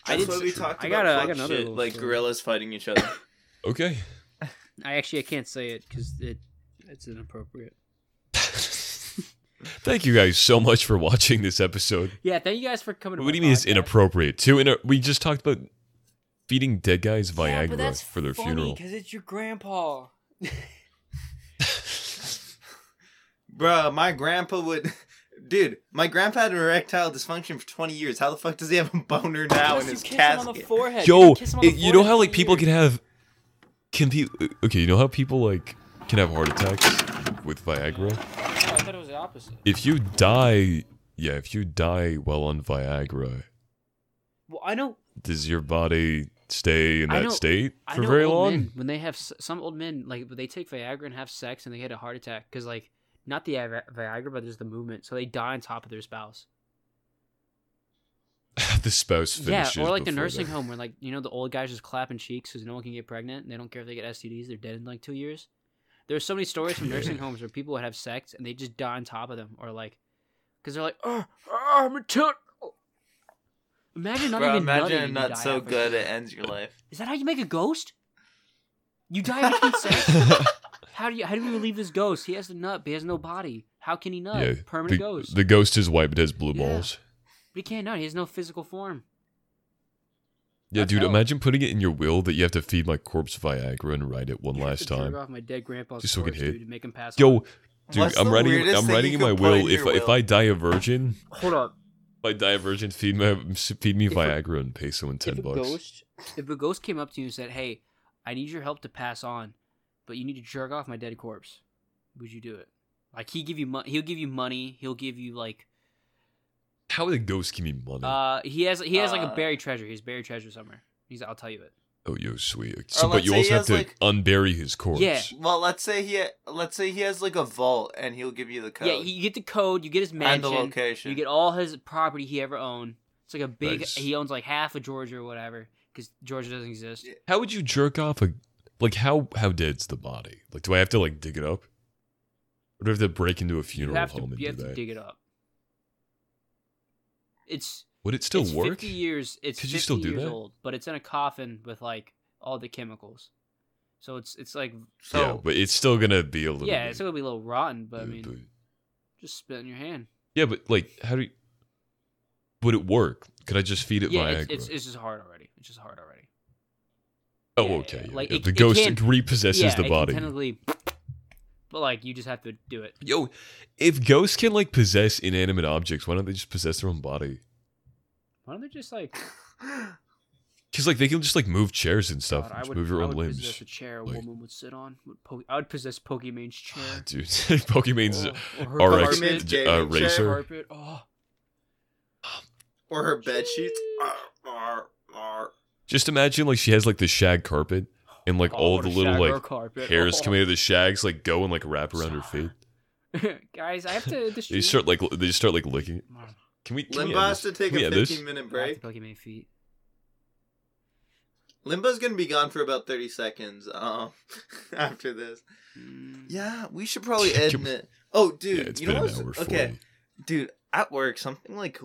B: I
C: That's
B: did.
C: what we talked
B: I
C: about.
B: got a- I
C: fuck
B: got another
C: shit,
B: little
C: like
B: story.
C: gorillas fighting each (laughs) other.
A: Okay.
B: I actually I can't say it because it it's inappropriate.
A: Thank you guys so much for watching this episode.
B: Yeah, thank you guys for coming. to
A: What
B: my
A: do you mean it's
B: podcast.
A: inappropriate? Too ina- we just talked about feeding dead guys
B: Yeah,
A: Viagra
B: but that's
A: for their
B: funny
A: funeral.
B: Because it's your grandpa.
C: Bruh, my grandpa would. Dude, my grandpa had erectile dysfunction for 20 years. How the fuck does he have a boner now
B: Plus
C: in
B: you
C: his
B: kiss
C: casket?
B: him on the forehead.
A: Yo,
B: you, kiss him on the
A: it- you know
B: forehead
A: how like
B: for
A: people
B: years.
A: can have can be okay. You know how people like can have heart attacks with Viagra.
B: Oh, I thought it was the opposite.
A: If you die, yeah, if you die while on Viagra,
B: Well, I know.
A: does your body stay in
B: I
A: that
B: know-
A: state
B: I
A: for
B: know
A: very
B: old
A: long?
B: men, when they have s- some old men like they take Viagra and have sex and they get a heart attack because like not the Vi- Viagra but there's the movement, so they die on top of their spouse.
A: (laughs) the spouse
B: Yeah,
A: finishes.
B: or like a
A: before
B: nursing
A: that.
B: home where like you know the old guys just clapping cheeks because no one can get pregnant and they don't care if they get STDs. They're dead in like two years. There's so many stories from nursing
A: (laughs)
B: homes where people would have sex and they just die on top of them, or like because they're like, oh, oh I'm a tilt. Imagine not
C: Bruh,
B: even nutting
C: imagine a
B: and you
C: nut
B: die
C: so
B: halfway
C: good
B: through.
C: it ends your life.
B: Is that how you make a ghost? You die
A: (laughs)
B: between sex. How do you how do we relieve this ghost? He has a nut, but he has no body. How can he nut?
A: yeah, (laughs) the,
B: Permanent ghost.
A: the ghost is white, but has blue
B: Yeah.
A: balls.
B: but he can't nut. He has no physical form.
A: Yeah,
B: That's
A: dude,
B: hell.
A: imagine putting it in your will that you have to feed my corpse Viagra and write
B: (laughs)
A: it one
B: You have to
A: last
B: jerk
A: time.
B: off my dead grandpa's
A: Just so I can
B: corpse,
A: hit.
B: dude, to make him pass.
A: Yo,
B: out.
A: dude,
C: What's
A: I'm
C: the
A: writing
C: weirdest
A: I'm
C: thing
A: writing
C: you
A: in my
C: could put
A: will
C: in
A: if
C: your
A: if
C: will?
A: I die a virgin,
B: hold up.
A: if I die a virgin, feed my feed me
B: If a-
A: Viagra and pay someone (laughs) ten
B: if a
A: bucks.
B: ghost, if a ghost came up to you and said, "Hey, I need your help to pass on, but you need to jerk off my dead corpse," would you do it? Like he give you money. He'll give you money. He'll give you like
A: How would a ghost give me money?
B: uh he has he has like a
C: Uh,
B: buried treasure. He's buried treasure somewhere. He's I'll tell you it.
A: oh, yo, sweet. So, but
C: let's
A: you
C: say he
A: also have
C: has,
A: to
C: like-
A: unbury his corpse.
B: Yeah.
C: Well, let's say he let's say he has like a vault, and he'll give you the code
B: Yeah, you get the code. You get his
C: and the
B: mansion.
C: location.
B: You get all his property he ever owned. It's like a big.
A: Nice.
B: He owns like half of Georgia or whatever, because Georgia doesn't exist.
C: Yeah.
A: How would you jerk off a like how how dead's the body? Like, do I have to like dig it up? Or do I have to break into a
B: You
A: funeral
B: have to.
A: home and
B: You have
A: do
B: to
A: that?
B: dig it up. It's
A: would it still
B: it's
A: work?
B: 50 years. It's
A: Could
B: 50
A: you still do
B: years
A: that?
B: old, but it's in a coffin with like all the chemicals. So it's it's like
C: so
A: yeah, but it's still gonna be a little.
B: yeah,
A: bit,
B: it's gonna be a little rotten, but I
A: uh,
B: mean,
A: but-
B: just spit in your hand.
A: Yeah, but like, how do you? Would it work? Could I just feed it
B: yeah,
A: Viagra?
B: it's, it's it's just hard already. It's just hard already.
A: oh,
B: yeah,
A: okay.
B: yeah,
A: yeah,
B: like,
A: yeah.
B: it-
A: the
B: it
A: ghost
B: can't-
A: repossesses
B: yeah,
A: the
B: it
A: body.
B: Can technically, but like you just have to do it.
A: Yo, if ghosts can like possess inanimate objects, why don't they just possess their own body?
B: Why don't they just like
A: Because like they can just like move chairs and stuff,
B: God,
A: and
B: I
A: just
B: would,
A: move your
B: I
A: own
B: would
A: limbs.
B: possess a chair a
A: like- Ah,
B: woman would sit on. Would po- I would possess Pokemon's chair. Oh,
A: Dude, (laughs) Pokemon's
B: or, or her
A: RX
B: carpet,
A: d- uh,
C: gaming chair.
B: her
A: racer.
B: carpet. Oh,
C: (gasps) or her bed sheets. Arr, arr, arr.
A: Just imagine like she has like the shag
B: (laughs)
A: carpet, and like
B: oh,
A: all
B: what
A: the
B: a
A: little
B: shagger
A: like
B: carpet.
A: hairs
B: oh.
A: coming out of
B: (laughs)
A: the shags like go and like wrap around her feet.
B: Guys, I
A: (laughs)
B: have to. This
A: They start like l- they start like licking. it. Can we? Can we
C: Limbaugh
A: end
C: has
A: this?
C: to take
A: Can we
C: a
A: end this?
C: 15 minute
B: break.
C: break.
B: Pokemon feet.
C: Limbaugh's gonna be gone for about 30 seconds um, (laughs) after this.
B: Mm.
C: Yeah, we should
A: (laughs)
C: probably
A: Can
C: end
A: we-
C: it. Oh, dude,
A: Yeah, it's
C: you
A: been
C: know
A: an
C: what's
A: hour forty.
C: okay, dude? At work, something like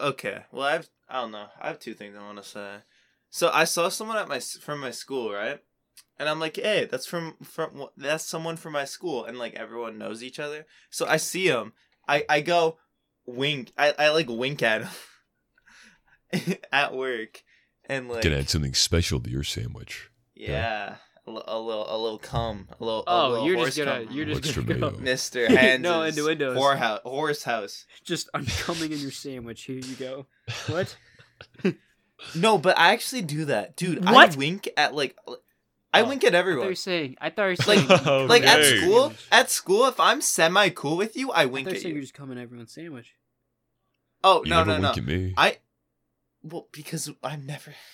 C: okay. Well, I've I don't know. I have two things I want to say. So I saw someone at my s- from my school, right? And I'm like, hey, that's from from that's someone from my school, and like everyone knows each other. So I see him. I I go wink. I I like wink at him (laughs) at work, and like
A: Gonna add something special to your sandwich.
C: yeah, a, li- a little a little cum, a little. a
B: Oh,
C: little
B: you're just
C: horse
B: gonna.
C: cum.
B: You're just
A: Extra
B: gonna go.
A: mayo.
C: Mr. Hands.
B: No, innuendos.
C: Whorehouse, horse house.
B: (laughs) Just I'm coming in your sandwich. Here you
C: (laughs)
B: go. What?
C: No, but I actually do that, dude.
B: What?
C: I wink at like, uh, I
B: Oh,
C: wink at
B: I thought you
C: everyone.
B: were saying. I thought you were saying.
A: (laughs)
C: Like-
A: Oh,
C: Like at
A: dang.
C: school, at school, if I'm semi cool with you, I
B: I
C: wink
B: thought you were
C: at
B: saying you're
C: you.
B: just coming everyone's sandwich.
C: Oh
A: You
C: no
A: never
C: no no!
A: wink at me.
C: I, well, because I'm never. (laughs)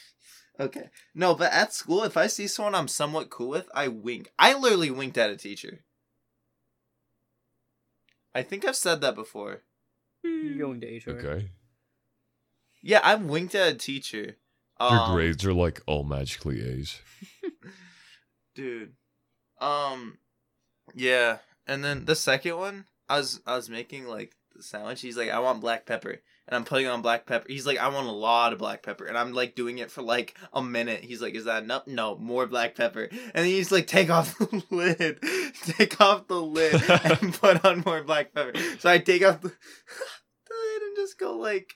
C: Okay, no, but at school, if I see someone I'm somewhat cool with, I wink. I literally winked at a teacher. I think I've said that before. Mm.
B: You're going to HR.
A: okay.
C: Yeah, I winked at a teacher.
A: Their
C: Um,
A: grades are like all magically A's.
C: dude um yeah and then the second one i was i was making like the sandwich he's like i want black pepper and i'm putting on black pepper he's like i want a lot of black pepper and i'm like doing it for like a minute he's like is that enough no more black pepper and then he's like take off the (laughs) lid take off the lid and put on more black pepper so i take off the, (laughs) the lid and just go like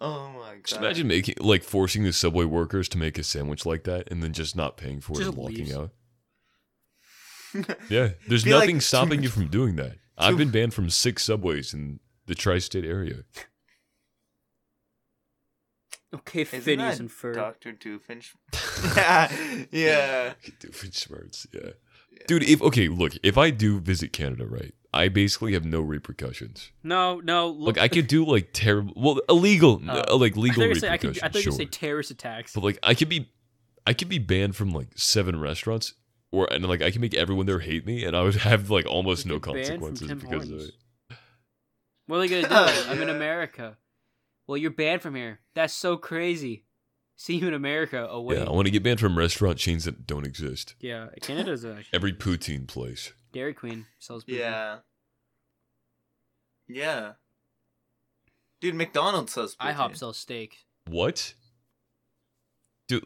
C: oh my god
A: Just imagine making like forcing the subway workers to make a sandwich like that and then just not paying for it
B: Just
A: and walking
B: leaves.
A: out.
C: (laughs)
A: (laughs) Yeah, there's
C: Be like,
A: nothing
B: (laughs)
C: "Too
A: stopping you
C: much-
A: from doing that. I've
C: too
A: been banned from six subways in the tri-state area. (laughs)
B: Okay,
C: Isn't
B: Phineas
C: that
B: and Ferb.
C: dr doofinch (laughs) yeah yeah
A: Dude, smarts, yeah. Dude, if okay, look, if I do visit Canada, right, I basically have no repercussions.
B: No, no. Look,
A: Like I could do like terrible, well, illegal,
B: Oh.
A: uh, like legal
B: I thought you were saying- I,
A: repercussions.
B: could, I thought you
A: sure.
B: were saying terrorist attacks.
A: But like I could be I could be banned from like seven restaurants or and like I can make everyone there hate me and I would have like almost
B: You
A: no
B: could ban from
A: consequences
B: Tim
A: because of
B: Hortons.
A: it.
B: What are they gonna do?
C: (laughs) Oh,
B: I'm in
C: yeah.
B: America. Well, you're banned from here. That's so crazy. See you in America. Oh wait.
A: Yeah, I want to get banned from restaurant chains that don't exist.
B: Yeah, Canada's a
A: Every poutine place.
B: Dairy Queen sells. Poutine.
C: Yeah. Yeah. Dude, McDonald's sells poutine.
B: IHOP sells steak.
A: What? Do,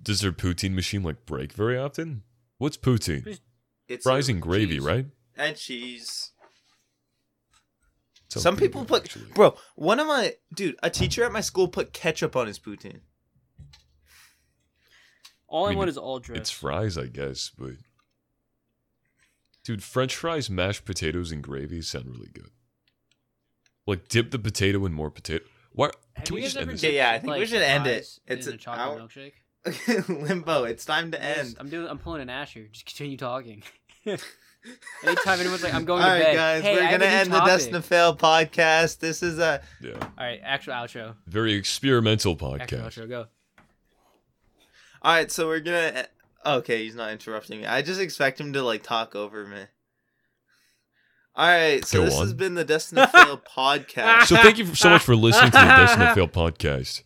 A: does their poutine machine like break very often? What's poutine?
C: It's
A: Fries and gravy,
C: cheese.
A: right?
C: And cheese.
A: Sounds
C: Some
A: pretty
C: people
A: good,
C: put
A: actually.
C: Bro, one of my dude, a teacher at my school put ketchup on
B: (laughs)
C: his poutine.
B: All I,
A: I mean,
B: want is all dressed.
A: It's fries, I guess, but dude, French fries, mashed potatoes, and gravy sound really good. Like dip the potato in more potato. Why
B: Have
A: can we
B: you guys
A: just end
B: ever
A: this?
C: Yeah, yeah, I think we
B: like,
C: should end it.
B: fries
C: It's
B: in a
C: an
B: chocolate
C: hour-
B: milkshake.
C: Limbo, it's time to
B: Yes,
C: end.
B: I'm doing. I'm pulling an Asher. Just continue
C: (laughs)
B: talking. (laughs) Anytime anyone's like, "I'm going to
C: All right,
B: bed,"
C: guys,
B: hey,
C: we're
B: I have
C: gonna
B: a new
C: end the Destin
B: topic.
C: to Fail podcast. This is a
A: Yeah,
B: All right, actual outro.
A: very experimental
B: Actual
A: podcast.
B: outro. Go.
C: all right. So we're gonna. e, Okay, he's not interrupting me. I just expect him to like talk over me. All right, so
A: Go
C: this
A: on.
C: has been the Destin to
B: (laughs)
C: Fail podcast.
A: So thank you so much for listening to the Destined to Fail podcast.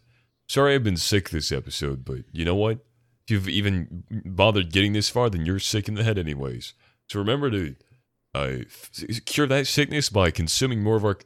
A: Sorry I've been sick this episode, but you know what? If you've even bothered getting this far, then you're sick in the head anyways. So remember to uh, f- cure that sickness by consuming more of our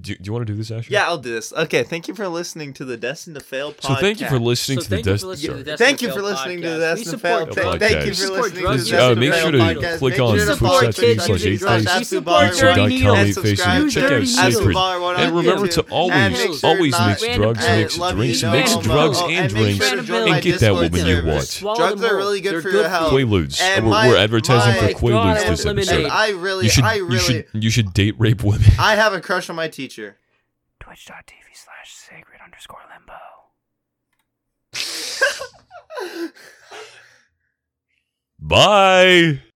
A: Do, do you want to do this, Asher?
C: Yeah, I'll do this. Okay, thank you for listening to the Destined to Fail podcast.
A: So thank you for listening
B: So
A: to the
B: thank you for
A: Dest- sorry.
B: listening to the Destined
C: Thank you
B: Fail
C: for listening to
B: podcast. We
C: the Destined to Fail.
B: support drugs.
C: Thank, thank you
A: Podcast.
C: for
B: Support
C: listening to
B: drugs
C: the
B: users
A: Uh,
C: Destined
A: make
C: to
A: sure
C: Fail
A: to
C: podcast.
A: click
C: Make
A: on
C: sure to
A: twitch.tv
C: support
A: slash
C: kids using drugs.
A: eighth
B: place.
C: Absolute Baller
B: Support
C: Run.
B: Dirty Needle.
C: And
A: Needle.
C: subscribe
B: You
C: to
B: dirty
C: Absolute
B: needle.
C: Baller Run
A: And
C: on
A: remember
C: YouTube.
A: to
C: And
A: always,
C: make sure
A: always
C: not-
A: mix
B: Random
A: drugs,
B: Acts.
A: mix
C: Love
A: drinks,
C: you,
A: mix
C: Nomo.
A: drugs
C: Oh,
A: and
C: make sure
A: drinks,
C: to
B: and
C: join my
A: get that
C: Discord
A: woman you
C: server.
A: want.
B: Swallow
C: Drugs
B: them
C: are
B: all.
C: really good
B: They're
C: for your
B: good
C: health.
B: for you.
A: Quaaludes.
C: And
A: we're,
C: my-
A: we're advertising
C: my
A: for Quaaludes
B: God,
A: this
B: lemonade.
A: episode.
C: And I really,
A: You should,
C: I
A: you
C: really,
A: should, you should date rape women. (laughs)
C: I have a crush on my teacher.
E: twitch.tv slash sacred underscore limbo.
A: Bye.